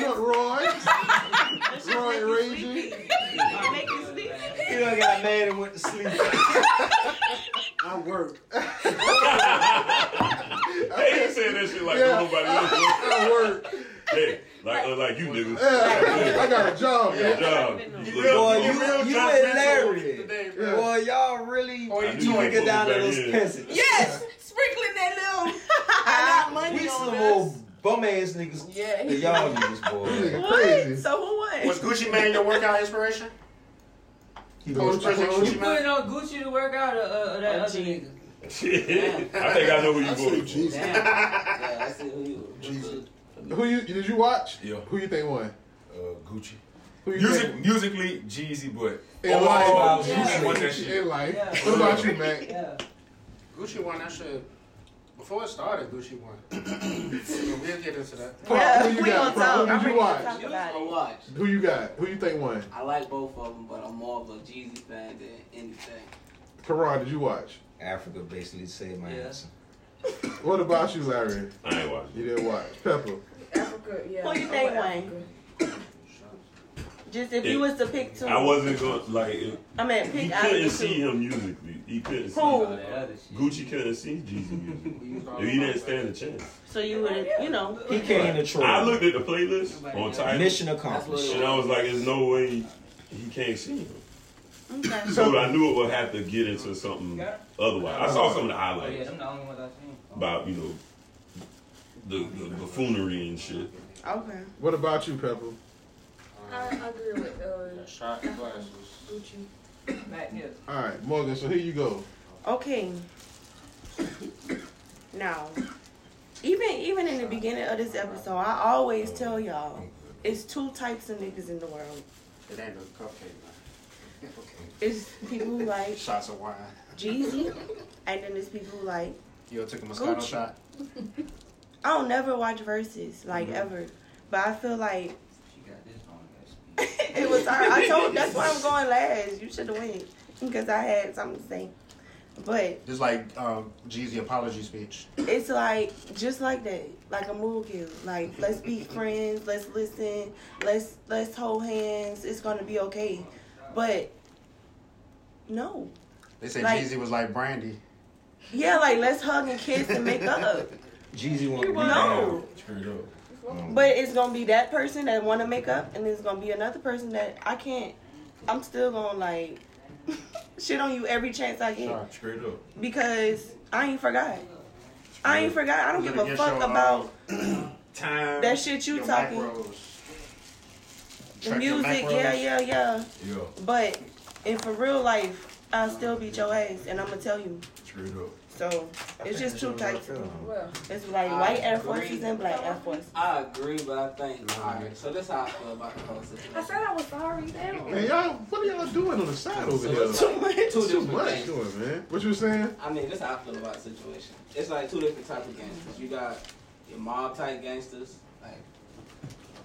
Speaker 6: the Roy. [LAUGHS] Roy. Roy [LAUGHS] Raging.
Speaker 15: He done got mad and went to sleep.
Speaker 5: I work.
Speaker 10: Hey, you saying that shit like
Speaker 6: Yeah.
Speaker 10: nobody else.
Speaker 6: I work.
Speaker 10: Hey, like uh, like you niggas.
Speaker 6: Yeah, I got a job,
Speaker 10: Yeah,
Speaker 6: man.
Speaker 10: job.
Speaker 15: Boy,
Speaker 10: you
Speaker 15: you,
Speaker 10: real
Speaker 15: you
Speaker 10: judgmental
Speaker 15: hilarious.
Speaker 10: today, bro.
Speaker 15: Boy, y'all really
Speaker 10: Or you
Speaker 15: you
Speaker 10: doing
Speaker 15: nigga down to
Speaker 10: back
Speaker 15: those
Speaker 10: in.
Speaker 15: peasants.
Speaker 4: Yes, sprinkling that little
Speaker 8: [LAUGHS]
Speaker 4: I got money
Speaker 15: We
Speaker 4: on
Speaker 15: some
Speaker 4: this.
Speaker 15: old bum ass niggas. [LAUGHS]
Speaker 4: Yeah.
Speaker 15: that y'all niggas, boy.
Speaker 6: Nigga crazy.
Speaker 8: So who won?
Speaker 21: Was Gucci Man your workout inspiration?
Speaker 15: He
Speaker 21: Coach
Speaker 15: was-
Speaker 21: Prison
Speaker 16: You
Speaker 21: Gucci Man?
Speaker 16: putting on Gucci to work out or uh,
Speaker 4: Oh,
Speaker 16: that other nigga?
Speaker 10: Shit. [LAUGHS] I think I know who you voted for.
Speaker 16: Damn. yeah, I see who you.
Speaker 6: Jesus. Who you did you watch? Yeah. Who you think won?
Speaker 17: Uh, Gucci.
Speaker 6: Who you
Speaker 17: Music,
Speaker 6: think?
Speaker 17: musically, Jeezy, but
Speaker 6: In
Speaker 10: Oh,
Speaker 17: overall,
Speaker 6: life,
Speaker 17: Gucci won that
Speaker 6: Gucci
Speaker 17: shit.
Speaker 6: in life.
Speaker 17: Yeah.
Speaker 6: What about you, man?
Speaker 16: Yeah.
Speaker 9: Gucci won that shit. Before it started, Gucci [COUGHS] won. we'll get into that.
Speaker 6: Who you got? Paul? Who did you watch?
Speaker 16: I watch.
Speaker 6: Who you got? Who you think won?
Speaker 16: I like both of them, but I'm more of a Jeezy fan than anything.
Speaker 6: Karan, did you watch?
Speaker 15: Africa basically saved my
Speaker 16: Yeah.
Speaker 15: ass.
Speaker 6: What about you, Larry?
Speaker 10: I ain't watching.
Speaker 6: You didn't watch. Pepper.
Speaker 4: Africa, yeah.
Speaker 8: Who you think won? Just if you was to pick two.
Speaker 10: I wasn't going to like. It,
Speaker 8: I mean,
Speaker 10: he
Speaker 8: pick out of
Speaker 10: couldn't
Speaker 8: the
Speaker 10: see
Speaker 8: two.
Speaker 10: him musically. He couldn't see.
Speaker 8: Who?
Speaker 10: Gucci couldn't see Jeezy music. he didn't stand a chance.
Speaker 8: So you would, you know.
Speaker 15: He came to Troy.
Speaker 10: I looked at the playlist on time.
Speaker 15: Mission accomplished.
Speaker 10: And I was like, there's no way he can't see him.
Speaker 8: Okay.
Speaker 10: So I knew it would have to get into something otherwise. I saw some of the highlights.
Speaker 4: Oh,
Speaker 16: Yeah, them the only ones I seen.
Speaker 10: about you know the, the buffoonery and shit.
Speaker 8: Okay.
Speaker 6: What about you, Pepper?
Speaker 4: I agree with uh,
Speaker 9: Shot glasses.
Speaker 4: Gucci.
Speaker 16: Back here.
Speaker 6: All right, Morgan. So here you go.
Speaker 8: Okay. Now, even even in the beginning of this episode, I always tell y'all, it's two types of niggas in the world.
Speaker 9: It ain't no cupcake, man. [LAUGHS] Okay.
Speaker 8: It's people who like
Speaker 9: Shots of wine.
Speaker 8: Jeezy, and then there's people who like
Speaker 9: You took a Moscato
Speaker 8: Gucci.
Speaker 9: shot.
Speaker 8: I don't never watch verses like ever, but I feel like
Speaker 16: Mm-hmm. She got this on that.
Speaker 8: [LAUGHS] it was her. I told that's why I'm going last. You should have went because I had something to say, but
Speaker 9: Just like um, Jeezy apology speech.
Speaker 8: it's like just like that, like a movie. Like let's
Speaker 16: [LAUGHS]
Speaker 8: be friends, let's listen, let's let's hold hands. It's gonna be okay, but no,
Speaker 9: They say
Speaker 8: Like-
Speaker 9: Jeezy was like Brandy.
Speaker 8: yeah, like let's hug and kiss and make up.
Speaker 15: Jeezy wanted to be
Speaker 8: No.
Speaker 15: down.
Speaker 17: Straight up.
Speaker 8: But it's gonna be that person that want to make up, and it's gonna be another person that I can't. I'm still gonna like [LAUGHS] shit on you every chance I get
Speaker 17: Shot straight up.
Speaker 8: because I ain't forgot. I ain't forgot. I don't give
Speaker 9: Look
Speaker 8: a
Speaker 9: at
Speaker 8: fuck
Speaker 9: your,
Speaker 21: um,
Speaker 9: uh,
Speaker 8: about [CLEARS THROAT]
Speaker 21: [CLEARS THROAT]
Speaker 9: Time.
Speaker 8: That shit you
Speaker 9: your
Speaker 8: talking.
Speaker 9: macros.
Speaker 8: the
Speaker 9: Check your
Speaker 8: music.
Speaker 9: macros.
Speaker 8: Yeah, yeah, yeah.
Speaker 17: Yeah,
Speaker 8: But in for real life, I still beat your ass, and I'm gonna tell you.
Speaker 17: straight up.
Speaker 8: So it's just two types.
Speaker 16: Well,
Speaker 8: It's like white Air Forces and black Air Forces.
Speaker 16: I agree, but I think. All right, so that's how I feel about the whole
Speaker 7: I
Speaker 16: situation.
Speaker 7: said I was sorry.
Speaker 6: Man,
Speaker 7: Damn.
Speaker 6: y'all, what are y'all doing on the side over
Speaker 16: So it's
Speaker 6: there?
Speaker 16: like two
Speaker 6: Too
Speaker 16: different
Speaker 6: much
Speaker 16: things.
Speaker 6: doing, man. What you saying?
Speaker 16: I mean, that's how I feel about the situation. It's like two different types of gangsters. You got your mob type gangsters, like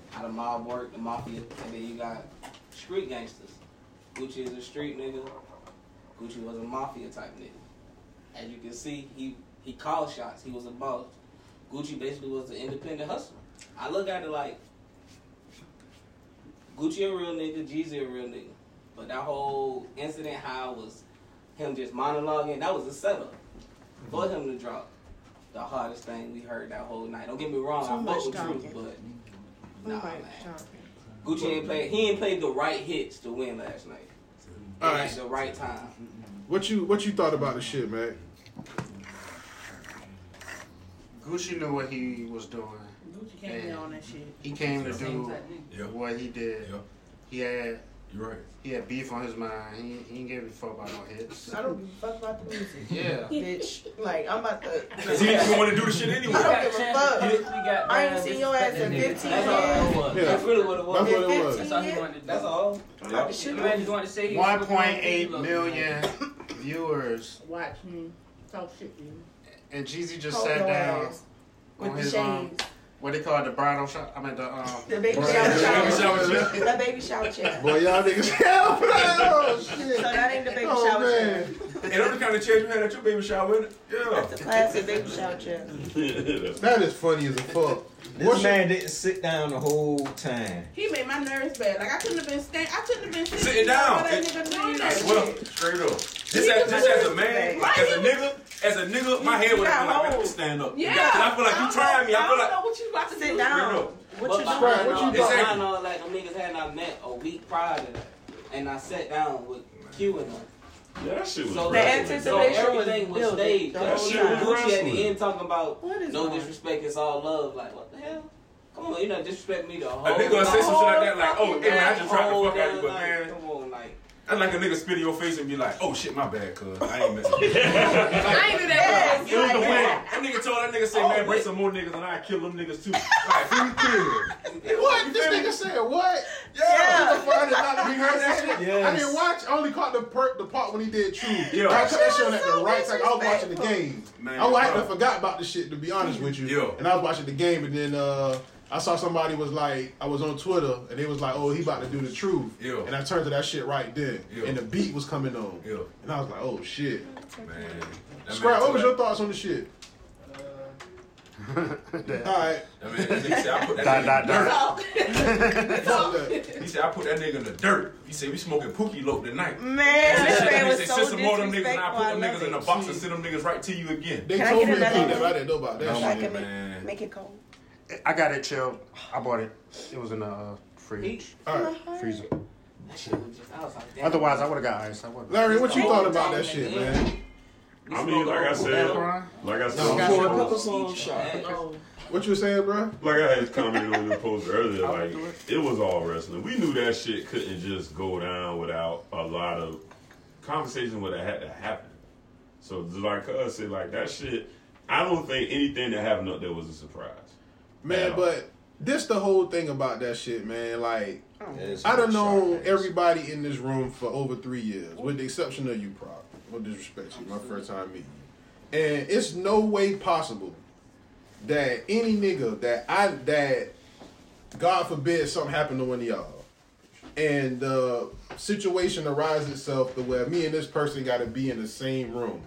Speaker 16: how the mob work, the mafia, and then you got street gangsters. Gucci is a street nigga. Gucci was a mafia type nigga. As you can see, he he called shots. He was a boss. Gucci basically was an independent hustler. I look at it like Gucci a real nigga, Jeezy a real nigga. But that whole incident, how it was him just monologuing, that was a setup for him to drop. The hardest thing we heard that whole night. Don't get me wrong,
Speaker 8: Too
Speaker 16: I
Speaker 8: much
Speaker 16: fuck with Drew,
Speaker 8: talking.
Speaker 16: but
Speaker 8: Nah, man.
Speaker 16: Gucci ain't played. He ain't played the right hits to win last night.
Speaker 6: All
Speaker 16: At the right time.
Speaker 6: What you what you thought about the shit, man?
Speaker 21: Gucci knew what he was doing.
Speaker 22: Gucci can't be
Speaker 21: And
Speaker 22: on that shit.
Speaker 21: He came to
Speaker 22: Same
Speaker 21: do
Speaker 22: technique.
Speaker 21: what he did. He had.
Speaker 17: You're right.
Speaker 21: He had beef on his mind. He, he didn't give a fuck about no
Speaker 8: [LAUGHS]
Speaker 21: hits.
Speaker 8: I don't give a fuck about the music.
Speaker 21: Yeah.
Speaker 8: Bitch. Like, I'm about to.
Speaker 21: 'Cause he didn't even wanna do the shit anyway.
Speaker 8: I don't give a fuck.
Speaker 21: We got
Speaker 8: I ain't
Speaker 21: banned.
Speaker 8: seen your ass in 15
Speaker 21: That nigga. That's all it
Speaker 8: years.
Speaker 21: was. That's really what it was. That's what it was.
Speaker 8: In
Speaker 21: That's all he wanted to do.
Speaker 8: 15 years. That's all.
Speaker 21: Yep.
Speaker 8: Shit.
Speaker 21: Imagine going to say he was 1.8 million viewers,
Speaker 22: Watch me. Talk shit to you.
Speaker 21: and Jeezy just
Speaker 22: Hold
Speaker 21: sat
Speaker 22: your
Speaker 21: down
Speaker 22: ass.
Speaker 21: on
Speaker 22: With
Speaker 21: his
Speaker 22: the
Speaker 21: um, what they call it, the bridal shop. I mean the
Speaker 17: [LAUGHS]
Speaker 21: um,
Speaker 8: The baby shower chair. The baby shower chair.
Speaker 6: Boy, y'all niggas [LAUGHS] help
Speaker 8: Oh, shit. So that ain't the baby
Speaker 17: Oh,
Speaker 8: shower chair.
Speaker 17: man. And that's the kind of chairs you had at your baby shower, wasn't it? Yeah.
Speaker 8: That's a classic baby shower chair.
Speaker 6: That is funny as a fuck.
Speaker 15: This man didn't sit down the whole time.
Speaker 22: He made my nerves bad. Like I couldn't have been standing. I couldn't have been sitting,
Speaker 17: Sitting down.
Speaker 22: That nigga doing
Speaker 17: I
Speaker 22: that
Speaker 17: swear,
Speaker 22: shit.
Speaker 17: straight up. Just as, just as a man,
Speaker 22: Right,
Speaker 17: as a nigga, as a nigga, my head would have been like, man, stand up.
Speaker 22: Yeah.
Speaker 17: Cause I feel like you trying me. I feel like.
Speaker 22: don't know what you about to
Speaker 8: Sit
Speaker 22: do.
Speaker 8: down. What
Speaker 16: But
Speaker 8: you
Speaker 16: behind
Speaker 8: doing?
Speaker 16: all-
Speaker 8: What you
Speaker 16: behind
Speaker 8: doing?
Speaker 16: all that, them niggas had not met a week prior to that, and I sat down with Q and them.
Speaker 10: [LAUGHS] Yeah, that shit was
Speaker 16: So,
Speaker 10: wrestling.
Speaker 16: so everything was
Speaker 8: built.
Speaker 16: staged.
Speaker 8: The
Speaker 16: That
Speaker 8: whole
Speaker 16: shit was
Speaker 8: time.
Speaker 16: Gucci at the
Speaker 8: Wrestling.
Speaker 16: end talking about
Speaker 8: is
Speaker 16: no
Speaker 8: wrong?
Speaker 16: disrespect, it's all love. Like what the hell? Come on, you not disrespect me the whole.
Speaker 17: A nigga gonna say some shit like that, like, oh,
Speaker 16: fucking
Speaker 17: hey man, I
Speaker 16: night,
Speaker 17: just tried to
Speaker 16: whole
Speaker 17: fuck out you,
Speaker 16: damn
Speaker 17: but
Speaker 16: night.
Speaker 17: man.
Speaker 16: Come on, like.
Speaker 17: That's like a nigga spit in your face and be like, oh shit, my bad, cuz. I ain't messing
Speaker 16: [LAUGHS]
Speaker 17: with you.
Speaker 22: I ain't do that.
Speaker 17: It was the win. That nigga told that nigga, say,
Speaker 16: Oh,
Speaker 17: man, bring some more niggas and I kill them niggas too. Alright, free kill.
Speaker 6: What this nigga said? What? Yeah,
Speaker 17: Yeah.
Speaker 6: What the fuck? I did not we heard that shit. I
Speaker 17: Yes.
Speaker 6: didn't watch. I only caught the per- the part when he did True.
Speaker 17: Yeah.
Speaker 6: I caught that shit on
Speaker 17: That was
Speaker 6: at the
Speaker 17: so
Speaker 6: right time. I was watching the game.
Speaker 17: Man,
Speaker 6: I, was- I actually
Speaker 17: bro.
Speaker 6: forgot about the shit to be honest with you. Yeah. And I was watching the game, and then uh, I saw somebody was like, I was on Twitter, and they was like, oh, he about to do the Truth.
Speaker 17: Yeah.
Speaker 6: And I turned to that shit right then, and the beat was coming on.
Speaker 17: Yeah.
Speaker 6: And I was like, oh shit.
Speaker 17: Man. That
Speaker 6: Scrap,
Speaker 17: man
Speaker 6: what was
Speaker 17: told
Speaker 6: your thoughts on the shit? All right.
Speaker 17: That man, that nigga said, I put that nigga
Speaker 21: Dot,
Speaker 17: in
Speaker 21: dot,
Speaker 17: the dirt.
Speaker 6: Fuck that.
Speaker 17: He said, I put that nigga in the dirt. He said, we smoking pookie lope tonight.
Speaker 8: Man,
Speaker 17: He
Speaker 8: this
Speaker 17: said,
Speaker 8: man
Speaker 17: he
Speaker 8: Mm, was
Speaker 17: said,
Speaker 8: so
Speaker 17: send some more of them niggas and I
Speaker 8: disrespectful.
Speaker 17: put them
Speaker 8: I love
Speaker 17: niggas in the
Speaker 8: it.
Speaker 17: box and send them niggas right to you again.
Speaker 6: They
Speaker 8: Can I
Speaker 6: told
Speaker 8: get
Speaker 6: me to
Speaker 8: another
Speaker 6: keep that.
Speaker 8: one?
Speaker 6: I didn't know about that.
Speaker 21: No,
Speaker 8: Like a
Speaker 21: man.
Speaker 8: make, make it cold.
Speaker 21: I got it chilled. I bought it. It was in the uh, fridge.
Speaker 6: All right.
Speaker 21: Freezer.
Speaker 16: That shit was just, I was like, damn.
Speaker 21: Otherwise, I would have got ice. I would've-
Speaker 6: Larry, what you
Speaker 8: Oh,
Speaker 6: thought about that shit, man?
Speaker 10: I mean, like I said, like I
Speaker 6: No,
Speaker 10: said,
Speaker 6: four pickles on shot. What you saying, bro?
Speaker 10: like I had commented on the post earlier, like it was all wrestling. We knew that shit couldn't just go down without a lot of conversation would have had to happen. So just like us said, like that shit, I don't think anything that happened up there was a surprise.
Speaker 6: Man,
Speaker 10: Now,
Speaker 6: but this the whole thing about that shit, man. Like,
Speaker 8: Oh,
Speaker 10: Yes,
Speaker 6: I done known everybody in this room for over three years, with the exception of you, Prop. No disrespect to you, my first time meeting you. And it's no way possible that any nigga that I that God forbid something happened to one of y'all, and the situation arises itself to where me and this person got to be in the same room.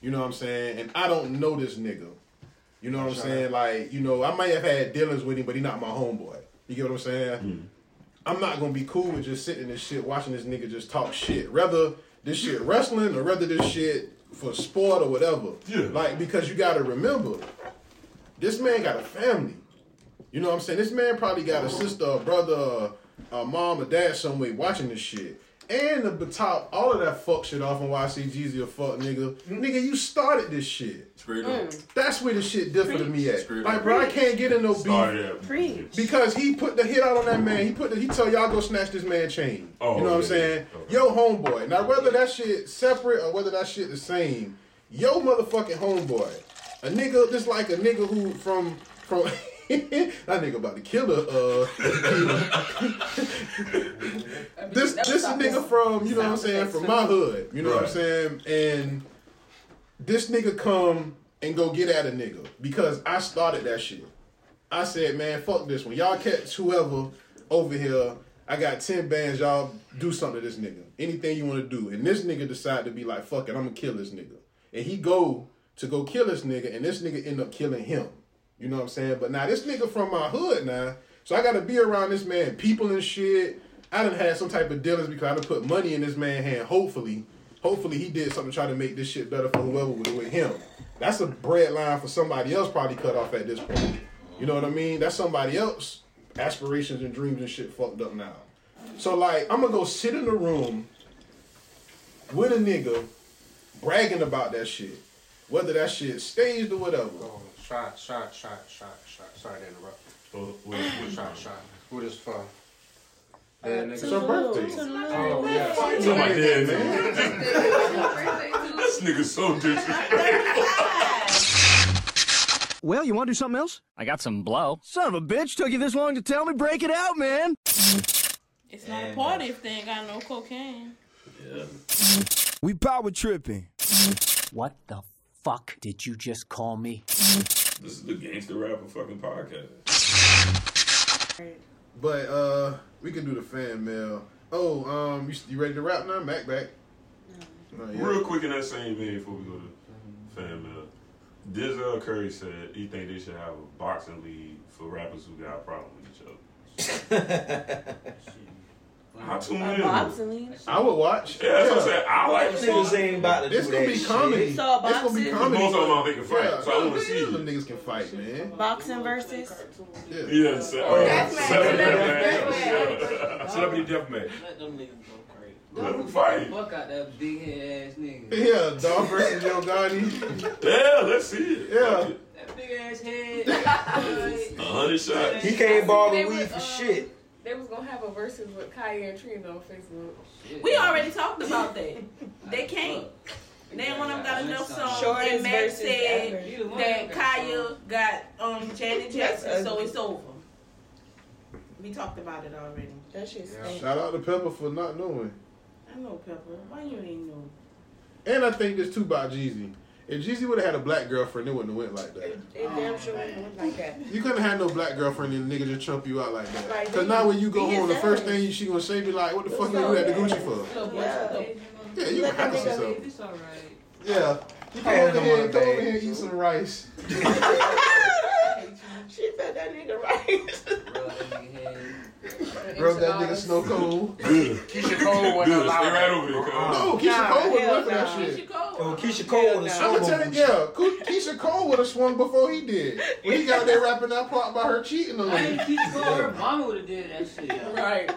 Speaker 6: You know what I'm saying? And I don't know this nigga. You know what I'm
Speaker 21: Sure.
Speaker 6: saying? Like, you know, I might have had dealings with him, but he not my homeboy. You get what I'm saying? I'm not gonna be cool with just sitting in this shit, watching this nigga just talk shit. Rather this shit wrestling or rather this shit for sport or whatever. Yeah. Like, because you gotta remember, this man got a family. You know what I'm saying? This man probably got a sister, a brother, a mom, or dad somewhere watching this shit. And the top, all of that fuck shit off on YC Jeezy a fuck nigga. Nigga, you started this shit.
Speaker 17: Straight up.
Speaker 10: Mm.
Speaker 6: That's where the shit different to me at.
Speaker 17: Straight
Speaker 6: Like,
Speaker 17: up.
Speaker 6: bro, I can't get in no
Speaker 10: Started
Speaker 6: beef.
Speaker 10: at-
Speaker 6: Because he put the hit out on that man. He put the, he told y'all go snatch this man chain.
Speaker 10: Oh,
Speaker 6: you know what I'm
Speaker 10: yeah,
Speaker 6: saying? Yo homeboy. Now whether that shit separate or whether that shit the same, yo motherfucking homeboy. A nigga just like a nigga who from from [LAUGHS] that nigga about to kill a uh this this a nigga from you know what I'm saying from my hood you know what I'm saying and this nigga come and go get at a nigga because I started that shit. I said man fuck this one y'all catch whoever over here I got ten bands y'all do something to this nigga anything you want to do and this nigga decide to be like fuck it I'm gonna kill this nigga and he go to go kill this nigga and this nigga end up killing him. You know what I'm saying? But now this nigga from my hood now, so I gotta be around this man, people and shit. I done had some type of dealings because I done put money in this man hand. Hopefully, hopefully he did something to try to make this shit better for whoever was with him. That's a bread line for somebody else probably cut off at this point. You know what I mean? That's somebody else aspirations and dreams and shit fucked up now. So like, I'm gonna go sit in the room with a nigga bragging about that shit, whether that shit staged or whatever.
Speaker 21: Shot, shot, shot, shot, shot. Sorry to interrupt. But what, [LAUGHS] what, shot, shot. Who this for? That
Speaker 16: Uh,
Speaker 21: nigga.
Speaker 6: It's her birthday.
Speaker 21: Oh, yes.
Speaker 10: To my dad, man. [LAUGHS] this nigga so disrespectful.
Speaker 23: Well, you want to do something else? I got some blow. Son of a bitch, took you this long to tell me. Break it out, man.
Speaker 22: It's not a party if they ain't got no cocaine.
Speaker 23: We power tripping. What the fuck did you just call me?
Speaker 10: This is the gangster rapper fucking podcast.
Speaker 6: But uh, we can do the fan mail. Oh, um, you, you ready to rap now, Mac? Back. Oh, Not yet.
Speaker 10: Real quick in that same vein before we go to fan mail. Denzel Curry said he think they should have a boxing league for rappers who got a problem with each other. I tune in.
Speaker 6: I would watch.
Speaker 10: Yeah, that's what I'm saying. I
Speaker 16: [LAUGHS]
Speaker 10: like
Speaker 15: Niggas ain't about to
Speaker 6: This
Speaker 15: do
Speaker 6: gonna
Speaker 15: that
Speaker 6: be
Speaker 15: shit.
Speaker 6: comedy.
Speaker 15: You
Speaker 6: This
Speaker 15: saw
Speaker 6: gonna be
Speaker 15: boxing?
Speaker 6: comedy.
Speaker 10: Most of them I think can fight, so I wanna
Speaker 6: no,
Speaker 10: see.
Speaker 6: Them niggas can fight, man.
Speaker 8: Boxing versus.
Speaker 10: Yeah, yeah so, uh,
Speaker 8: That's
Speaker 10: so-
Speaker 8: mad.
Speaker 10: yeah,
Speaker 8: That's
Speaker 10: yeah. Celebrity deathmatch.
Speaker 16: Let them niggas go crazy.
Speaker 10: Let them fight.
Speaker 16: Fuck out that big head ass nigga.
Speaker 6: Yeah, Dog
Speaker 8: [LAUGHS]
Speaker 6: versus Yo Gotti.
Speaker 10: Yeah, let's see it.
Speaker 6: Yeah.
Speaker 16: That big ass head.
Speaker 10: A hundred shots.
Speaker 15: He can't borrow
Speaker 7: They
Speaker 15: the
Speaker 7: were,
Speaker 15: weed
Speaker 7: uh,
Speaker 15: for shit.
Speaker 7: They was gonna have a versus with Kyrie and Trina on Facebook.
Speaker 4: We already talked about that.
Speaker 16: [LAUGHS]
Speaker 4: They can't. Then one of them got enough songs,
Speaker 7: Shortest
Speaker 4: and Max
Speaker 7: versus
Speaker 4: said
Speaker 7: ever. You the one
Speaker 4: that
Speaker 7: that
Speaker 4: Kaya got um Janet
Speaker 7: That's
Speaker 4: Jackson, so
Speaker 7: ugly.
Speaker 4: it's over. We talked about it already.
Speaker 7: That shit
Speaker 6: Yeah. Shout out to Pepper for not knowing.
Speaker 4: I know Pepper. Why you ain't know?
Speaker 6: And I think this too about Jeezy. If Jeezy would have had a black girlfriend, it wouldn't have went like that.
Speaker 8: It damn sure went like that.
Speaker 6: You couldn't have no black girlfriend and nigga just chump you out like
Speaker 8: Like,
Speaker 6: that. Cause now when you go
Speaker 8: he
Speaker 6: home, the
Speaker 8: is
Speaker 6: first
Speaker 8: that.
Speaker 6: thing she gonna say be like, "What the fuck you at the Gucci for?"
Speaker 8: Yeah.
Speaker 6: Yeah, you can
Speaker 8: Let that
Speaker 6: practice
Speaker 8: nigga
Speaker 6: yourself.
Speaker 8: leave.
Speaker 16: It's alright.
Speaker 6: Yeah. You come
Speaker 15: Hands
Speaker 6: over
Speaker 15: on
Speaker 6: here,
Speaker 15: the
Speaker 6: come over
Speaker 15: bag.
Speaker 6: here, and eat some rice.
Speaker 8: She said that nigga right.
Speaker 6: Rub that nigga snow cold.
Speaker 10: Good.
Speaker 6: Keisha
Speaker 10: Cole wasn't Good. allowed Stay right over here,
Speaker 6: No, Oh,
Speaker 10: cuz.
Speaker 6: Keisha Cole wasn't
Speaker 8: hell
Speaker 6: with that
Speaker 8: nah.
Speaker 6: shit.
Speaker 16: Oh,
Speaker 15: Yo, Keisha Cole is
Speaker 8: [LAUGHS]
Speaker 6: I'm gonna tell you, yeah, Ku- Keisha Cole would have swung before he did. When he got there rapping that part about her cheating on
Speaker 16: I
Speaker 4: [LAUGHS]
Speaker 6: him.
Speaker 16: didn't keep going. Her mama would have did that shit.
Speaker 4: Right.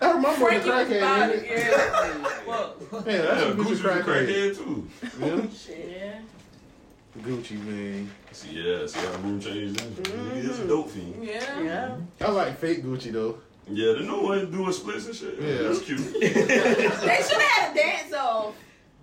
Speaker 6: Her mama was a
Speaker 16: Frankie was about
Speaker 6: crackhead.
Speaker 16: it, [LAUGHS]
Speaker 6: ain't it?
Speaker 16: yeah. Fuck.
Speaker 6: Man, that's
Speaker 10: Yeah,
Speaker 6: a Gucci
Speaker 10: Gucci was a
Speaker 6: crackhead.
Speaker 10: crackhead too.
Speaker 6: Yeah.
Speaker 4: Yeah.
Speaker 6: Gucci man.
Speaker 10: See, yeah, see how the room changed. that? Nigga, It's a dope fiend.
Speaker 4: Yeah. Yeah.
Speaker 6: I like fake Gucci though.
Speaker 10: Yeah, the new one doing splits and shit.
Speaker 6: [LAUGHS] Yeah.
Speaker 10: That's cute.
Speaker 4: They should have had a dance off.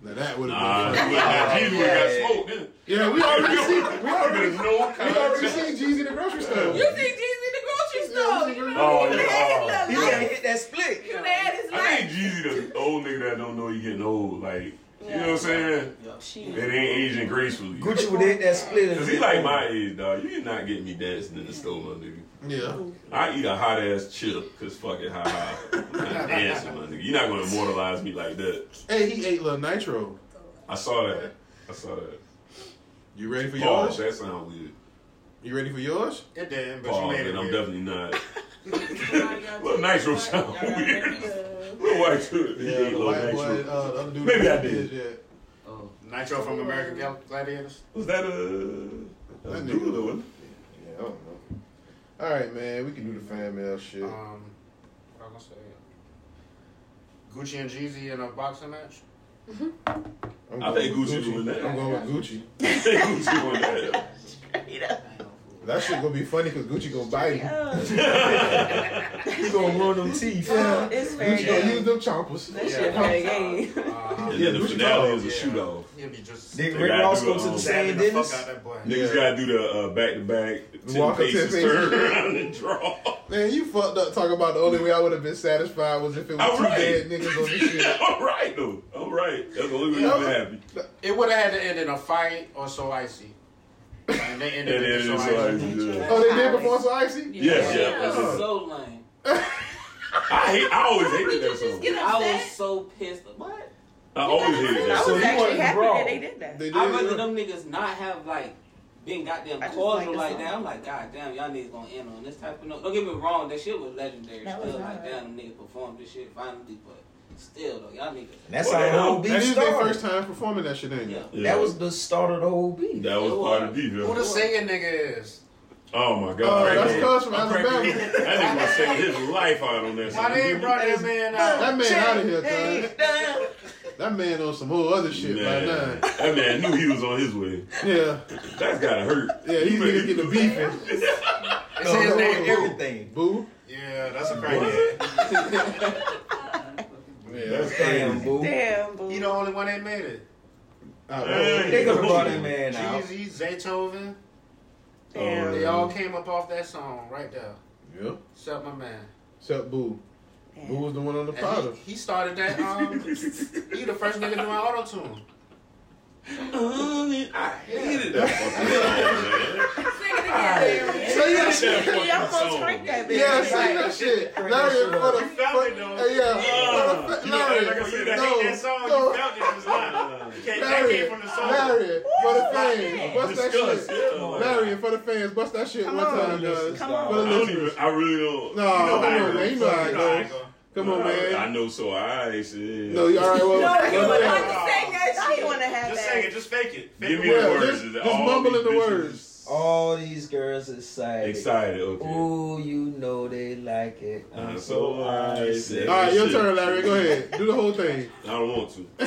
Speaker 6: Now that would
Speaker 10: Nah,
Speaker 6: have
Speaker 10: he
Speaker 6: been.
Speaker 10: would've got- he would've got smoked, didn't he?
Speaker 6: Yeah, we
Speaker 10: [LAUGHS]
Speaker 6: already see. We already
Speaker 10: There's no
Speaker 6: We already
Speaker 10: contact.
Speaker 6: seen Jeezy in the grocery store.
Speaker 4: You see Jeezy in the grocery store. You know
Speaker 10: Oh,
Speaker 4: what I mean?
Speaker 10: yeah.
Speaker 4: He
Speaker 15: He
Speaker 4: done
Speaker 15: gotta
Speaker 4: had his
Speaker 15: hit that split.
Speaker 4: life. He done had his
Speaker 10: I
Speaker 4: life.
Speaker 10: think Jeezy the old nigga that don't know he getting old. Like, you know what I'm saying? It ain't aging gracefully.
Speaker 15: Gucci would hit that split. and-
Speaker 10: Cause he like my age, dog. You cannot get me dancing in the store, my nigga.
Speaker 6: Yeah.
Speaker 10: I eat a hot ass chip, cause fuck it, ha ha. I'm not dancing, my nigga. You're not gonna immortalize me like that.
Speaker 6: Hey, he ate Lil Nitro.
Speaker 10: I saw that. I saw that.
Speaker 6: You ready for
Speaker 10: Pause.
Speaker 6: yours?
Speaker 10: That sound weird.
Speaker 6: You ready for yours?
Speaker 21: It didn't, but you
Speaker 10: Pause,
Speaker 21: made it.
Speaker 10: and I'm
Speaker 21: weird.
Speaker 10: definitely not. Little Nitro sound weird. [LAUGHS] Little white dude.
Speaker 6: Yeah, the
Speaker 10: Little
Speaker 6: white boy,
Speaker 10: Nitro.
Speaker 6: uh, the other dude.
Speaker 10: Maybe I
Speaker 6: that
Speaker 10: did.
Speaker 6: Yeah.
Speaker 21: Nitro from American Gal- Gladiators.
Speaker 10: Was that a? That
Speaker 6: That
Speaker 10: dude,
Speaker 6: nigga.
Speaker 10: though, wasn't it?
Speaker 6: Yeah, I don't know. All right, man, we can do the fan mail shit.
Speaker 21: Um, what I gonna say? Gucci and Jeezy in a boxing match.
Speaker 6: I'm
Speaker 10: I
Speaker 6: going
Speaker 10: think
Speaker 6: with
Speaker 10: Gucci doing that.
Speaker 6: I'm going with Gucci.
Speaker 10: I think [LAUGHS] Gucci doing
Speaker 6: Uh,
Speaker 10: that.
Speaker 6: That shit gonna be funny because Gucci gonna bite him.
Speaker 15: He gonna ruin them teeth.
Speaker 6: Yeah.
Speaker 8: uh, It's fair
Speaker 6: Gucci gonna use
Speaker 8: game.
Speaker 6: them chompers.
Speaker 8: That
Speaker 6: Yeah.
Speaker 8: shit fair
Speaker 21: Uh,
Speaker 8: game.
Speaker 10: And then the
Speaker 6: Gucci
Speaker 10: finale
Speaker 6: dog.
Speaker 10: is a shoot off.
Speaker 21: he'll be just
Speaker 15: Nigga,
Speaker 10: They
Speaker 15: Rick
Speaker 10: gotta
Speaker 15: Ross
Speaker 10: do
Speaker 15: go to
Speaker 10: it
Speaker 15: the
Speaker 10: all.
Speaker 15: same
Speaker 21: dabbing the fuck
Speaker 15: dentist.
Speaker 21: out that boy.
Speaker 10: Niggas gotta do the uh, back to back, ten
Speaker 6: Walk up
Speaker 10: paces,
Speaker 6: 10 paces.
Speaker 10: turn around and draw.
Speaker 6: Man, you fucked up talking about the only way I would have been satisfied was if it was
Speaker 10: I'm
Speaker 6: two
Speaker 10: right.
Speaker 6: dead niggas on
Speaker 10: [LAUGHS]
Speaker 6: the shit.
Speaker 10: I'm right though. I'm right. That's the only way
Speaker 6: Yeah.
Speaker 10: I'm happy.
Speaker 21: It would have had to end in a fight or so icy. And they
Speaker 10: And
Speaker 21: ended
Speaker 10: then
Speaker 21: it in so
Speaker 10: it's
Speaker 21: icy.
Speaker 10: like, yeah.
Speaker 6: Oh, they did before So Icy?
Speaker 10: yes, yeah.
Speaker 16: That
Speaker 10: that's
Speaker 16: was
Speaker 10: it.
Speaker 16: so lame.
Speaker 10: I hate. I always hated that song.
Speaker 4: Get
Speaker 16: I
Speaker 4: upset.
Speaker 16: was so pissed. What?
Speaker 10: I always hated that
Speaker 8: I
Speaker 10: song.
Speaker 8: was actually happy
Speaker 15: brawl.
Speaker 8: that they did that.
Speaker 6: They did.
Speaker 16: I'd rather
Speaker 6: yeah.
Speaker 16: them niggas not have like being goddamn
Speaker 8: I just
Speaker 16: cordial
Speaker 8: like the
Speaker 16: like
Speaker 8: song.
Speaker 16: that. I'm like, goddamn, y'all niggas gonna end on this type of note. Don't get me wrong, that shit was legendary.
Speaker 8: That
Speaker 16: still,
Speaker 8: was
Speaker 16: like,
Speaker 8: hard.
Speaker 16: damn, them niggas performed this shit finally, but still, though, y'all niggas.
Speaker 15: That's
Speaker 6: Well,
Speaker 15: how the
Speaker 6: that-
Speaker 15: whole beef
Speaker 6: That is their
Speaker 15: started.
Speaker 6: first time performing that shit, ain't it?
Speaker 15: That was the start of the whole beef.
Speaker 10: That was part of the beef.
Speaker 15: Who
Speaker 10: Yeah.
Speaker 15: the
Speaker 21: singing nigga is.
Speaker 10: Oh my
Speaker 6: Oh,
Speaker 10: God!
Speaker 6: that's
Speaker 10: Craig.
Speaker 6: Cuz from
Speaker 10: That
Speaker 6: Alabama.
Speaker 10: nigga was saying his life out on that.
Speaker 21: Why they ain't brought that man out?
Speaker 6: That man out of here, cuz.
Speaker 21: Damn.
Speaker 6: That man on some whole other shit right now.
Speaker 10: Man, that man knew he was on his way.
Speaker 6: Yeah.
Speaker 10: That's gotta hurt.
Speaker 6: Yeah, these niggas
Speaker 10: [LAUGHS]
Speaker 6: [LAUGHS] get the beef in.
Speaker 21: They say his name
Speaker 15: everything.
Speaker 6: Boo.
Speaker 21: Yeah, that's a
Speaker 10: Oh,
Speaker 21: crackhead.
Speaker 6: Yeah, that's
Speaker 15: Damn, boo.
Speaker 8: [LAUGHS] Damn, boo.
Speaker 21: He the only one that made it.
Speaker 15: Damn, They could've brought that man out.
Speaker 21: Jeezy, Zaytoven.
Speaker 15: Damn.
Speaker 21: They all came up off that song right there.
Speaker 6: Yeah.
Speaker 21: Except my man.
Speaker 6: Except Boo. Boo was the one on the
Speaker 21: And
Speaker 6: powder.
Speaker 21: he, he started
Speaker 17: [LAUGHS]
Speaker 21: that. Um, he the first nigga doing auto tune.
Speaker 10: I hated that fucking song, man.
Speaker 6: Say that
Speaker 10: That
Speaker 6: shit.
Speaker 10: fucking
Speaker 8: Y'all supposed
Speaker 10: song.
Speaker 8: to crank that bitch.
Speaker 6: Yeah, say that shit. Larry, for the fuck. Hey, yeah. For the fuck.
Speaker 17: You know,
Speaker 6: Larry.
Speaker 17: like I said, I
Speaker 6: no,
Speaker 17: hate that song.
Speaker 6: no.
Speaker 17: You felt it just now.
Speaker 10: [LAUGHS]
Speaker 17: You can't- That
Speaker 6: Larry,
Speaker 17: came from the song.
Speaker 6: Larry, for the fans, bust that
Speaker 10: Discuss,
Speaker 6: shit.
Speaker 10: yeah.
Speaker 6: Larry, for the fans, bust that shit one time, guys.
Speaker 10: Come
Speaker 6: For the
Speaker 10: on. I don't
Speaker 6: listeners.
Speaker 10: even. I really don't.
Speaker 6: No,
Speaker 10: how
Speaker 6: come
Speaker 10: I
Speaker 6: on,
Speaker 10: go.
Speaker 6: man. You know how it
Speaker 10: how I
Speaker 6: goes.
Speaker 10: go.
Speaker 6: Come on,
Speaker 10: I-
Speaker 6: man.
Speaker 10: I know, so I shit.
Speaker 6: No, you all right? Well,
Speaker 8: No, you
Speaker 6: well,
Speaker 8: would
Speaker 6: yeah.
Speaker 8: not sing that shit. want to have
Speaker 17: Just
Speaker 8: that.
Speaker 17: sing it. Just fake it. Fake it.
Speaker 10: Give me the
Speaker 17: Well,
Speaker 10: words.
Speaker 17: just-
Speaker 10: Is it
Speaker 6: Just
Speaker 10: all
Speaker 6: mumble
Speaker 10: these
Speaker 6: in the
Speaker 10: bitches
Speaker 6: words.
Speaker 15: All these girls excited.
Speaker 10: Excited, okay.
Speaker 15: Ooh, you know they like it. I'm
Speaker 10: Uh,
Speaker 15: so
Speaker 10: so I
Speaker 15: excited.
Speaker 10: said-
Speaker 6: All right, your
Speaker 10: Shit.
Speaker 6: turn, Larry. Go ahead. Do the whole
Speaker 8: [LAUGHS]
Speaker 6: thing.
Speaker 10: I don't want
Speaker 6: [LAUGHS]
Speaker 10: to.
Speaker 8: I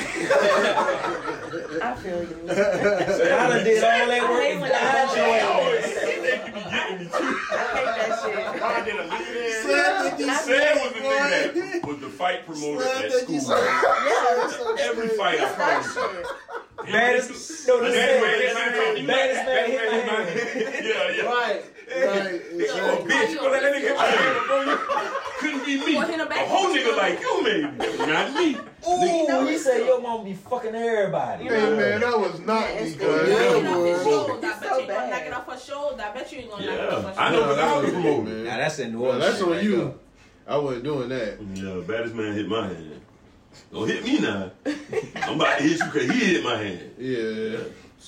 Speaker 8: feel you.
Speaker 15: I done did all that work.
Speaker 8: I hate when I
Speaker 15: and I
Speaker 8: hate
Speaker 15: enjoyed it.
Speaker 8: that shit.
Speaker 17: I did a lead in.
Speaker 10: Sam was the thing that was the fight promoter at school. Every fight, I promise. you.
Speaker 15: Baddest, no, this
Speaker 10: Baddest
Speaker 15: man-
Speaker 10: man, baddest man,
Speaker 15: baddest man hit my
Speaker 10: baddest man,
Speaker 15: hand.
Speaker 10: Yeah, yeah.
Speaker 15: Right,
Speaker 6: right.
Speaker 10: Oh, bitch, you gonna let that nigga hit my hand, bro? Couldn't be me.
Speaker 22: Well, hit him
Speaker 10: A
Speaker 22: back.
Speaker 10: whole nigga like you, maybe. Not me.
Speaker 15: Ooh, he said your mom be fucking everybody.
Speaker 6: Hey, man, that was not me, cuz.
Speaker 22: I bet you ain't gonna knock it off her shoulder. I bet you ain't gonna knock it off her shoulder.
Speaker 10: I know, but I was
Speaker 6: cool, man.
Speaker 15: Now that's in New
Speaker 6: Well,
Speaker 15: Orleans.
Speaker 6: that's
Speaker 15: shit
Speaker 6: on
Speaker 15: right
Speaker 6: you.
Speaker 15: there.
Speaker 6: I wasn't doing that.
Speaker 10: Yeah, baddest man hit my hand. Don't hit me now. I'm about to hit you because he hit my hand.
Speaker 6: Yeah.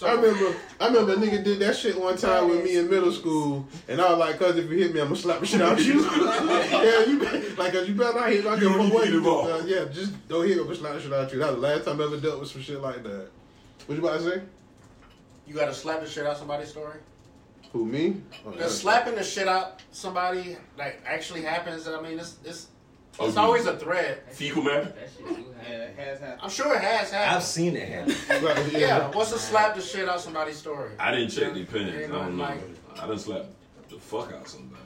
Speaker 6: I remember, I remember a nigga did that shit one time with me in middle school, and I was like, "Cause if you hit me, I'ma slap the shit out of you." [LAUGHS] yeah, you be- like, cause you better not hit. me. I give a fuck what you do, cuz. Uh, Yeah, just don't hit me, I'ma slap the shit out of you. That was the last time I ever dealt with some shit like that. What you about to say?
Speaker 21: You got to slap the shit out somebody's story.
Speaker 6: Who me? Oh,
Speaker 21: The
Speaker 6: yeah.
Speaker 21: slapping the shit out somebody like actually happens. I mean, it's it's
Speaker 10: Oh,
Speaker 21: it's
Speaker 10: you-
Speaker 21: always a thread.
Speaker 10: Fecal matter.
Speaker 21: I'm sure it has happened.
Speaker 15: I've seen it happen.
Speaker 6: Right,
Speaker 21: yeah. what's a slap the shit out somebody's story?
Speaker 10: I didn't check their pants. I don't know.
Speaker 21: Like-
Speaker 10: I done slapped the fuck out somebody.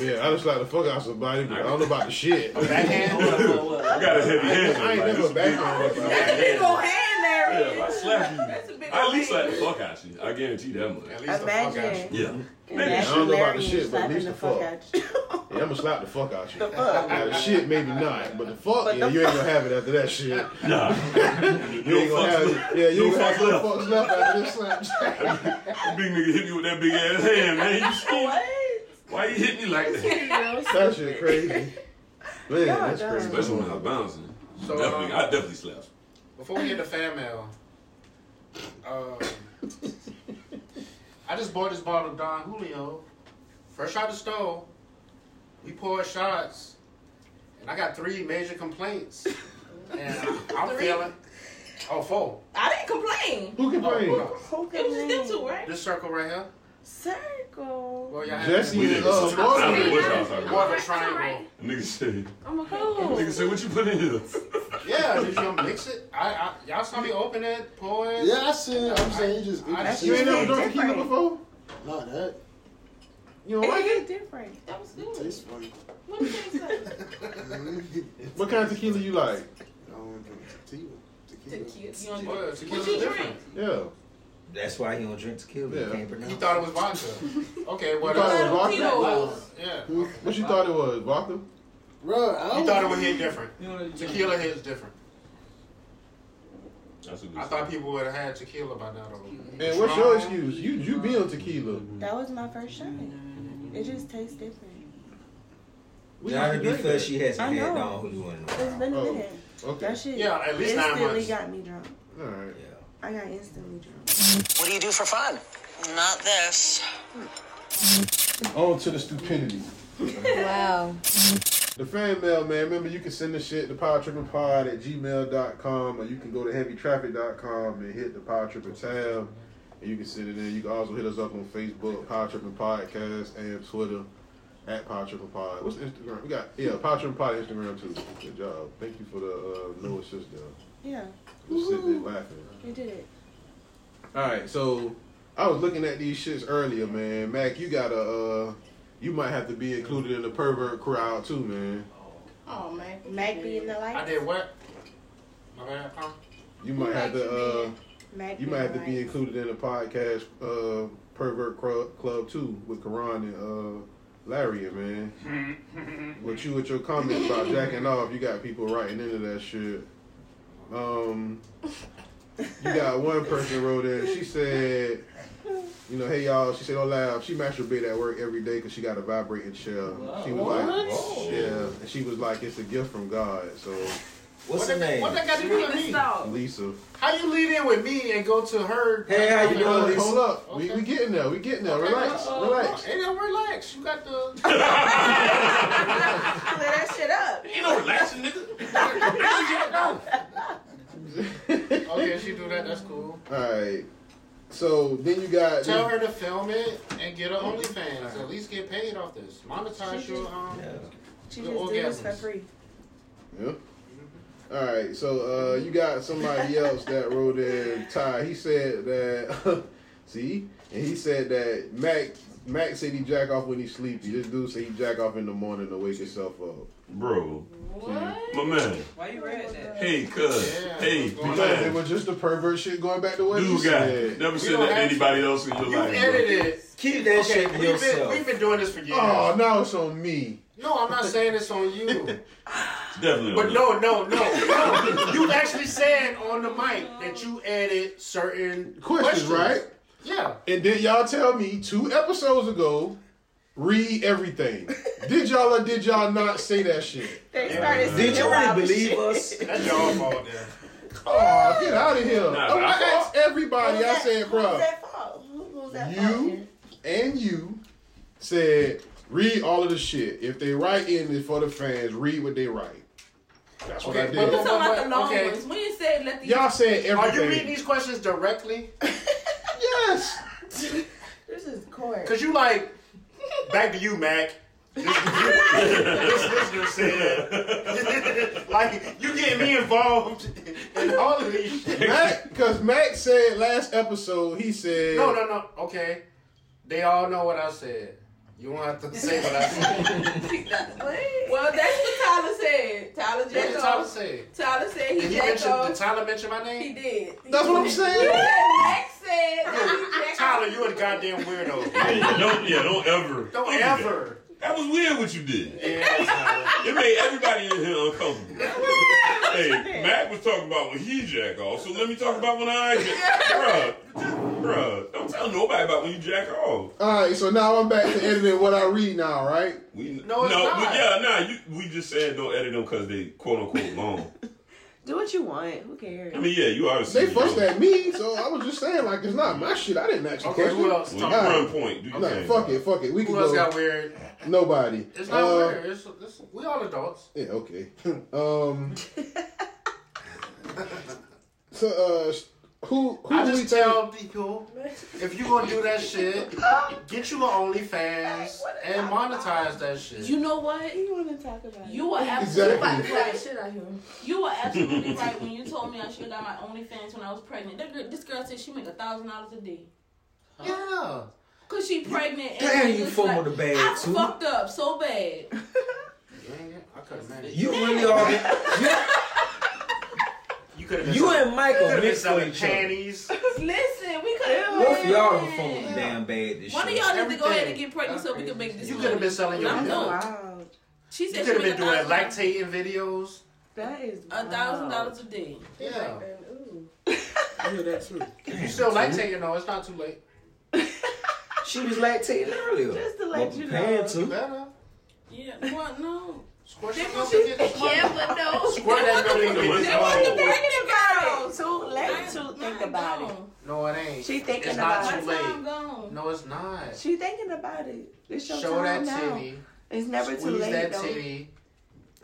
Speaker 6: Yeah, I just slapped the fuck out somebody, but [LAUGHS] I don't know about the shit.
Speaker 10: [LAUGHS] I got a heavy
Speaker 6: [LAUGHS]
Speaker 10: hand.
Speaker 6: I ain't
Speaker 10: like,
Speaker 6: never
Speaker 10: this
Speaker 6: back
Speaker 10: big
Speaker 6: on
Speaker 10: fucking
Speaker 6: That's
Speaker 10: hand.
Speaker 8: hand,
Speaker 10: Yeah, if I slap you, I at least slap the fuck out you. I guarantee that much.
Speaker 8: Imagine.
Speaker 10: Yeah.
Speaker 6: I don't know about the shit, but at
Speaker 8: slapping
Speaker 6: least
Speaker 8: the
Speaker 6: the fuck.
Speaker 8: fuck
Speaker 6: Yeah,
Speaker 8: out you.
Speaker 6: I'ma slap the fuck out you.
Speaker 8: The fuck?
Speaker 6: Now, the shit, maybe not, but the fuck, yeah, you ain't gonna have it after that shit.
Speaker 10: Nah.
Speaker 6: You ain't gonna have it. Yeah, you ain't
Speaker 10: no
Speaker 6: gonna
Speaker 10: fucks
Speaker 6: have no fucks
Speaker 10: left.
Speaker 6: left after this slap.
Speaker 10: That big nigga hit me with that big ass hand, man. You scared?
Speaker 8: [LAUGHS]
Speaker 10: Why you hit me like that?
Speaker 6: That shit crazy. Man, that's crazy.
Speaker 10: Especially when I was bouncing.
Speaker 21: So,
Speaker 10: definitely,
Speaker 21: um,
Speaker 10: I definitely slapped.
Speaker 21: Before we get to fan mail, um, I just bought this bottle of Don Julio, fresh out the store. We poured shots, and I got three major complaints. And I'm feeling, oh, four.
Speaker 22: I didn't complain.
Speaker 6: Who
Speaker 22: It
Speaker 6: complained?
Speaker 22: was just them two, right?
Speaker 21: This circle right here.
Speaker 8: Circle.
Speaker 21: Well, y'all
Speaker 6: Jesse
Speaker 10: We
Speaker 6: and
Speaker 10: didn't
Speaker 6: uh,
Speaker 10: stop. I don't know
Speaker 6: Morgan.
Speaker 10: what y'all talking
Speaker 21: more of
Speaker 10: about.
Speaker 21: a triangle.
Speaker 10: Nigga said,
Speaker 22: I'm a cold.
Speaker 10: nigga said, what you put in here?
Speaker 21: Yeah, did you mix it? I, I y'all saw me open it, pour it.
Speaker 5: Yeah, I seen it. I'm saying you just.
Speaker 21: I-
Speaker 6: You ain't never drunk tequila before?
Speaker 5: Not that.
Speaker 6: You don't like it?
Speaker 8: different.
Speaker 22: That was
Speaker 5: It
Speaker 22: good.
Speaker 5: tastes funny.
Speaker 22: What did they say?
Speaker 6: What kind of tequila you like?
Speaker 5: I don't drink tequila. Tequila.
Speaker 22: Tequila. You don't
Speaker 21: Well,
Speaker 22: drink.
Speaker 21: tequila's
Speaker 22: What you
Speaker 21: different.
Speaker 22: drink?
Speaker 6: Yeah.
Speaker 15: That's why he don't drink tequila.
Speaker 6: Yeah.
Speaker 15: He can't
Speaker 21: He
Speaker 15: pronounce.
Speaker 21: thought it
Speaker 22: [LAUGHS]
Speaker 21: was vodka. Okay, what
Speaker 6: You thought it
Speaker 21: else?
Speaker 6: was vodka?
Speaker 22: Tito's.
Speaker 21: Yeah.
Speaker 6: What you thought it was? Vodka?
Speaker 5: Bro, I don't
Speaker 21: You thought it would hit different. Tequila hits different.
Speaker 10: That's what
Speaker 21: I thought people would have had tequila by now. Though.
Speaker 6: And what's your excuse? You you be on tequila.
Speaker 8: That was my first shot. It just tastes different.
Speaker 6: We
Speaker 15: Johnny B.
Speaker 6: used to drink
Speaker 15: Fuzz, she
Speaker 8: I
Speaker 15: hasn't had Don
Speaker 8: know.
Speaker 15: Julio in a
Speaker 8: It's
Speaker 15: while.
Speaker 8: been a
Speaker 6: Oh,
Speaker 8: minute.
Speaker 6: okay.
Speaker 8: That shit
Speaker 21: Yeah, at least nine
Speaker 8: instantly
Speaker 21: months.
Speaker 8: got me drunk.
Speaker 6: All right.
Speaker 15: Yeah.
Speaker 8: I got instantly drunk.
Speaker 24: What do you do for fun? Not this.
Speaker 6: On to the stupidity.
Speaker 24: Wow.
Speaker 6: The fan mail, man. Remember, you can send the shit to powertrippingpod at gmail.com or you can go to heavytraffic.com and hit the Power Tripping tab. And you can send it in. You can also hit us up on Facebook, Power Tripping Podcast, and Twitter at Power Tripping Pod. What's Instagram? We got, yeah, Power Tripping Pod Instagram too. Good job. Thank you for the uh, no assist there.
Speaker 8: Yeah.
Speaker 6: Just sitting there laughing.
Speaker 8: We did it.
Speaker 6: All right, so I was looking at these shits earlier, man. Mac, you gotta, uh, you might have to be included in the pervert crowd too, man.
Speaker 8: Oh, Mac. Mac be in the light.
Speaker 21: I did what? My bad, huh?
Speaker 6: You might have to, uh,
Speaker 8: Mac
Speaker 6: you
Speaker 8: be
Speaker 6: might
Speaker 8: in
Speaker 6: have to
Speaker 8: the
Speaker 6: be
Speaker 8: light.
Speaker 6: included in the podcast, uh, pervert club, club too with Karan and uh, Larry, man. With you with your comments about jacking off, you got people writing into that shit. Um, you got one person wrote in. She said, "You know, hey y'all." She said, "Don't laugh." She masturbate at work every day because she got a vibrating chair. She was
Speaker 21: What?
Speaker 6: like, "Yeah," and she was like, "It's a gift from God." So,
Speaker 21: What's her name? What that got to do with me?
Speaker 6: Lisa.
Speaker 21: How you lead in with me and go to her?
Speaker 6: Hey, how you doing, Lisa? Hold
Speaker 21: Hold up.
Speaker 6: up, we, we getting there. We getting there. relax,
Speaker 21: uh,
Speaker 6: relax.
Speaker 21: Hey, now relax. You got the. [LAUGHS]
Speaker 6: [LAUGHS]
Speaker 8: Clear that shit up.
Speaker 21: You know, relaxing, nigga. okay, she do that. That's cool.
Speaker 6: All right. So then you got
Speaker 21: Tell her to film it and get her OnlyFans. At least get paid off this. Monetize your um.
Speaker 8: She
Speaker 21: The
Speaker 8: just do this for
Speaker 21: orgasms.
Speaker 8: free.
Speaker 6: Yeah. All right, so uh, you
Speaker 21: [LAUGHS]
Speaker 6: got somebody else that wrote in Ty. He said that, [LAUGHS] see, and he said that Mac Mac said he jack off when he's sleepy. This dude said he jack off in the morning to wake himself up.
Speaker 10: Bro, my man.
Speaker 16: Why you read that?
Speaker 10: Hey, cuz. hey, my
Speaker 6: Because it
Speaker 10: Oh, man.
Speaker 6: was just the pervert shit going back to what you
Speaker 10: Dude, guy.
Speaker 6: said.
Speaker 10: Never said that to anybody else in your
Speaker 21: You
Speaker 10: life. bro.
Speaker 21: edited.
Speaker 15: Keep
Speaker 6: that shit to
Speaker 21: we've Been,
Speaker 6: yourself.
Speaker 21: we've been doing this for years.
Speaker 6: Oh, now it's on me.
Speaker 21: No, I'm not saying this on
Speaker 6: [LAUGHS]
Speaker 21: you.
Speaker 10: Definitely.
Speaker 21: But no, no, no, no. You actually said on the mic that you added certain
Speaker 6: Questions, right?
Speaker 21: Yeah.
Speaker 6: And did y'all tell me two episodes ago, read everything? did y'all or did y'all not say that shit?
Speaker 8: They
Speaker 6: Did
Speaker 8: started singing
Speaker 6: you really
Speaker 8: wild
Speaker 6: believe
Speaker 8: shit. [LAUGHS]
Speaker 6: us?
Speaker 21: That's your fault, then.
Speaker 6: Oh, get out of here.
Speaker 21: Nah,
Speaker 6: Oh,
Speaker 21: but
Speaker 6: I,
Speaker 21: I-
Speaker 6: asked everybody, I said,
Speaker 8: Who was
Speaker 6: bro,
Speaker 8: that for? Who was that for?
Speaker 6: you and you said, read all of the shit. If they write in it for the fans, read what they write. That's what I
Speaker 21: Okay,
Speaker 6: did.
Speaker 21: but
Speaker 4: You talking about the long
Speaker 21: Okay.
Speaker 4: ones. When you said let the
Speaker 6: Y'all said
Speaker 21: Are you
Speaker 6: everything.
Speaker 21: reading these questions directly?
Speaker 6: yes.
Speaker 8: This is corn.
Speaker 21: Cause you like back to you, [LAUGHS] Mac. this listener said, [LAUGHS] like you getting me involved in all of these shit.
Speaker 6: Mac, cause Mac said last episode, he said
Speaker 21: No, no, no. Okay, they all know what I said. You won't have to say what I said.
Speaker 4: Well, that's what Tyler said. Tyler
Speaker 21: What did
Speaker 4: Jacob.
Speaker 21: Tyler say?
Speaker 4: Tyler said
Speaker 21: Did
Speaker 4: he
Speaker 21: he
Speaker 4: jacked
Speaker 21: mention, did
Speaker 4: off.
Speaker 21: Tyler mention my name?
Speaker 4: He did. He
Speaker 6: That's what I'm
Speaker 4: did.
Speaker 6: saying.
Speaker 4: He said Max said that he
Speaker 21: [LAUGHS]
Speaker 4: jacked off.
Speaker 21: Tyler, you a goddamn weirdo.
Speaker 10: Hey, don't, yeah, don't ever.
Speaker 21: Don't
Speaker 10: do that.
Speaker 21: ever.
Speaker 10: That was weird what you did. It made everybody in here uncomfortable. hey, Matt was talking about when he jack off, so let me talk about when I jack Bruh, bruh, don't tell nobody about when you jack off.
Speaker 6: All right, so now I'm back to editing what I read now, right?
Speaker 10: We,
Speaker 6: No, it's
Speaker 10: no,
Speaker 6: not.
Speaker 10: we- yeah, nah, you, we just said don't edit them because they quote unquote long.
Speaker 8: Do what you want. Who cares?
Speaker 10: I mean, yeah, you obviously.
Speaker 6: They fussed at me, so I was just saying like it's not my shit. I didn't actually
Speaker 21: Okay,
Speaker 6: question.
Speaker 21: who else?
Speaker 6: All
Speaker 21: Talk
Speaker 10: one point. Do your
Speaker 6: Nah,
Speaker 10: thing.
Speaker 6: fuck it, fuck it. We
Speaker 21: Who
Speaker 6: can
Speaker 21: else
Speaker 6: go.
Speaker 21: got weird?
Speaker 6: Nobody.
Speaker 21: It's not
Speaker 6: Uh,
Speaker 21: weird. It's, it's, we all adults.
Speaker 6: Yeah, okay. [LAUGHS] um. [LAUGHS] so, uh, who who
Speaker 21: I
Speaker 6: we
Speaker 21: just tell people if you gonna do that shit, get you an OnlyFans and monetize that shit.
Speaker 4: You know what?
Speaker 8: You want to talk about
Speaker 4: You were absolutely right. You were absolutely right when you told me I should have got my OnlyFans when I was pregnant. That girl, this girl said she make a thousand dollars a day.
Speaker 21: Yeah.
Speaker 4: Cause she pregnant.
Speaker 15: Damn,
Speaker 4: and
Speaker 15: you
Speaker 4: just
Speaker 15: fumbled the
Speaker 4: like-
Speaker 15: bag,
Speaker 4: I
Speaker 15: too.
Speaker 4: fucked up so bad.
Speaker 21: I could have managed.
Speaker 15: You really are.
Speaker 21: You could
Speaker 15: You and Michael mixed
Speaker 21: selling
Speaker 15: with each other.
Speaker 21: panties.
Speaker 4: Listen, we could have.
Speaker 15: Both of y'all are from damn bad this
Speaker 4: One of
Speaker 15: shit.
Speaker 4: y'all needs to go ahead and get pregnant so we can make this.
Speaker 21: You could have been selling your
Speaker 4: I'm
Speaker 21: milk.
Speaker 8: Wow.
Speaker 4: She
Speaker 21: You
Speaker 4: said
Speaker 21: could have
Speaker 4: she
Speaker 21: been
Speaker 4: make
Speaker 21: doing
Speaker 4: a thousand-
Speaker 21: lactating videos.
Speaker 8: That is
Speaker 4: a
Speaker 8: [LAUGHS]
Speaker 4: thousand dollars a day.
Speaker 21: Yeah.
Speaker 16: I hear that too.
Speaker 21: If you still lactating, though, it's not too late.
Speaker 15: She was lactating earlier.
Speaker 8: Just to
Speaker 15: Well,
Speaker 8: let you
Speaker 15: prepared
Speaker 8: know.
Speaker 15: to.
Speaker 21: Better.
Speaker 4: Yeah. What? No.
Speaker 21: Squirt
Speaker 4: They
Speaker 21: some
Speaker 4: want
Speaker 21: milk
Speaker 4: the,
Speaker 21: and get some
Speaker 4: yeah,
Speaker 21: money.
Speaker 4: but [LAUGHS] no.
Speaker 21: Squirt that milk in
Speaker 4: They
Speaker 21: your
Speaker 4: want
Speaker 21: mouth.
Speaker 4: the pregnant girls.
Speaker 8: Too late to think about it.
Speaker 21: No, it ain't.
Speaker 8: She thinking
Speaker 21: it's not
Speaker 8: about
Speaker 21: too
Speaker 4: My
Speaker 21: late.
Speaker 4: time gone.
Speaker 21: No, it's not.
Speaker 8: She thinking about it. It's your
Speaker 21: Show
Speaker 8: time
Speaker 21: that
Speaker 8: now.
Speaker 21: titty.
Speaker 8: It's never too
Speaker 21: Squeeze
Speaker 8: late
Speaker 21: that
Speaker 8: though.
Speaker 21: titty.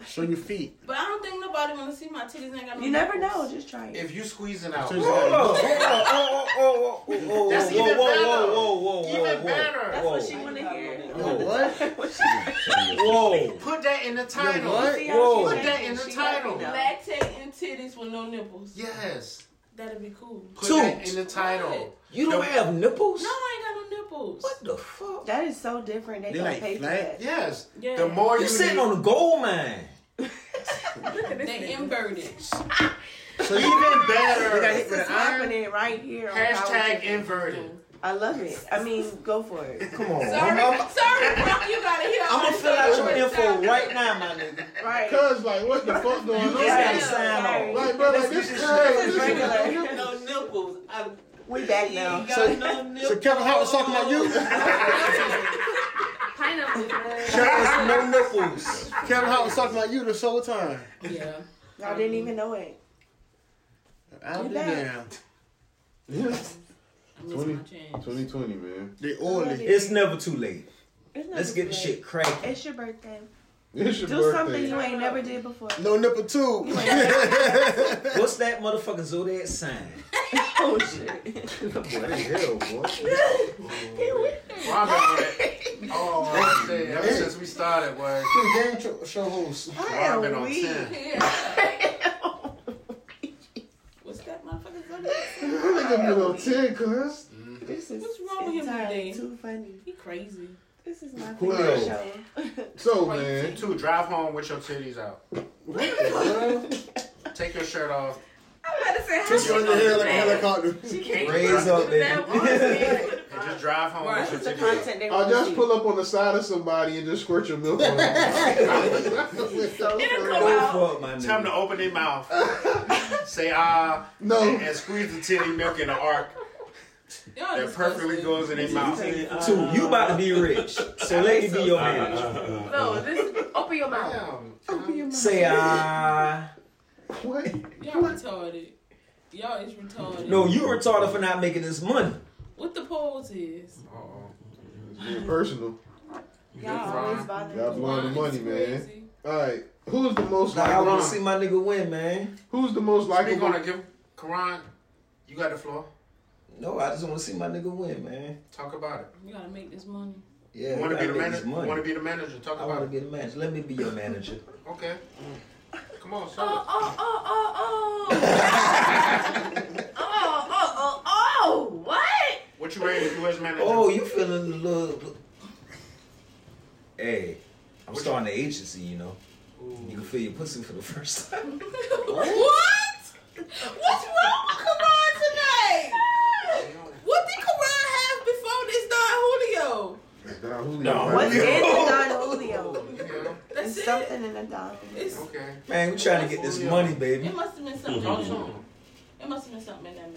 Speaker 21: Show your feet.
Speaker 4: But I don't think nobody wanna see my titties. Ain't got no
Speaker 8: You never
Speaker 4: nipples.
Speaker 8: know. Just try it.
Speaker 21: If you squeezing out.
Speaker 15: Hold on, hold on, oh, oh, oh, oh, oh, oh,
Speaker 21: That's
Speaker 15: whoa,
Speaker 21: even
Speaker 15: whoa,
Speaker 21: better.
Speaker 15: whoa, whoa, whoa, whoa,
Speaker 21: Even
Speaker 15: whoa,
Speaker 21: better.
Speaker 15: whoa.
Speaker 4: wanna hear.
Speaker 15: Whoa.
Speaker 21: Put that in the title.
Speaker 15: what?
Speaker 21: Put
Speaker 15: Whoa.
Speaker 21: that in the title.
Speaker 4: Lactate and titties with no nipples.
Speaker 21: Yes.
Speaker 4: That'd be cool.
Speaker 21: Put that in the title.
Speaker 15: You don't have nipples?
Speaker 4: No, I ain't got no nipples. What
Speaker 15: the fuck?
Speaker 8: That is so different. They
Speaker 15: They
Speaker 8: don't
Speaker 15: like
Speaker 8: pay
Speaker 15: flat?
Speaker 8: for that.
Speaker 21: Yes.
Speaker 4: Yeah.
Speaker 15: The more You're
Speaker 21: you
Speaker 15: sitting
Speaker 21: need-
Speaker 15: on a gold mine.
Speaker 4: They inverted.
Speaker 21: So even better.
Speaker 8: They got hit with an iron. it right here. on Power
Speaker 21: Hashtag
Speaker 8: Trip.
Speaker 21: inverted.
Speaker 8: I love it. I mean, go for it.
Speaker 15: Come on. I'm,
Speaker 4: sorry,
Speaker 8: Sorry,
Speaker 4: bro. You gotta hear.
Speaker 15: I'm gonna fill out your info right now, my nigga.
Speaker 8: Right.
Speaker 6: Cause like, what the fuck going on?
Speaker 15: You just gotta sign off.
Speaker 6: Like, bro, like this is crazy.
Speaker 16: No nipples. I,
Speaker 8: We back now.
Speaker 16: So, no nipples.
Speaker 5: So Kevin Hart was talking about you.
Speaker 6: [LAUGHS]
Speaker 16: Pineapple.
Speaker 5: no nipples. Kevin Hart was talking about you this whole time.
Speaker 4: Yeah.
Speaker 8: Y'all didn't even know it.
Speaker 5: I'll be
Speaker 8: back.
Speaker 5: down. Yes.
Speaker 6: 20,
Speaker 15: [LAUGHS]
Speaker 6: 2020, man.
Speaker 5: They
Speaker 8: orally.
Speaker 15: It's never too late.
Speaker 8: It's not
Speaker 15: Let's
Speaker 8: too
Speaker 15: get the
Speaker 8: late.
Speaker 15: shit cracking.
Speaker 8: It's your birthday.
Speaker 6: It's
Speaker 8: Do
Speaker 6: your birthday.
Speaker 8: something you ain't never did before.
Speaker 5: No nipple too.
Speaker 6: [LAUGHS]
Speaker 15: What's that motherfucker zodiac sign?
Speaker 8: [LAUGHS] oh shit.
Speaker 6: hell, [LAUGHS] boy.
Speaker 21: Robin on it.
Speaker 8: [LAUGHS]
Speaker 21: Oh, I'm saying, ever since we started, was
Speaker 5: You a game show, show host.
Speaker 21: Robin on 10.
Speaker 4: What's that motherfucker's name?
Speaker 6: I think I'm below 10, cuz.
Speaker 8: [LAUGHS] This is
Speaker 4: What's wrong with him today?
Speaker 8: entirely too funny.
Speaker 4: He crazy.
Speaker 15: [LAUGHS]
Speaker 8: This is my
Speaker 6: Cool.
Speaker 8: favorite show.
Speaker 6: So, man.
Speaker 21: Two, drive home with your titties out.
Speaker 8: [LAUGHS]
Speaker 21: Take your shirt off.
Speaker 7: I'm about to say,
Speaker 5: Put you on your head like a helicopter.
Speaker 7: She can't
Speaker 15: Raise up,
Speaker 7: nigga.
Speaker 21: And just drive home
Speaker 7: Right.
Speaker 21: with
Speaker 7: It's the
Speaker 21: your titties out.
Speaker 7: content they
Speaker 6: I'll
Speaker 7: wanna
Speaker 6: just
Speaker 7: see.
Speaker 6: pull up on the side of somebody and just squirt your milk on them. [LAUGHS]
Speaker 15: Go for it, my
Speaker 21: Tell them
Speaker 15: nigga.
Speaker 21: to open
Speaker 15: [LAUGHS]
Speaker 21: their mouth. Say ah.
Speaker 6: No.
Speaker 21: And, and squeeze the titty milk in the arc. That perfectly goes in their mouth.
Speaker 15: Two, you about to be rich, so let me be your manager.
Speaker 7: No, this open your mouth.
Speaker 8: Open your mouth.
Speaker 15: Say ah.
Speaker 6: What?
Speaker 4: Y'all retarded. Y'all is retarded.
Speaker 15: No, you retarded for not making this money.
Speaker 4: What the pose is?
Speaker 6: Being personal.
Speaker 4: Y'all always
Speaker 8: bother
Speaker 6: Y'all blowing the money, man. All right. Who's the most
Speaker 15: Nah, I
Speaker 6: likely?
Speaker 15: want to see my nigga win, man.
Speaker 6: Who's the most
Speaker 21: They
Speaker 6: likable?
Speaker 21: gonna give Karan. You got the floor.
Speaker 15: No, I just want to see my nigga win, man.
Speaker 21: Talk about it.
Speaker 4: You gotta make this money.
Speaker 15: Yeah,
Speaker 21: want to
Speaker 15: gotta
Speaker 21: be the
Speaker 15: make this
Speaker 21: manager?
Speaker 15: money.
Speaker 21: Want to be the manager? Talk
Speaker 15: I
Speaker 21: about
Speaker 15: want
Speaker 21: it.
Speaker 15: to get a manager. Let me be Mm. your manager.
Speaker 21: Okay. Come on, son.
Speaker 7: Oh, oh, oh, oh, oh.
Speaker 4: [LAUGHS]
Speaker 7: oh, oh, oh, oh.
Speaker 4: [LAUGHS]
Speaker 7: What?
Speaker 21: What you ready to do as manager?
Speaker 15: Oh, you feeling a little? Hey, I'm starting the agency. You know, you can feel your pussy for the first time.
Speaker 22: what? What's wrong with Karan tonight?
Speaker 4: [LAUGHS]
Speaker 22: What did Karan have before this Don Julio?
Speaker 6: No.
Speaker 8: What's in the Don Julio?
Speaker 4: That's
Speaker 8: It's
Speaker 4: it.
Speaker 8: something in the Don
Speaker 4: It's,
Speaker 21: Okay.
Speaker 15: Man, we trying to get this money, baby.
Speaker 4: It must have been something.
Speaker 15: Mhm.
Speaker 4: in it. It must have been something in that man.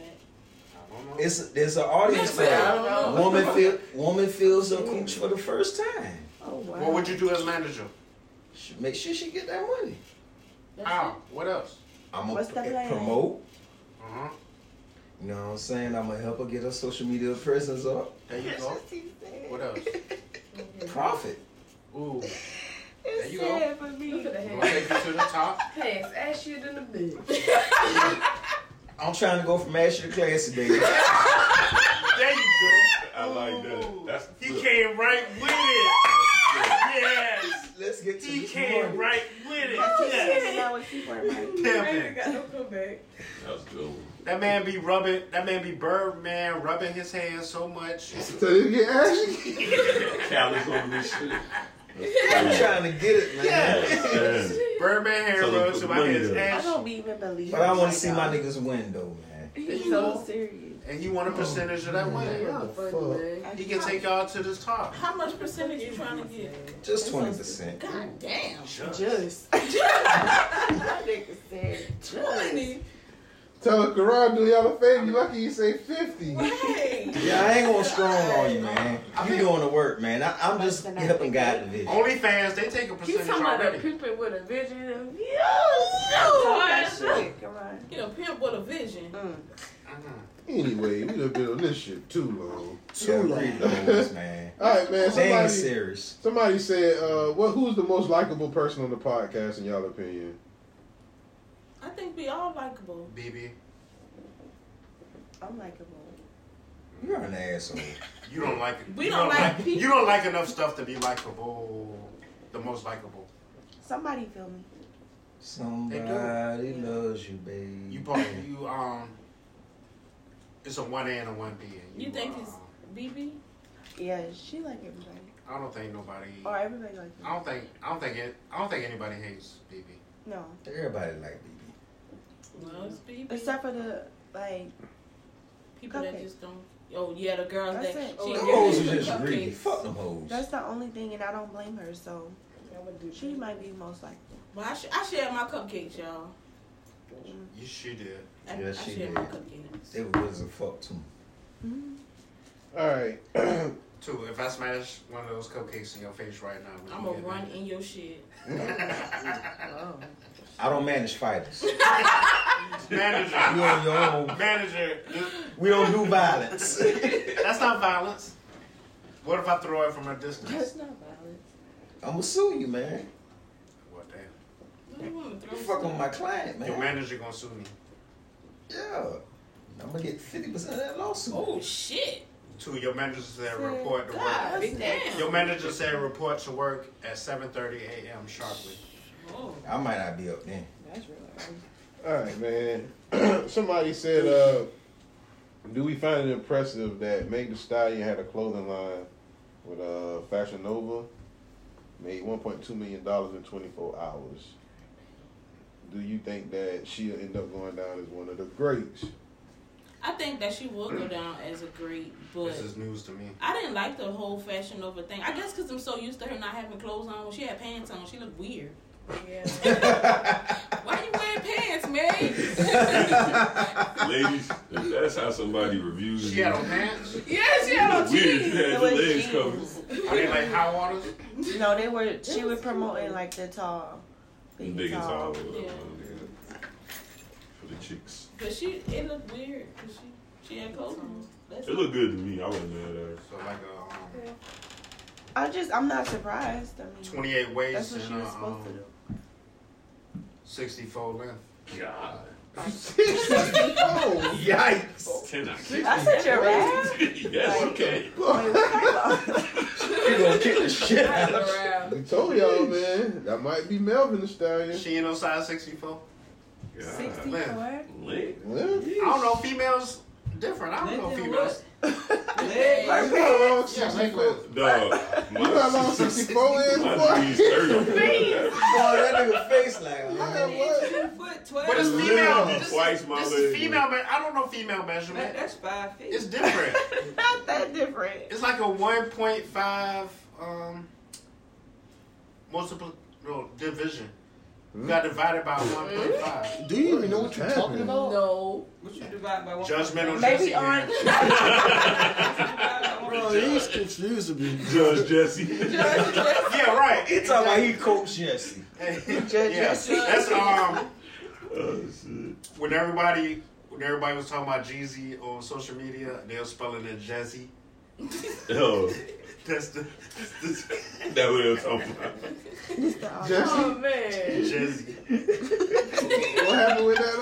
Speaker 15: It's there's an audience for that. Woman feel woman feels her cooch for the first time.
Speaker 8: Oh wow.
Speaker 21: What would you do as manager?
Speaker 15: She- Make sure she get that money.
Speaker 21: How? What else?
Speaker 15: I'm gonna
Speaker 8: What's the plan?
Speaker 15: promote.
Speaker 21: Uh-huh.
Speaker 15: You know what I'm saying? I'm gonna help her get her social media presence up.
Speaker 21: There you go. What
Speaker 8: [LAUGHS]
Speaker 21: else?
Speaker 15: Profit.
Speaker 21: Ooh. There you go.
Speaker 8: Sad for me.
Speaker 21: I'm gonna take you to the top.
Speaker 7: Pass ass shit in the bed.
Speaker 15: I'm trying to go from master to classy, baby.
Speaker 21: There you go.
Speaker 10: I like that. That's the
Speaker 21: He
Speaker 10: flip.
Speaker 21: came right with it. Yes.
Speaker 15: Let's get to
Speaker 21: He
Speaker 15: this
Speaker 21: came
Speaker 15: money.
Speaker 21: right with it.
Speaker 8: Oh,
Speaker 21: Yes.
Speaker 8: shit. Now it's super right.
Speaker 21: Pimping.
Speaker 10: That's good.
Speaker 21: That man be rubbing. That man be Birdman rubbing his hands so much.
Speaker 6: So you get ashy?
Speaker 10: Callous on this shit.
Speaker 15: I'm trying to get it, man.
Speaker 10: Yes.
Speaker 21: Birdman hair
Speaker 10: So they
Speaker 21: rubs
Speaker 10: put
Speaker 21: to my
Speaker 10: money
Speaker 21: hands
Speaker 10: there.
Speaker 8: I
Speaker 21: ash.
Speaker 8: don't even believe.
Speaker 15: But I
Speaker 8: it.
Speaker 15: want to see my niggas win, though, man.
Speaker 8: He's so serious.
Speaker 21: And he want a percentage of that win. He can take y'all to the top.
Speaker 4: How much percentage you trying to get?
Speaker 15: Just twenty percent.
Speaker 4: God damn.
Speaker 8: Just. That nigga said just.
Speaker 4: Money.
Speaker 6: Tell Karan do y'all a favor. You lucky you say 50.
Speaker 4: Hey.
Speaker 15: [LAUGHS] Yeah, I ain't going strong on you, man. You doing the work, man. I, I'm just
Speaker 8: Listen, I
Speaker 15: helping guide the
Speaker 21: Oh,
Speaker 15: vision.
Speaker 21: OnlyFans, they take a
Speaker 7: You
Speaker 21: percentage
Speaker 7: talking about a
Speaker 21: already.
Speaker 7: pimpin' with a vision? Yo,
Speaker 8: Talk that
Speaker 7: yo.
Speaker 8: shit, come on.
Speaker 4: Get a pimp with a vision.
Speaker 8: Mm.
Speaker 6: Anyway, we done been on this shit too long.
Speaker 15: Yeah, read those, man.
Speaker 6: All right, man.
Speaker 15: Dang
Speaker 6: Somebody,
Speaker 15: serious.
Speaker 6: somebody said, uh, "What? who's the most likable person on the podcast in y'all opinion?"
Speaker 4: I think we all likable.
Speaker 21: BB.
Speaker 8: I'm likable.
Speaker 15: You're an asshole.
Speaker 21: You don't like it.
Speaker 8: We
Speaker 21: you
Speaker 8: don't like people.
Speaker 21: You don't like enough stuff to be likable. The most likable.
Speaker 8: Somebody feel me.
Speaker 15: Somebody loves you, babe.
Speaker 21: You both. You um. It's a one A and a one B. and um,
Speaker 4: You think it's BB?
Speaker 8: Yeah, she like everybody.
Speaker 21: I don't think nobody.
Speaker 8: Or everybody like
Speaker 21: I don't think. I don't think it. I don't think anybody hates BB.
Speaker 8: No.
Speaker 15: Everybody like BB.
Speaker 4: Loves BB.
Speaker 8: Except for the like
Speaker 4: People that
Speaker 8: Cupcake.
Speaker 4: just don't. Oh yeah, the girls
Speaker 8: That's
Speaker 4: that
Speaker 8: it.
Speaker 4: she
Speaker 15: Them
Speaker 4: yeah,
Speaker 15: hoes
Speaker 4: they
Speaker 15: are just
Speaker 4: cupcakes.
Speaker 15: greedy. Fuck them hoes.
Speaker 8: That's the only thing, and I don't blame her. So she might be most likely.
Speaker 4: Well, I, sh- I shared my cupcakes, y'all.
Speaker 21: You she did.
Speaker 4: I,
Speaker 15: Yeah,
Speaker 4: I
Speaker 15: she
Speaker 4: shared
Speaker 15: did.
Speaker 4: my cupcakes.
Speaker 15: They were good as a fuck too.
Speaker 6: All right. [CLEARS THROAT]
Speaker 21: Two. If I smash one of those cupcakes in your face right now, would
Speaker 4: I'm
Speaker 21: you
Speaker 4: gonna
Speaker 21: get
Speaker 4: run
Speaker 21: mad?
Speaker 4: in your shit.
Speaker 15: I don't manage fighters. [LAUGHS]
Speaker 21: Manager.
Speaker 15: You on your own.
Speaker 21: Manager.
Speaker 15: We don't do violence.
Speaker 21: [LAUGHS] That's not violence. What if I throw it from a distance?
Speaker 8: not violence.
Speaker 15: I'ma sue you, man.
Speaker 21: What damn?
Speaker 15: You fucking with my client, man.
Speaker 21: Your manager gonna sue me.
Speaker 15: Yeah. I'm gonna get fifty percent of that lawsuit.
Speaker 4: Oh shit.
Speaker 21: Two. Your manager said
Speaker 4: Said,
Speaker 21: report to
Speaker 4: God,
Speaker 21: work.
Speaker 4: damn.
Speaker 21: Your manager said report to work at 7:30 a.m. sharply.
Speaker 4: Oh,
Speaker 15: I might not be up then.
Speaker 8: that's really.
Speaker 6: All right, man. [CLEARS THROAT] Somebody said, uh, "Do we find it impressive that Meg Thee Stallion had a clothing line with uh, Fashion Nova, made 1.2 million dollars in 24 hours? Do you think that she'll end up going down as one of the greats?" [LAUGHS]
Speaker 4: I think that she will go down as a great, but
Speaker 21: This is news to me.
Speaker 4: I didn't like the whole fashion over thing. I guess because I'm so used to her not having clothes on. When she had pants on, she looked weird. [LAUGHS] Why you wearing pants, [LAUGHS] man?
Speaker 10: Ladies, if that's how somebody reviews
Speaker 21: She had on pants.
Speaker 4: yes, she had on
Speaker 10: Weird,
Speaker 4: jeans.
Speaker 10: you had your legs covered.
Speaker 21: Are they like high waters?
Speaker 8: No, they were. She was promoting like the tall.
Speaker 10: Them niggas
Speaker 8: tall.
Speaker 10: all over. For the chicks.
Speaker 4: But she, it looked weird because she, she had clothes on. That's
Speaker 10: It looked good to me. I wasn't mad at her.
Speaker 21: So like a um,
Speaker 8: I just, I'm not surprised. I mean,
Speaker 21: 28 waist
Speaker 8: That's what she
Speaker 21: and a,
Speaker 8: was supposed
Speaker 21: um,
Speaker 8: to do.
Speaker 21: 64
Speaker 8: [LAUGHS]
Speaker 21: length.
Speaker 10: God.
Speaker 6: oh,
Speaker 15: Yikes.
Speaker 10: Can I
Speaker 8: I [LAUGHS] said your ass.
Speaker 10: Yes, [LAUGHS] okay.
Speaker 15: You gonna kick the shit out of
Speaker 6: We told y'all, man, that might be Melvin Thee Stallion.
Speaker 21: She ain't no size 64. Length. I
Speaker 10: Leg.
Speaker 6: Well,
Speaker 21: don't know. Females different. I don't know females.
Speaker 6: you know how long
Speaker 21: Yeah,
Speaker 6: 64
Speaker 21: like,
Speaker 10: [LAUGHS] Dog. My,
Speaker 6: You know how long
Speaker 10: [LAUGHS]
Speaker 6: 64 is, boy?
Speaker 10: my knees hurt.
Speaker 15: that nigga face like
Speaker 6: Man, what?
Speaker 21: But it's female.
Speaker 10: Literally
Speaker 21: This,
Speaker 10: twice my
Speaker 21: this
Speaker 10: leg.
Speaker 21: is female. Me- I don't know female measurement.
Speaker 7: That's five feet.
Speaker 21: It's different.
Speaker 8: Not that different.
Speaker 21: it's like a 1.5 um multiple no division. You got divided by
Speaker 8: Mm-hmm.
Speaker 21: 1.5.
Speaker 5: Do you even know what you're talking about?
Speaker 7: No.
Speaker 16: What you divide by one?
Speaker 21: Judgmental
Speaker 8: Maybe
Speaker 21: Jesse.
Speaker 8: aren't-
Speaker 5: Bro,
Speaker 21: Oh,
Speaker 5: he's confusing me.
Speaker 10: Judge Jesse.
Speaker 21: [LAUGHS] yeah, right.
Speaker 15: He talking about he coached Jesse.
Speaker 21: yeah, that's um.
Speaker 10: [LAUGHS] Oh, shit.
Speaker 21: When everybody when everybody was talking about Jeezy on social media, they were spelling it Jazzy.
Speaker 10: Yo,
Speaker 21: [LAUGHS] That's the that's the- [LAUGHS]
Speaker 10: that what I'm talking about.
Speaker 6: Jesse?
Speaker 7: man.
Speaker 21: Jazzy.
Speaker 6: What happened with that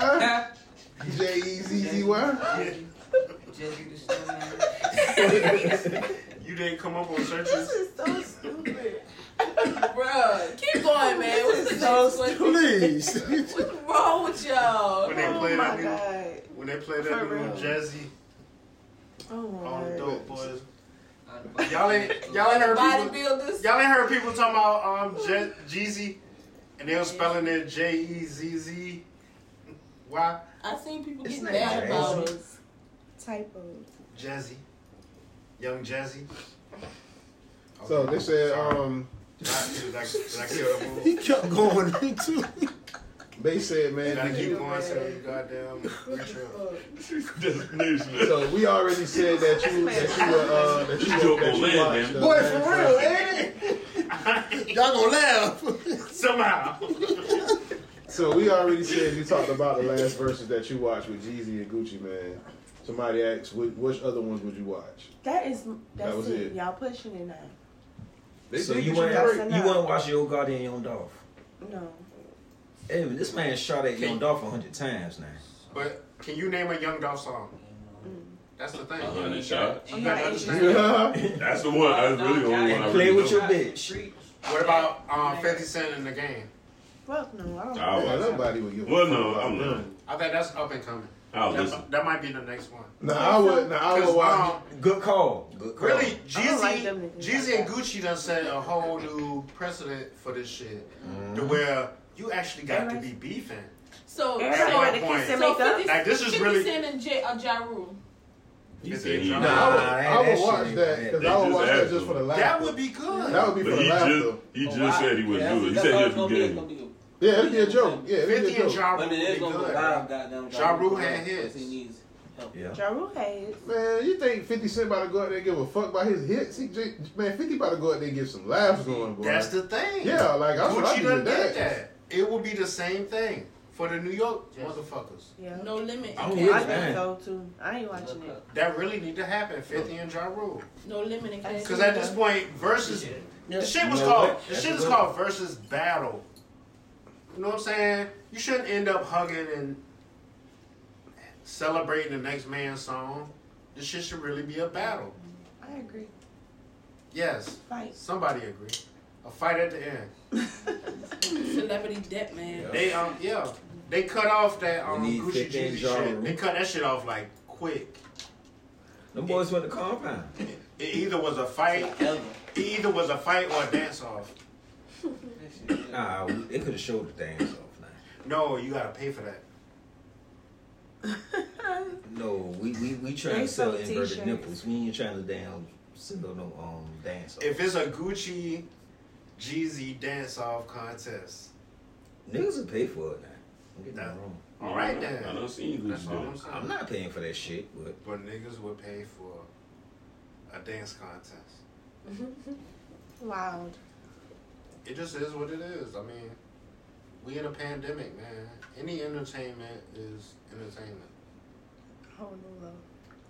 Speaker 6: line? J E Z Z Y?
Speaker 21: Yeah. [LAUGHS] You didn't come up on searches.
Speaker 8: This is so stupid.
Speaker 7: Bruh.
Speaker 4: Keep going, man. What's the next question?
Speaker 5: Please.
Speaker 4: What's wrong with y'all?
Speaker 21: When they
Speaker 8: Oh
Speaker 21: played that
Speaker 8: my
Speaker 21: new,
Speaker 8: god.
Speaker 21: when they played that
Speaker 8: For
Speaker 21: new
Speaker 8: real.
Speaker 21: Jazzy,
Speaker 8: Oh
Speaker 21: all the
Speaker 8: my god.
Speaker 21: dope boys. Y'all ain't y'all ain't heard people,
Speaker 4: Bodybuilders.
Speaker 21: y'all ain't heard people talking about um Je- Jeezy, and they were spelling it J E Z Z. Why
Speaker 4: I seen people
Speaker 15: It's
Speaker 4: get
Speaker 15: not
Speaker 4: mad about
Speaker 15: crazy.
Speaker 4: us.
Speaker 8: Typos.
Speaker 21: Jazzy, young Jazzy?
Speaker 6: [LAUGHS] So they said, um,
Speaker 21: Did I, did I, did I kill the
Speaker 5: He
Speaker 21: move?
Speaker 5: kept going [LAUGHS] into
Speaker 6: they said, man,
Speaker 21: Gotta
Speaker 6: did
Speaker 21: keep
Speaker 6: you-
Speaker 21: going to you goddamn reach up.
Speaker 10: Just nation.
Speaker 6: So we already said that you that you were uh, that you,
Speaker 10: You joke
Speaker 6: that
Speaker 10: on
Speaker 6: you
Speaker 10: land,
Speaker 6: watched,
Speaker 10: man.
Speaker 6: uh,
Speaker 5: Boy,
Speaker 6: Man's
Speaker 5: for
Speaker 6: Version.
Speaker 5: real, eh? ain't it? Y'all gonna laugh.
Speaker 21: Somehow.
Speaker 6: So we already said you talked about the last verses that you watched with Jeezy and Gucci Man. Somebody asked, which, which other ones would you watch?
Speaker 8: That is that's
Speaker 6: That was
Speaker 8: it.
Speaker 6: it.
Speaker 8: Y'all pushing it now.
Speaker 15: so
Speaker 6: think
Speaker 15: you
Speaker 6: it's
Speaker 15: want
Speaker 6: great.
Speaker 15: you want to watch Yo Gotti and Young Dolph?
Speaker 8: No.
Speaker 15: Hey, but this man shot at Young Dolph a hundred times now.
Speaker 21: But can you name a Young Dolph song? That's the thing.
Speaker 10: A hundred shots.
Speaker 21: You
Speaker 5: [LAUGHS]
Speaker 21: gotta
Speaker 6: [LAUGHS]
Speaker 21: understand.
Speaker 10: That's the one. That's really the only one. I really know.
Speaker 15: bitch.
Speaker 21: What about um, 50 Cent in the game?
Speaker 8: Fuck no, I don't.
Speaker 10: I
Speaker 6: Yeah,
Speaker 10: was.
Speaker 6: nobody would give a
Speaker 10: Well,
Speaker 6: fuck
Speaker 10: no,
Speaker 6: about
Speaker 10: I'm not.
Speaker 6: them.
Speaker 21: I think that's up and coming.
Speaker 10: I'll
Speaker 21: that,
Speaker 10: listen.
Speaker 21: that might be the next one.
Speaker 6: Nah, I would. Nah, I would
Speaker 21: 'Cause,
Speaker 6: watch.
Speaker 21: um,
Speaker 15: Good call. Good call.
Speaker 21: Really,
Speaker 15: I don't
Speaker 21: Jeezy,
Speaker 15: like
Speaker 21: Jeezy and Gucci done set a whole new precedent for this shit,
Speaker 15: Mm-hmm.
Speaker 21: to where you actually got to be beefing.
Speaker 4: So,
Speaker 21: That's
Speaker 4: so,
Speaker 21: my point.
Speaker 4: so 50,
Speaker 21: Like this is
Speaker 4: 50
Speaker 21: really.
Speaker 4: Cent and J, uh, Ja Rule.
Speaker 10: He said he-
Speaker 6: Nah, I would, I would watch that because
Speaker 10: They
Speaker 6: I would
Speaker 10: just
Speaker 6: watch that
Speaker 10: asked
Speaker 6: just
Speaker 10: him.
Speaker 6: for the laughter.
Speaker 21: That would be good.
Speaker 6: That would be
Speaker 10: But
Speaker 6: for the
Speaker 10: he
Speaker 6: laughter.
Speaker 10: just he just said he wouldn't do it. He
Speaker 21: That's-
Speaker 10: said
Speaker 21: that's
Speaker 10: he
Speaker 21: all
Speaker 10: was
Speaker 21: it's gonna be.
Speaker 10: gay.
Speaker 6: Yeah, it'd be a joke. Yeah, it'd be a
Speaker 21: 50 and
Speaker 6: joke.
Speaker 21: Ja Rule.
Speaker 16: But it is gonna go live, goddamn.
Speaker 21: Ja Rule had his.
Speaker 16: He needs
Speaker 15: Yeah.
Speaker 8: Ja Rule had his.
Speaker 6: Man, you think 50 Cent about to go out there and give a fuck about his hits? He, j- man, 50 about to go out there and get some laughs going, boy.
Speaker 21: That's the thing.
Speaker 6: Yeah, like, that's what I
Speaker 21: Gucci
Speaker 6: do
Speaker 21: done
Speaker 6: with
Speaker 21: did
Speaker 6: that. [LAUGHS]
Speaker 21: that. It will be the same thing for the New York motherfuckers.
Speaker 8: Yeah.
Speaker 4: No limit.
Speaker 21: I'm
Speaker 8: Okay,
Speaker 21: with
Speaker 8: I
Speaker 21: it,
Speaker 8: think
Speaker 21: man.
Speaker 8: so too. I ain't watching it.
Speaker 21: That really need to happen. Fifty and Ja Rule.
Speaker 4: No limit in case.
Speaker 21: Because at this point, versus the shit was
Speaker 15: You know
Speaker 21: called
Speaker 15: what?
Speaker 21: the
Speaker 15: That's
Speaker 21: shit
Speaker 15: a
Speaker 21: is
Speaker 15: good one.
Speaker 21: called versus battle. You know what I'm saying? You shouldn't end up hugging and celebrating the next man's song. This shit should really be a battle.
Speaker 8: I agree.
Speaker 21: Yes.
Speaker 8: Fight.
Speaker 21: Somebody agree. A fight at the end.
Speaker 4: Celebrity debt, man.
Speaker 21: They um yeah. They cut off that um
Speaker 15: need
Speaker 21: Gucci
Speaker 15: 50 and
Speaker 21: Jeezy
Speaker 15: Ja
Speaker 21: shit.
Speaker 15: Rule.
Speaker 21: They cut that shit off like quick.
Speaker 15: Them boys went to compound.
Speaker 21: It either was a fight it either was a fight or a dance off.
Speaker 15: Nah, we- they could have showed the dance off.
Speaker 21: No, you gotta pay for that.
Speaker 15: No, we we, we trying
Speaker 21: They
Speaker 15: to sell
Speaker 21: sell
Speaker 15: inverted
Speaker 21: t-shirts.
Speaker 15: nipples. We ain't trying to damn sell no um dance off.
Speaker 21: If it's a Gucci Jeezy dance off contest.
Speaker 15: Niggas will pay for it now. Don't get me wrong.
Speaker 21: All right then.
Speaker 10: I done seen Gucci
Speaker 21: That's all
Speaker 10: do it.
Speaker 21: I'm saying.
Speaker 15: I'm not paying for that shit, but
Speaker 21: But niggas would pay for a dance contest.
Speaker 8: Wild.
Speaker 21: It just is what it is. I mean, we in a pandemic, man. Any entertainment is entertainment.
Speaker 8: Whole new level.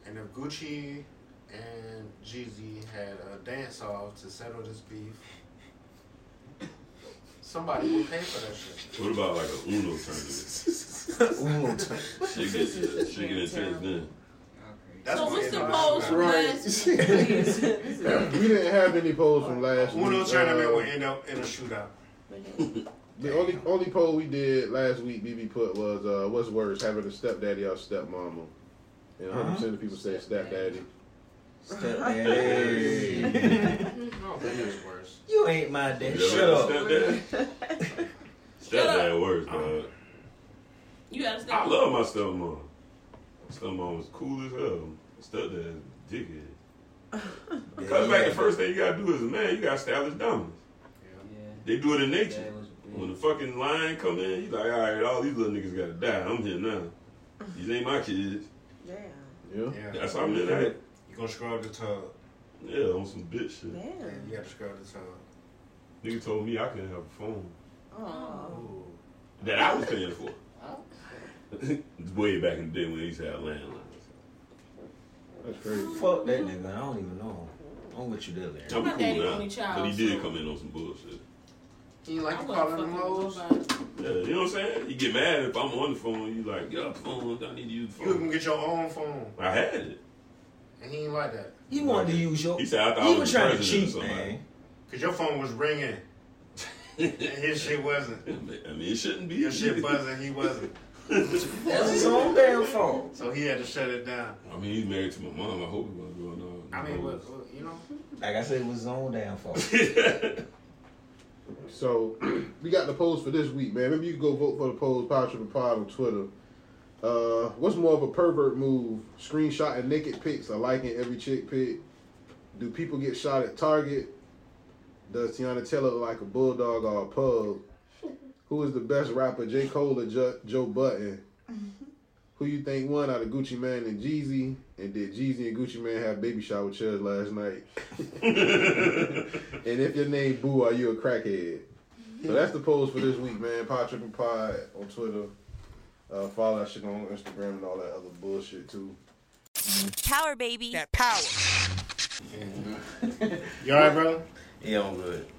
Speaker 21: And if Gucci and Jeezy had a dance off to settle this beef, somebody would pay for that shit.
Speaker 10: What about like a Uno
Speaker 15: [LAUGHS]
Speaker 10: tournament?
Speaker 15: Uno
Speaker 10: She get she get intense then.
Speaker 4: so
Speaker 21: what
Speaker 4: what's
Speaker 21: it
Speaker 4: the
Speaker 21: is.
Speaker 4: post
Speaker 21: Right. [LAUGHS]
Speaker 4: last
Speaker 6: we didn't have any polls from last week.
Speaker 21: Uno tournament
Speaker 6: Uh,
Speaker 21: would end up in a shootout.
Speaker 6: The only only poll we did last week, BB put was uh, what's worse, having a stepdaddy or stepmama, and 100 percent of people said stepdaddy.
Speaker 15: Stepdaddy.
Speaker 21: No, that is worse.
Speaker 15: you ain't my dad.
Speaker 10: You
Speaker 15: Shut
Speaker 10: ever
Speaker 15: up.
Speaker 10: had a Stepdad works, dog.
Speaker 4: You gotta stay.
Speaker 10: I love my stepmom. Stepmom was cool as hell. Stepdad, dickhead. Because back the first thing you gotta do is man, you gotta establish dominance. They do it in nature. When the fucking lion come in, you like, all right, all these little niggas gotta die. I'm here now. These ain't my kids.
Speaker 8: Damn.
Speaker 6: Yeah.
Speaker 10: That's how I'm in that.
Speaker 21: You gonna scrub the tub.
Speaker 10: Yeah, on some bitch shit.
Speaker 8: Damn.
Speaker 21: You gotta scrub the tub.
Speaker 10: Nigga told me I couldn't have a phone
Speaker 8: Oh.
Speaker 10: that I was paying for. [LAUGHS] Way back in the day when they used to have landlines.
Speaker 6: That's crazy.
Speaker 15: Fuck that nigga. I don't even know him. I'm with you there, Larry.
Speaker 10: I'm
Speaker 4: My
Speaker 10: cool
Speaker 4: daddy
Speaker 10: now.
Speaker 4: only child,
Speaker 10: but he did
Speaker 4: so-
Speaker 10: come in on some bullshit.
Speaker 21: You like
Speaker 4: I
Speaker 21: to
Speaker 4: wouldn't
Speaker 21: call
Speaker 4: fucking
Speaker 21: them
Speaker 4: know
Speaker 21: hoes?
Speaker 4: about it.
Speaker 10: Yeah, you know what I'm saying? You get mad if I'm on the phone. You like, get off the phone. I need to use the
Speaker 21: You
Speaker 10: phone.
Speaker 21: can get your own phone.
Speaker 10: I had it.
Speaker 21: And he ain't like that.
Speaker 15: You wanted to use your.
Speaker 10: He said I thought
Speaker 15: You
Speaker 10: I
Speaker 15: were
Speaker 10: was the
Speaker 15: trying to
Speaker 10: president
Speaker 15: cheat,
Speaker 10: or somebody.
Speaker 15: man.
Speaker 21: Because your phone was ringing. and
Speaker 10: [LAUGHS]
Speaker 21: his shit wasn't.
Speaker 10: I mean, it shouldn't be.
Speaker 21: Your shit
Speaker 10: [LAUGHS]
Speaker 21: buzzing, he wasn't.
Speaker 15: That's his own damn fault.
Speaker 21: So he had to shut it down.
Speaker 10: I mean, he's married to my mom. I hope he wasn't doing all
Speaker 21: I mean, what, what, you know?
Speaker 15: Like I said, it was his own damn fault.
Speaker 10: [LAUGHS]
Speaker 6: So [CLEARS THROAT] we got the polls for this week, man. Maybe you can go vote for the polls, Power Trip and Pod on Twitter. Uh, what's more of a pervert move? Screenshotting naked pics or liking every chick pic? Do people get shot at Target? Does Tiana Taylor look like a bulldog or a pug? Who is the best rapper, J. Cole or jo- Joe Button? Who you think won out of Gucci Man and Jeezy? And did Jeezy and Gucci Man have baby shower chairs last night? and if your name Boo, are you a crackhead? So that's the polls for this week, man. Pod Tripping Pod on Twitter. Uh, follow that shit on Instagram and all that other bullshit too.
Speaker 25: Power, baby.
Speaker 26: That power.
Speaker 21: You alright, brother?
Speaker 10: Yeah, I'm good.